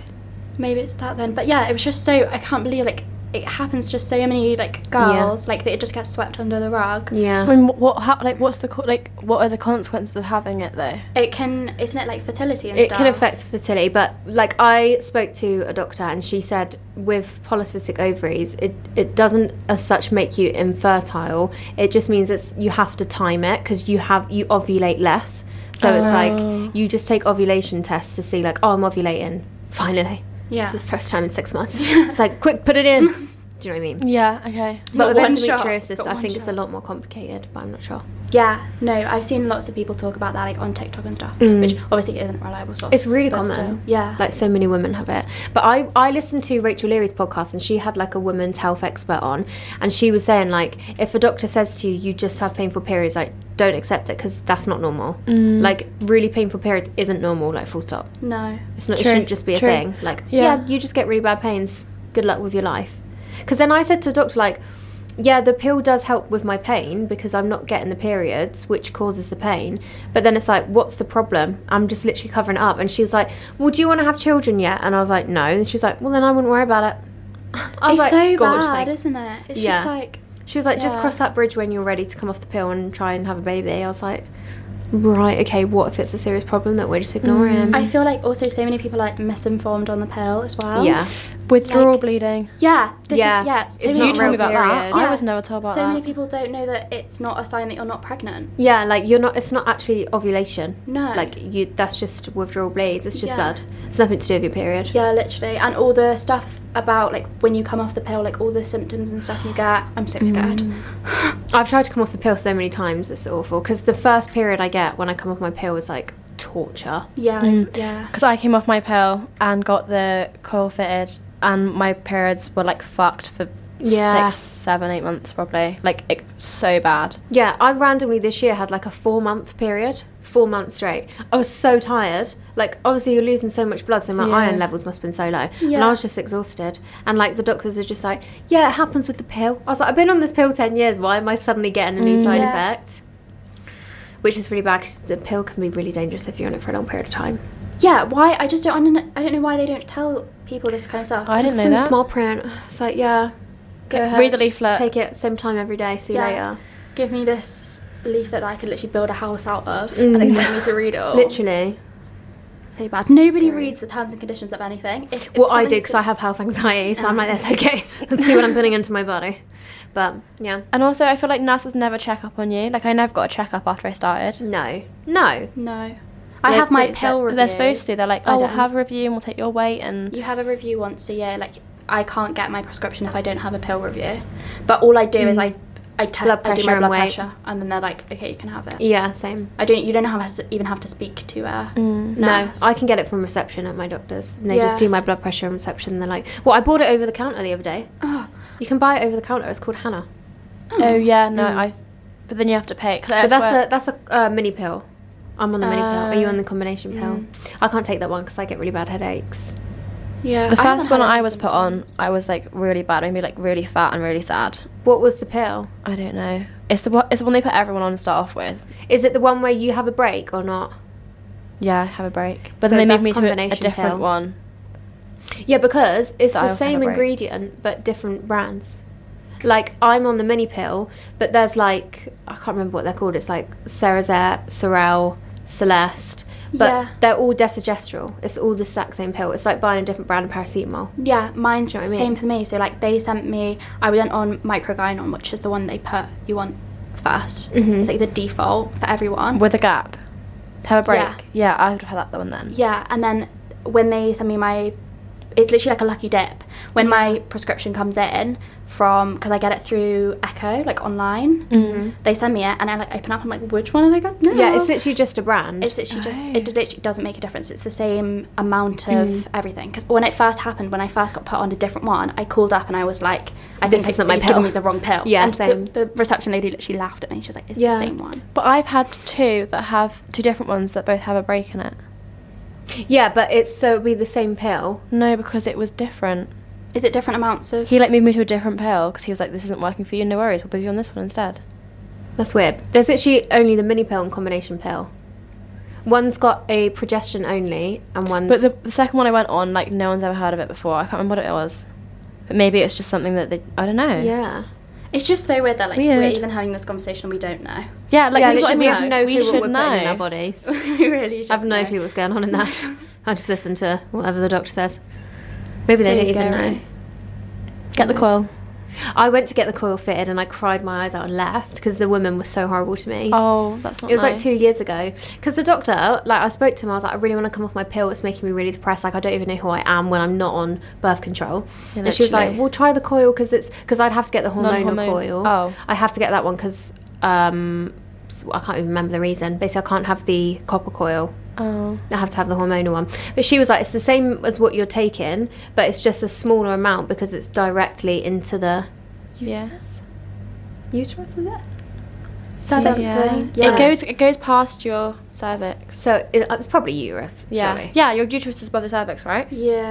Speaker 2: Maybe it's that then. But yeah, it was just so I can't believe like it happens to so many like girls like that it just gets swept under the rug.
Speaker 3: yeah,
Speaker 4: I mean, wh- what? How, like, what's the co- like? What are the consequences of having it though?
Speaker 2: It can isn't it like fertility and
Speaker 3: it
Speaker 2: stuff.
Speaker 3: can affect fertility. But like I spoke to a doctor, and she said with polycystic ovaries, it it doesn't as such make you infertile. It just means it's you have to time it because you have you ovulate less. So it's
Speaker 4: Oh.
Speaker 3: like you just take ovulation tests to see like oh I'm ovulating finally
Speaker 2: Yeah.
Speaker 3: for the first time in six months. it's like quick put it in. Do you know what I mean?
Speaker 4: Yeah. Okay.
Speaker 3: But
Speaker 2: Not
Speaker 3: with
Speaker 2: one shot,
Speaker 3: endometriosis,
Speaker 2: but
Speaker 3: I
Speaker 2: one
Speaker 3: think it's a
Speaker 2: shot.
Speaker 3: lot more complicated, but I'm not sure.
Speaker 2: Yeah. No, I've seen lots of people talk about that like on TikTok and stuff, which obviously isn't a reliable source.
Speaker 3: Mm. It's really
Speaker 2: but
Speaker 3: common.
Speaker 2: still. Yeah.
Speaker 3: Like so many women have it. But I, I listened to Rachel Leary's podcast and she had like a women's health expert on and she was saying like if a doctor says to you you just have painful periods like don't accept it because that's not normal. Like really painful periods isn't normal like full stop.
Speaker 2: no.
Speaker 3: It's not.
Speaker 4: True,
Speaker 3: It shouldn't just be a
Speaker 4: true.
Speaker 3: thing. Like, yeah.
Speaker 4: Yeah.
Speaker 3: you just get really bad pains. Good luck with your life. Because then I said to the doctor, like, yeah, the pill does help with my pain because I'm not getting the periods, which causes the pain. But then it's like, what's the problem? I'm just literally covering it up. And she was like, well, do you want to have children yet? And I was like, no. And she was like, well, then I wouldn't worry about it. I
Speaker 2: It's
Speaker 3: was like,
Speaker 2: so
Speaker 3: "God,
Speaker 2: bad,
Speaker 3: thanks."
Speaker 2: isn't it? It's
Speaker 3: Yeah.
Speaker 2: just like
Speaker 3: She was like, just
Speaker 2: Yeah.
Speaker 3: cross that bridge when you're ready to come off the pill and try and have a baby. I was like, right, okay, what if it's a serious problem that we're just ignoring?
Speaker 2: Mm. I feel like also so many people are like misinformed on the pill as well.
Speaker 3: yeah.
Speaker 4: Withdrawal
Speaker 2: Like-
Speaker 4: bleeding.
Speaker 2: Yeah. This
Speaker 3: Yeah.
Speaker 2: is yeah.
Speaker 3: It's
Speaker 2: many
Speaker 3: not
Speaker 4: you told me
Speaker 3: real
Speaker 4: about that.
Speaker 3: periods.
Speaker 4: I
Speaker 2: Yeah.
Speaker 4: was never told about
Speaker 2: so
Speaker 4: that.
Speaker 2: many people don't know that it's not a sign that you're not pregnant.
Speaker 3: Yeah, like you're not. It's not actually ovulation.
Speaker 2: No.
Speaker 3: Like you. That's just withdrawal bleeds. It's just
Speaker 2: Yeah.
Speaker 3: blood. It's nothing to do with your period.
Speaker 2: Yeah, literally. And all the stuff about like when you come off the pill, like all the symptoms and stuff you get. I'm so scared.
Speaker 3: Mm. I've tried to come off the pill so many times. It's awful because the first period I get when I come off my pill is like torture.
Speaker 2: Yeah,
Speaker 3: Mm.
Speaker 2: yeah.
Speaker 4: Because I came off my pill and got the coil fitted, and my periods were like fucked for
Speaker 3: Yeah.
Speaker 4: six, seven, eight months probably. Like it, so bad.
Speaker 3: Yeah, I randomly this year had like a four month period, four months straight. I was so tired. Like, obviously, you're losing so much blood, so my
Speaker 4: Yeah.
Speaker 3: iron levels must have been so low. And
Speaker 2: Yeah.
Speaker 3: I was just exhausted. And like, the doctors are just like, yeah, it happens with the pill. I was like, I've been on this pill 10 years. Why am I suddenly getting a new
Speaker 4: Mm,
Speaker 3: side
Speaker 2: yeah.
Speaker 3: effect? Which is really bad 'cause the pill can be really dangerous if you're on it for a long period of time.
Speaker 2: Yeah, why? I just don't. I don't, I don't know why they don't tell people this kind of stuff.
Speaker 4: I didn't
Speaker 3: It's
Speaker 4: know
Speaker 3: in
Speaker 4: that.
Speaker 3: small print. It's like, yeah, go
Speaker 4: Read
Speaker 3: ahead.
Speaker 4: the leaflet.
Speaker 3: Take it same time every day. See you
Speaker 2: Yeah.
Speaker 3: later.
Speaker 2: Give me this leaf that I could literally build a house out of,
Speaker 3: Mm.
Speaker 2: and expect me to read it. All.
Speaker 3: Literally.
Speaker 2: so bad. Nobody reads the terms and conditions of anything. If, if
Speaker 3: Well, I do
Speaker 2: something's-
Speaker 3: because I have health anxiety, so I'm like,
Speaker 2: Ah.
Speaker 3: that's okay. Let's see what I'm putting into my body. But yeah,
Speaker 4: And also, I feel like nurses never check up on you. Like I never got a check up after I started.
Speaker 3: no, no.
Speaker 2: No, I have my pill review.
Speaker 4: They're supposed to. They're like,
Speaker 3: I
Speaker 4: oh, we'll
Speaker 3: don't.
Speaker 4: have a review and we'll take your weight and
Speaker 2: You have a review once a year. Like I can't get my prescription if I don't have a pill review. But all I do is I, I test.
Speaker 3: Mm. Blood
Speaker 2: I do
Speaker 3: pressure
Speaker 2: my
Speaker 3: and
Speaker 2: blood
Speaker 3: weight.
Speaker 2: pressure, and then they're like, okay, you can have it.
Speaker 3: Yeah, Mm. same.
Speaker 2: I don't. You don't have to even have to speak to a
Speaker 4: Mm.
Speaker 3: No,
Speaker 2: nurse.
Speaker 3: I can get it from reception at my doctor's. And they just
Speaker 2: Yeah.
Speaker 3: do my blood pressure and reception. And they're like, well, I bought it over the counter the other day.
Speaker 2: Oh.
Speaker 3: You can buy it over the counter. It's called Hannah.
Speaker 4: oh yeah, no, I. But then you have to pay. 'cause
Speaker 3: Mm.
Speaker 4: I
Speaker 3: But
Speaker 4: swear-
Speaker 3: that's the that's the uh, mini pill. I'm on the mini pill. Are you
Speaker 2: Oh.
Speaker 3: on the combination pill? I can't take that one because I get really bad headaches.
Speaker 2: Yeah.
Speaker 4: The
Speaker 2: haven't
Speaker 4: first one
Speaker 2: had any
Speaker 4: I was put on,
Speaker 2: symptoms.
Speaker 4: I was like really bad, made me like really fat and really sad.
Speaker 3: What was the pill?
Speaker 4: I don't know. It's the one, it's the one they put everyone on to start off with.
Speaker 3: Is it the one where you have a break or not?
Speaker 4: Yeah, have a break. But
Speaker 3: So
Speaker 4: then they
Speaker 3: that's
Speaker 4: moved me to a- a,
Speaker 3: combination
Speaker 4: different
Speaker 3: pill.
Speaker 4: one.
Speaker 3: Yeah, because it's
Speaker 4: That I
Speaker 3: the
Speaker 4: also have
Speaker 3: same
Speaker 4: a break.
Speaker 3: ingredient but different brands. Like I'm on the mini pill, but there's like I can't remember what they're called. It's like Cerazette, Sorel, Celeste, but
Speaker 2: Yeah.
Speaker 3: they're all desogestrel. It's all the exact same pill. It's like buying a different brand of paracetamol.
Speaker 2: Yeah, mine's
Speaker 3: Do you
Speaker 2: the
Speaker 3: know what I mean?
Speaker 2: same for me. So like they sent me, I went on Microgynon, which is the one they put you on 1st
Speaker 3: Mhm.
Speaker 2: It's like the default for everyone.
Speaker 4: Mm-hmm. With a gap. Have a break.
Speaker 2: Yeah.
Speaker 4: Yeah, I would have had that one then.
Speaker 2: yeah, and then when they send me my, it's literally like a lucky dip. When my prescription comes in from because I get it through Echo like online,
Speaker 4: Mm.
Speaker 3: Mm-hmm.
Speaker 2: they send me it and I like open up. I'm like, which one have I got? No.
Speaker 3: Yeah, it's literally just a brand.
Speaker 2: It's literally just
Speaker 4: Oh.
Speaker 2: it literally doesn't make a difference. It's the same amount of
Speaker 3: Mm.
Speaker 2: everything. Because when it first happened, when I first got put on a different one, I called up and I was like, "I
Speaker 3: This
Speaker 2: think I,
Speaker 3: isn't my
Speaker 2: you've given
Speaker 3: pill.
Speaker 2: me the wrong pill."
Speaker 3: Yeah,
Speaker 2: and
Speaker 3: same.
Speaker 2: The, the reception lady literally laughed at me. She was like, "It's
Speaker 3: Yeah.
Speaker 2: the same one."
Speaker 4: But I've had two that have two different ones that both have a break in it.
Speaker 3: yeah, but it's so it'd be the same pill.
Speaker 4: No, because it was different.
Speaker 2: Is it different amounts of?
Speaker 4: He like moved me to a different pill because he was like, "This isn't working for you. No worries, we'll put you on this one instead."
Speaker 3: That's weird. There's actually only the mini pill and combination pill. One's got a progestin only, and one's
Speaker 4: But the, the second one I went on, like no one's ever heard of it before. I can't remember what it was, but maybe it's just something that they I don't know.
Speaker 3: yeah.
Speaker 2: It's just so weird that like we're
Speaker 4: Weird.
Speaker 2: even having this conversation and we don't know.
Speaker 4: yeah, like
Speaker 3: yeah,
Speaker 4: this is what
Speaker 3: literally,
Speaker 4: I
Speaker 3: we
Speaker 4: mean.
Speaker 3: have no
Speaker 4: we
Speaker 3: clue what we're
Speaker 4: should
Speaker 3: putting in our
Speaker 4: know.
Speaker 3: bodies.
Speaker 2: we really should.
Speaker 3: I have no
Speaker 2: know.
Speaker 3: clue what's going on in that. I just listen to whatever the doctor says. Maybe
Speaker 2: So
Speaker 3: they don't even
Speaker 2: scary.
Speaker 3: know.
Speaker 4: Get the coil.
Speaker 3: I went to get the coil fitted and I cried my eyes out and left because the woman was so horrible to me.
Speaker 4: Oh, that's not.
Speaker 3: It was like two
Speaker 4: nice.
Speaker 3: years ago. Because the doctor, like, I spoke to him, I was like, I really want to come off my pill. It's making me really depressed. Like, I don't even know who I am when I'm not on birth control.
Speaker 4: Yeah,
Speaker 3: and she was like,
Speaker 4: literally.
Speaker 3: Well, try the coil because it's because I'd have to get the hormonal
Speaker 4: non-hormon-
Speaker 3: coil.
Speaker 4: oh.
Speaker 3: I have to get that one because um, s- I can't even remember the reason. Basically, I can't have the copper coil.
Speaker 4: Oh,
Speaker 3: I have to have the hormonal one. But she was like, it's the same as what you're taking, but it's just a smaller amount because it's directly into the
Speaker 4: yeah.
Speaker 3: uterus, is it?
Speaker 2: Something.
Speaker 4: Yeah.
Speaker 2: Yeah.
Speaker 4: It goes. It goes past your cervix.
Speaker 3: So it, it's probably uterus.
Speaker 4: Yeah.
Speaker 3: surely.
Speaker 4: Yeah. Your uterus is above the cervix, right?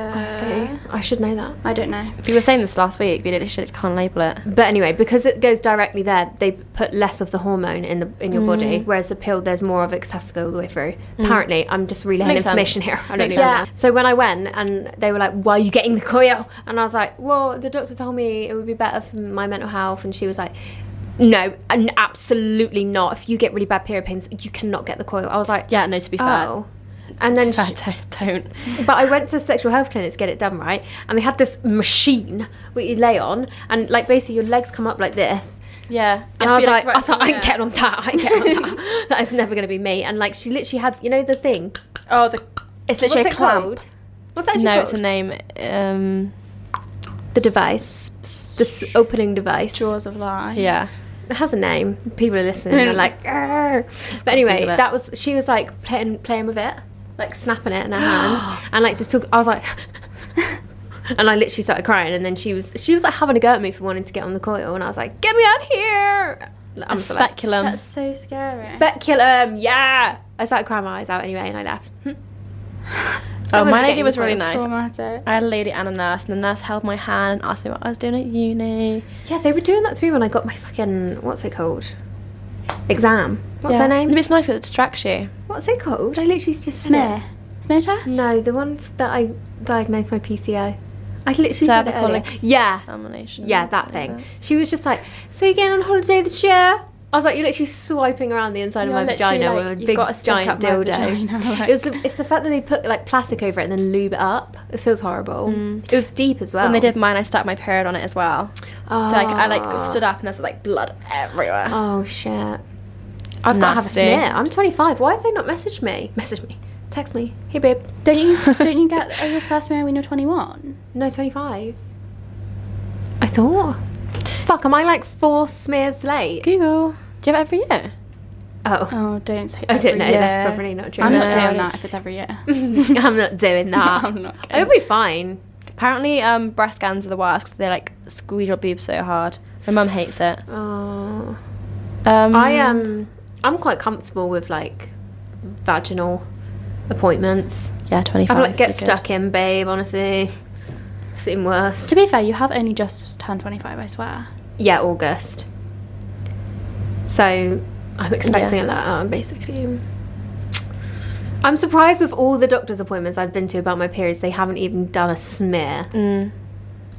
Speaker 2: Yeah.
Speaker 3: I should know that.
Speaker 2: I don't know.
Speaker 4: We were saying this last week. We didn't. Should can't label it.
Speaker 3: But anyway, because it goes directly there, they put less of the hormone in the in your body,
Speaker 4: Mm.
Speaker 3: whereas the pill there's more of it 'cause it has to go all the way through. Apparently, I'm just relaying
Speaker 4: Makes
Speaker 3: information
Speaker 4: sense.
Speaker 3: here. I don't
Speaker 4: Makes
Speaker 3: even know.
Speaker 2: sense.
Speaker 3: So when I went and they were like, "Why are you getting the coil?" and I was like, "Well, the doctor told me it would be better for my mental health," and she was like. No, and absolutely not. If you get really bad period pains, you cannot get the coil. I was like,
Speaker 4: Yeah. No. To be fair.
Speaker 3: oh. And then,
Speaker 4: Fair,
Speaker 3: she-
Speaker 4: don't- don't.
Speaker 3: but I went to a sexual health clinic to get it done right, and they had this machine where you lay on, and like basically your legs come up like this,
Speaker 4: Yeah.
Speaker 3: and I was like, I,
Speaker 4: I
Speaker 3: was like, I ain't getting on that. I ain't getting on that. that is never going to be me. And like, she literally had, you know, the thing.
Speaker 4: oh, the. It's literally
Speaker 3: What's it
Speaker 4: a clamp.
Speaker 3: called? What's that?
Speaker 4: No,
Speaker 3: called?
Speaker 4: it's a name. Um,
Speaker 3: the device. This opening device.
Speaker 2: Jaws of life.
Speaker 4: yeah.
Speaker 3: It has a name. People are listening. They're like, "Arr." but anyway,
Speaker 4: Google it.
Speaker 3: that was. She was like playing, playing with it, like snapping it in her hands, and like just took. I was like, and I literally started crying. And then she was she was like having a go at me for wanting to get on the coil, and I was like, "Get me out here!" I'm
Speaker 4: A
Speaker 3: just like,
Speaker 4: speculum.
Speaker 2: That's so scary.
Speaker 3: Speculum, yeah. I started crying my eyes out anyway, and I left.
Speaker 4: oh,
Speaker 3: Someone
Speaker 4: my
Speaker 3: was
Speaker 4: lady
Speaker 3: getting
Speaker 4: was really
Speaker 3: spoiled.
Speaker 4: nice.
Speaker 2: Traumatic.
Speaker 4: I had a lady and a nurse, and the nurse held my hand and asked me what I was doing at uni.
Speaker 3: Yeah, they were doing that to me when I got my fucking what's it called exam. What's
Speaker 4: Yeah.
Speaker 3: her name?
Speaker 4: It's nice 'cause it distracts you.
Speaker 3: What's it called? I literally just said it.
Speaker 2: Smear. Smear test?
Speaker 3: No, the one f- that I diagnosed my PCO. I literally said it
Speaker 4: Cervical
Speaker 3: earlier. Yeah,
Speaker 4: examination.
Speaker 3: yeah, that thing. She was just like, "So you're going on holiday this year?" I was like, "You're literally swiping around the inside
Speaker 2: You're
Speaker 3: of my
Speaker 2: literally
Speaker 3: vagina
Speaker 2: like,
Speaker 3: with a
Speaker 2: "You've
Speaker 3: big
Speaker 2: got to stick
Speaker 3: giant
Speaker 2: up my
Speaker 3: dildo."
Speaker 2: vagina, like-
Speaker 3: It was the, it's the fact that they put like plastic over it and then lube it up. It feels horrible. It was deep as well.
Speaker 4: Mm. When they did mine, I started my period on it as well.
Speaker 3: Oh.
Speaker 4: So like I like stood up and there's like blood everywhere.
Speaker 3: Oh shit! I've got to have a
Speaker 4: Nasty.
Speaker 3: smear. I'm 25. Why have they not messaged me? Message me. Text me. Hey babe.
Speaker 2: Don't you don't you get oh, your first smear when you're 21?
Speaker 3: No, 25. I thought. Fuck, am I like four smears late?
Speaker 4: Google. Do you have it every year?
Speaker 3: Oh.
Speaker 2: Oh, don't say.
Speaker 3: I don't know.
Speaker 4: year.
Speaker 3: That's probably not true.
Speaker 2: I'm not
Speaker 4: No.
Speaker 2: doing that if it's every year.
Speaker 3: I'm not doing that.
Speaker 2: I'm not kidding.
Speaker 3: It'll be fine.
Speaker 4: Apparently, um, breast scans are the worst 'cause they like squeeze your boob so hard. My mum hates it.
Speaker 3: Oh.
Speaker 4: Um,
Speaker 3: I Um, I'm quite comfortable with like vaginal appointments.
Speaker 4: yeah, twenty
Speaker 3: I
Speaker 4: five.
Speaker 3: feel like get stuck in, babe. Honestly, seen worse.
Speaker 2: To be fair, you have only just turned 25. I swear.
Speaker 3: yeah, August. So I'm expecting
Speaker 4: Yeah.
Speaker 3: a letter, basically. I'm surprised with all the doctor's appointments I've been to about my periods, they haven't even done a smear.
Speaker 4: Mm.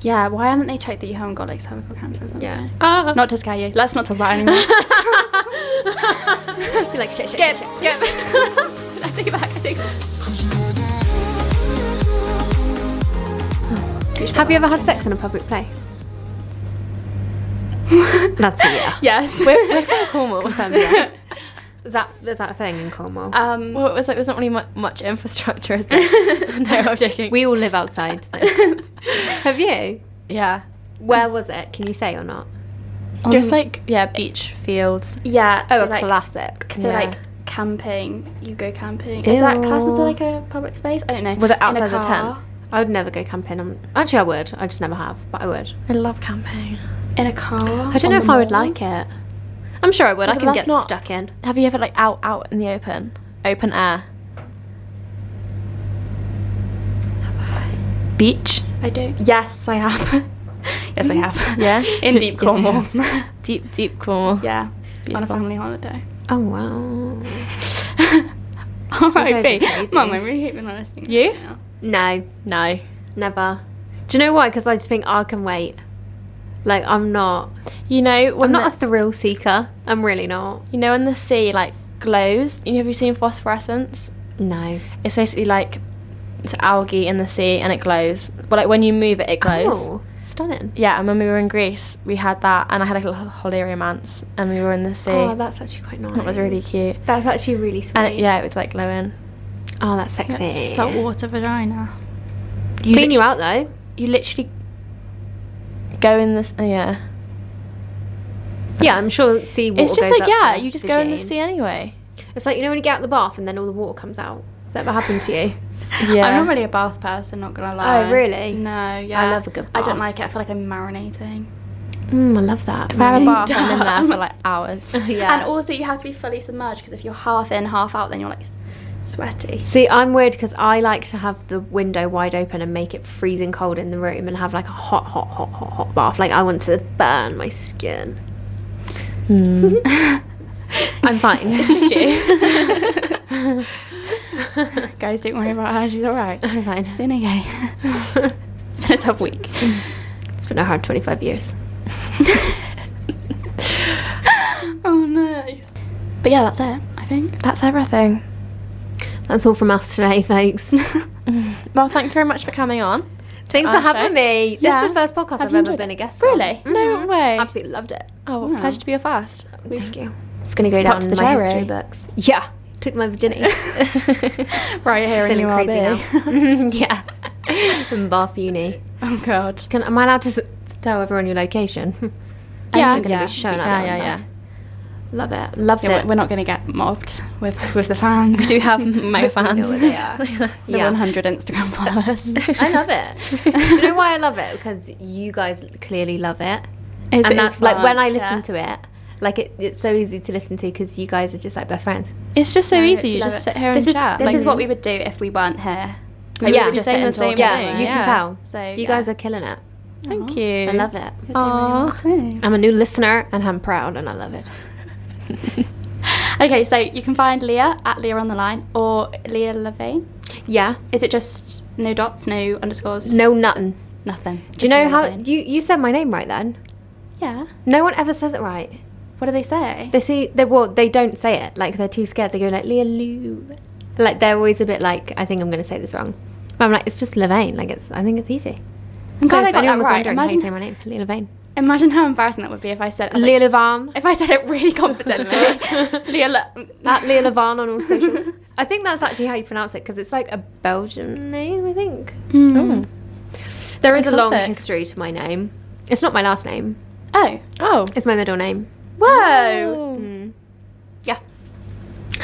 Speaker 2: Yeah. Why haven't they checked that you haven't got like cervical cancer or something?
Speaker 3: Yeah. Ah.
Speaker 2: Not to scare you. Let's not talk about it anymore.
Speaker 3: You're like, shit, shit, skip, skip. I take it back, I take it back. Have you ever had sex in a public place? That's a yeah.
Speaker 4: Yes. we're, we're from Cornwall.
Speaker 3: Is that, is that a thing in Cornwall?
Speaker 2: Um,
Speaker 4: Well, it was like there's not really much, much infrastructure, is there? no, I'm joking.
Speaker 3: we all live outside. So. Have you?
Speaker 4: yeah, Um,
Speaker 3: Where was it? Can you say or not?
Speaker 2: Um,
Speaker 4: just like yeah, beach fields.
Speaker 2: yeah.
Speaker 3: Oh,
Speaker 2: so,
Speaker 3: a
Speaker 2: like,
Speaker 3: classic.
Speaker 2: So
Speaker 4: Yeah.
Speaker 2: like camping, you go camping. Is that classed as
Speaker 3: Ew.
Speaker 2: like a public space? I don't know.
Speaker 4: Was it
Speaker 2: In a
Speaker 4: outside the
Speaker 2: car-
Speaker 3: I would never go camping. i actually, I would. I just never have, but I would.
Speaker 4: I love camping.
Speaker 2: In a
Speaker 4: Oh,
Speaker 2: car.
Speaker 3: I don't know
Speaker 2: on
Speaker 3: if
Speaker 2: the
Speaker 3: I would like
Speaker 2: moors?
Speaker 3: it. I'm sure I would.
Speaker 4: Yeah,
Speaker 3: I
Speaker 4: but
Speaker 3: can
Speaker 4: that's
Speaker 3: get
Speaker 4: not-
Speaker 3: stuck in.
Speaker 4: Have you ever like out out in the open, open air? Beach,
Speaker 2: I don't. Yes, I have. yes, I have.
Speaker 4: Yeah?
Speaker 2: In deep
Speaker 4: Yes, I
Speaker 2: Cornwall.
Speaker 4: deep deep Cornwall.
Speaker 2: yeah. On a
Speaker 4: Beautiful.
Speaker 2: family holiday.
Speaker 3: Oh wow. guys are
Speaker 2: R.I.P.
Speaker 3: crazy.
Speaker 2: Mum, I really hate being honest. with
Speaker 4: You?
Speaker 2: now.
Speaker 3: No,
Speaker 4: No,
Speaker 3: never. Do you know why? Because I just think I can wait. Like I'm not.
Speaker 4: you know when
Speaker 3: I'm not
Speaker 4: the,
Speaker 3: a thrill seeker. I'm really not.
Speaker 4: you know when the sea like glows. You know, have you seen phosphorescence?
Speaker 3: No.
Speaker 4: It's basically like it's algae in the sea and it glows. But like when you move it, it glows.
Speaker 3: Oh, stunning.
Speaker 4: Yeah, and when we were in Greece, we had that, and I had like a little holoromance, and we were in the sea.
Speaker 3: Oh, that's actually quite nice.
Speaker 4: that was really cute.
Speaker 3: That's actually really sweet.
Speaker 4: And it- yeah, it was like glowing.
Speaker 3: Oh, that's sexy.
Speaker 2: Saltwater vagina.
Speaker 4: You
Speaker 3: Clean you
Speaker 4: lit-
Speaker 3: out though.
Speaker 4: You literally go in this. Oh, yeah,
Speaker 3: Yeah, I'm sure sea water.
Speaker 4: it's just
Speaker 3: goes
Speaker 4: like
Speaker 3: up
Speaker 4: yeah,
Speaker 3: the
Speaker 4: you just go in the
Speaker 3: vagine.
Speaker 4: sea anyway.
Speaker 3: It's like you know when you get out the bath and then all the water comes out. Has that ever happened to you?
Speaker 4: Yeah,
Speaker 2: I'm not really a bath person, not gonna
Speaker 4: Oh,
Speaker 2: lie.
Speaker 3: really?
Speaker 2: No, yeah.
Speaker 3: love a good
Speaker 2: Oh, I don't
Speaker 3: bath.
Speaker 2: like it. I feel like I'm marinating.
Speaker 3: Mm, I love that.
Speaker 4: If I have a
Speaker 2: in
Speaker 4: bath, I'm in there
Speaker 2: dark.
Speaker 4: for like hours.
Speaker 3: yeah.
Speaker 2: And also, you have to be fully submerged because if you're half in, half out, then you're like s- sweaty.
Speaker 3: See, I'm weird because I like to have the window wide open and make it freezing cold in the room and have like a hot, hot, hot, hot, hot bath. Like I want to burn my skin.
Speaker 4: Mm.
Speaker 3: I'm fine. It's just you.
Speaker 2: Guys, don't worry about her. She's all right.
Speaker 3: I'm fine.
Speaker 2: She's doing okay. it's been a tough week.
Speaker 3: It's been a hard 25 years.
Speaker 2: oh no. But yeah, that's it. I think.
Speaker 4: That's everything.
Speaker 3: That's all from us today, folks.
Speaker 4: Well, thank you very much for coming on.
Speaker 3: Thanks for
Speaker 4: Our
Speaker 3: having
Speaker 4: show.
Speaker 3: me. This
Speaker 4: Yeah.
Speaker 3: is the first podcast
Speaker 4: Have
Speaker 3: I've
Speaker 4: you
Speaker 3: ever
Speaker 4: enjoyed
Speaker 3: been
Speaker 4: it?
Speaker 3: a guest on. Mm-hmm.
Speaker 4: Really? No way.
Speaker 3: Absolutely loved it.
Speaker 4: Oh, what a
Speaker 2: No.
Speaker 4: pleasure to be your first.
Speaker 3: Thank you. It's going to go
Speaker 4: Popped
Speaker 3: down in
Speaker 4: the
Speaker 3: my
Speaker 4: cherry.
Speaker 3: history books. Yeah. Took my virginity.
Speaker 2: Right here
Speaker 3: Feeling
Speaker 2: in URB.
Speaker 3: crazy now. yeah. In Bath Uni.
Speaker 2: oh god.
Speaker 3: Can, am I allowed to s- tell everyone your location?
Speaker 4: Yeah,
Speaker 3: I'm going to
Speaker 4: yeah.
Speaker 3: be showing up.
Speaker 4: Yeah,
Speaker 3: there
Speaker 4: yeah,
Speaker 3: on
Speaker 4: yeah.
Speaker 3: Saturday. Love it. Loved
Speaker 2: Yeah,
Speaker 3: it.
Speaker 2: we're- we're not going to get mobbed with with the fans. We do have mega
Speaker 3: You
Speaker 2: fans.
Speaker 3: know where they are.
Speaker 2: The
Speaker 3: Yeah.
Speaker 2: 100 Instagram followers.
Speaker 3: I love it. Do you know why I love it? Because you guys clearly love it,
Speaker 2: It's-
Speaker 3: and
Speaker 2: it's
Speaker 3: that's like when
Speaker 2: fun,
Speaker 3: I listen
Speaker 2: yeah.
Speaker 3: to it, like it, it's so easy to listen to because you guys are just like best friends.
Speaker 2: It's just so
Speaker 4: I
Speaker 2: easy.
Speaker 4: actually
Speaker 2: You
Speaker 4: love
Speaker 2: just
Speaker 4: it.
Speaker 2: sit here this
Speaker 4: This
Speaker 2: and
Speaker 4: is-
Speaker 2: chat.
Speaker 4: this
Speaker 2: like, oh,
Speaker 4: is
Speaker 2: what we would do if we weren't here. We
Speaker 3: Yeah.
Speaker 2: would just
Speaker 4: Saying
Speaker 2: sit and
Speaker 4: the same
Speaker 2: talk
Speaker 3: Yeah,
Speaker 4: Yeah,
Speaker 2: about it.
Speaker 3: you
Speaker 4: yeah.
Speaker 3: can tell.
Speaker 2: So
Speaker 3: You guys are killing it.
Speaker 4: Thank
Speaker 2: Aw.
Speaker 4: you.
Speaker 3: I love it.
Speaker 2: You're doing really well too.
Speaker 3: I'm a new listener and I'm proud and I love it.
Speaker 2: Okay, so you can find Leah at Leah on the line or Leah Levine.
Speaker 3: Yeah.
Speaker 2: Is it just no dots, no underscores?
Speaker 3: No nothing.
Speaker 2: nothing.
Speaker 3: Do you
Speaker 2: Just
Speaker 3: know
Speaker 2: Leah
Speaker 3: how
Speaker 2: Levine?
Speaker 3: you you said my name right then?
Speaker 2: Yeah.
Speaker 3: No one ever says it right.
Speaker 2: What do they say?
Speaker 3: They see they well they don't say it like they're too scared. They go like Leah Lou, like they're always a bit like I think I'm going to say this wrong. But I'm like it's just Levain. Like it's I think it's easy.
Speaker 2: I'm glad
Speaker 3: if
Speaker 2: I got that
Speaker 3: anyone was
Speaker 2: right.
Speaker 3: wondering how you say
Speaker 2: Imagine,
Speaker 3: my name, Leah Levain.
Speaker 2: imagine how embarrassing that would be if I said I was like,
Speaker 3: Leah Levan
Speaker 2: if I said it really confidently. Leah, Le-
Speaker 3: at Leah Levan on all socials. I think that's actually how you pronounce it because it's like a Belgian name. I think Hmm.
Speaker 2: Mm.
Speaker 3: there is a long
Speaker 4: Exotic.
Speaker 3: history to my name. It's not my last name.
Speaker 2: Oh,
Speaker 4: Oh.
Speaker 3: It's my middle name. mm,
Speaker 2: whoa!
Speaker 3: Yeah.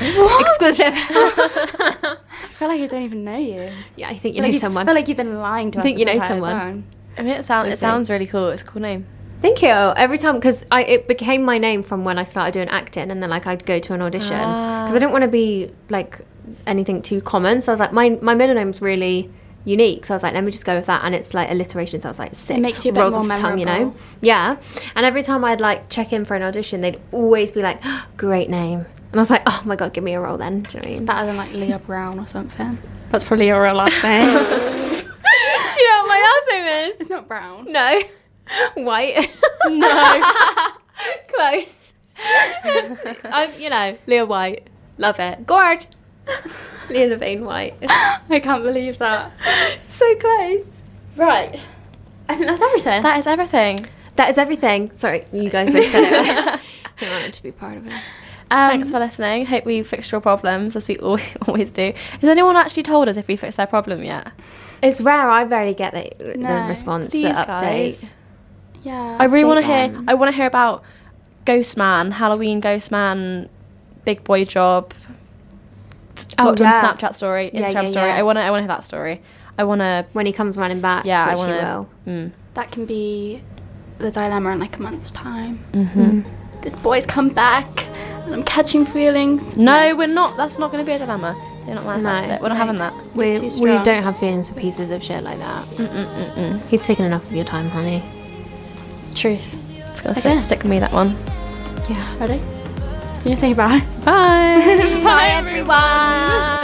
Speaker 3: Exclusive.
Speaker 2: I feel like I don't even know you.
Speaker 3: yeah, I
Speaker 2: I feel
Speaker 3: think you
Speaker 2: like
Speaker 3: know
Speaker 2: you-
Speaker 3: someone.
Speaker 2: I feel like you've been lying to
Speaker 3: I
Speaker 2: us.
Speaker 3: think you
Speaker 2: this
Speaker 3: know
Speaker 2: entire
Speaker 3: someone.
Speaker 2: time.
Speaker 4: I mean, it, sound,
Speaker 3: We'll
Speaker 4: it
Speaker 3: see.
Speaker 4: sounds really cool. It's a cool name.
Speaker 3: Thank you. Every time, because I it became my name from when I started doing acting, and then like I'd go to an audition
Speaker 2: Ah.
Speaker 3: because I didn't want to be like anything too common. So I was like, my my middle name's really unique. So I was like, let me just go with that, and it's like alliteration. So I was like, sick.
Speaker 2: makes you a bit
Speaker 3: Rolls
Speaker 2: more
Speaker 3: off the tongue, you know?
Speaker 2: memorable.
Speaker 3: Yeah. And every time I'd like check in for an audition, they'd always be like, great name, and I was like, oh my god, give me a role then. Do you know what I mean?
Speaker 2: It's better than like Leah Brown or something. That's probably your real last name.
Speaker 3: Do you know what my last name is?
Speaker 2: it's not Brown.
Speaker 3: No. White.
Speaker 2: No.
Speaker 3: Close. I'm, you know, Leah White. Love it. Gorge. Leah Levine White.
Speaker 2: I can't believe that.
Speaker 3: so close.
Speaker 2: Right. I think that's everything.
Speaker 4: That is everything.
Speaker 3: That is everything. Sorry, you guys both said it. I wanted to be part of it. Um,
Speaker 4: Thanks for listening. Hope we fixed your problems as we al- always do. Has anyone actually told us if we fixed their problem yet?
Speaker 3: It's rare. I rarely get the,
Speaker 2: No.
Speaker 3: the response, the
Speaker 4: These
Speaker 3: update.
Speaker 4: guys.
Speaker 2: yeah.
Speaker 4: I really
Speaker 3: Update
Speaker 4: want to hear.
Speaker 3: them.
Speaker 4: I want to hear about Ghost Man, Halloween Ghost Man, Big Boy Job.
Speaker 3: Oh,
Speaker 4: Oh,
Speaker 3: yeah.
Speaker 4: Snapchat story, Instagram
Speaker 3: Yeah, yeah,
Speaker 4: story.
Speaker 3: yeah.
Speaker 4: I want to. I want to hear that story. I want to.
Speaker 3: When he comes running back,
Speaker 4: Yeah,
Speaker 3: which
Speaker 4: I
Speaker 3: he
Speaker 4: want
Speaker 3: will.
Speaker 4: to. Mm.
Speaker 2: that can be the dilemma in like a month's time.
Speaker 3: Hmm.
Speaker 4: Mm-hmm.
Speaker 2: This boy's come back. and I'm catching feelings.
Speaker 4: No, we're not. That's not going to be a dilemma. They're not manifest
Speaker 3: No.
Speaker 4: it. We're not having that.
Speaker 3: We,
Speaker 2: too
Speaker 3: we
Speaker 2: strong.
Speaker 3: don't have feelings for pieces of shit like that.
Speaker 4: Mm-mm-mm-mm.
Speaker 3: He's taken enough of your time, honey.
Speaker 2: Truth.
Speaker 4: It's going to
Speaker 2: Okay.
Speaker 4: stick with me that one.
Speaker 2: Yeah. Ready? Can you say bye?
Speaker 4: Bye.
Speaker 3: Bye, everyone.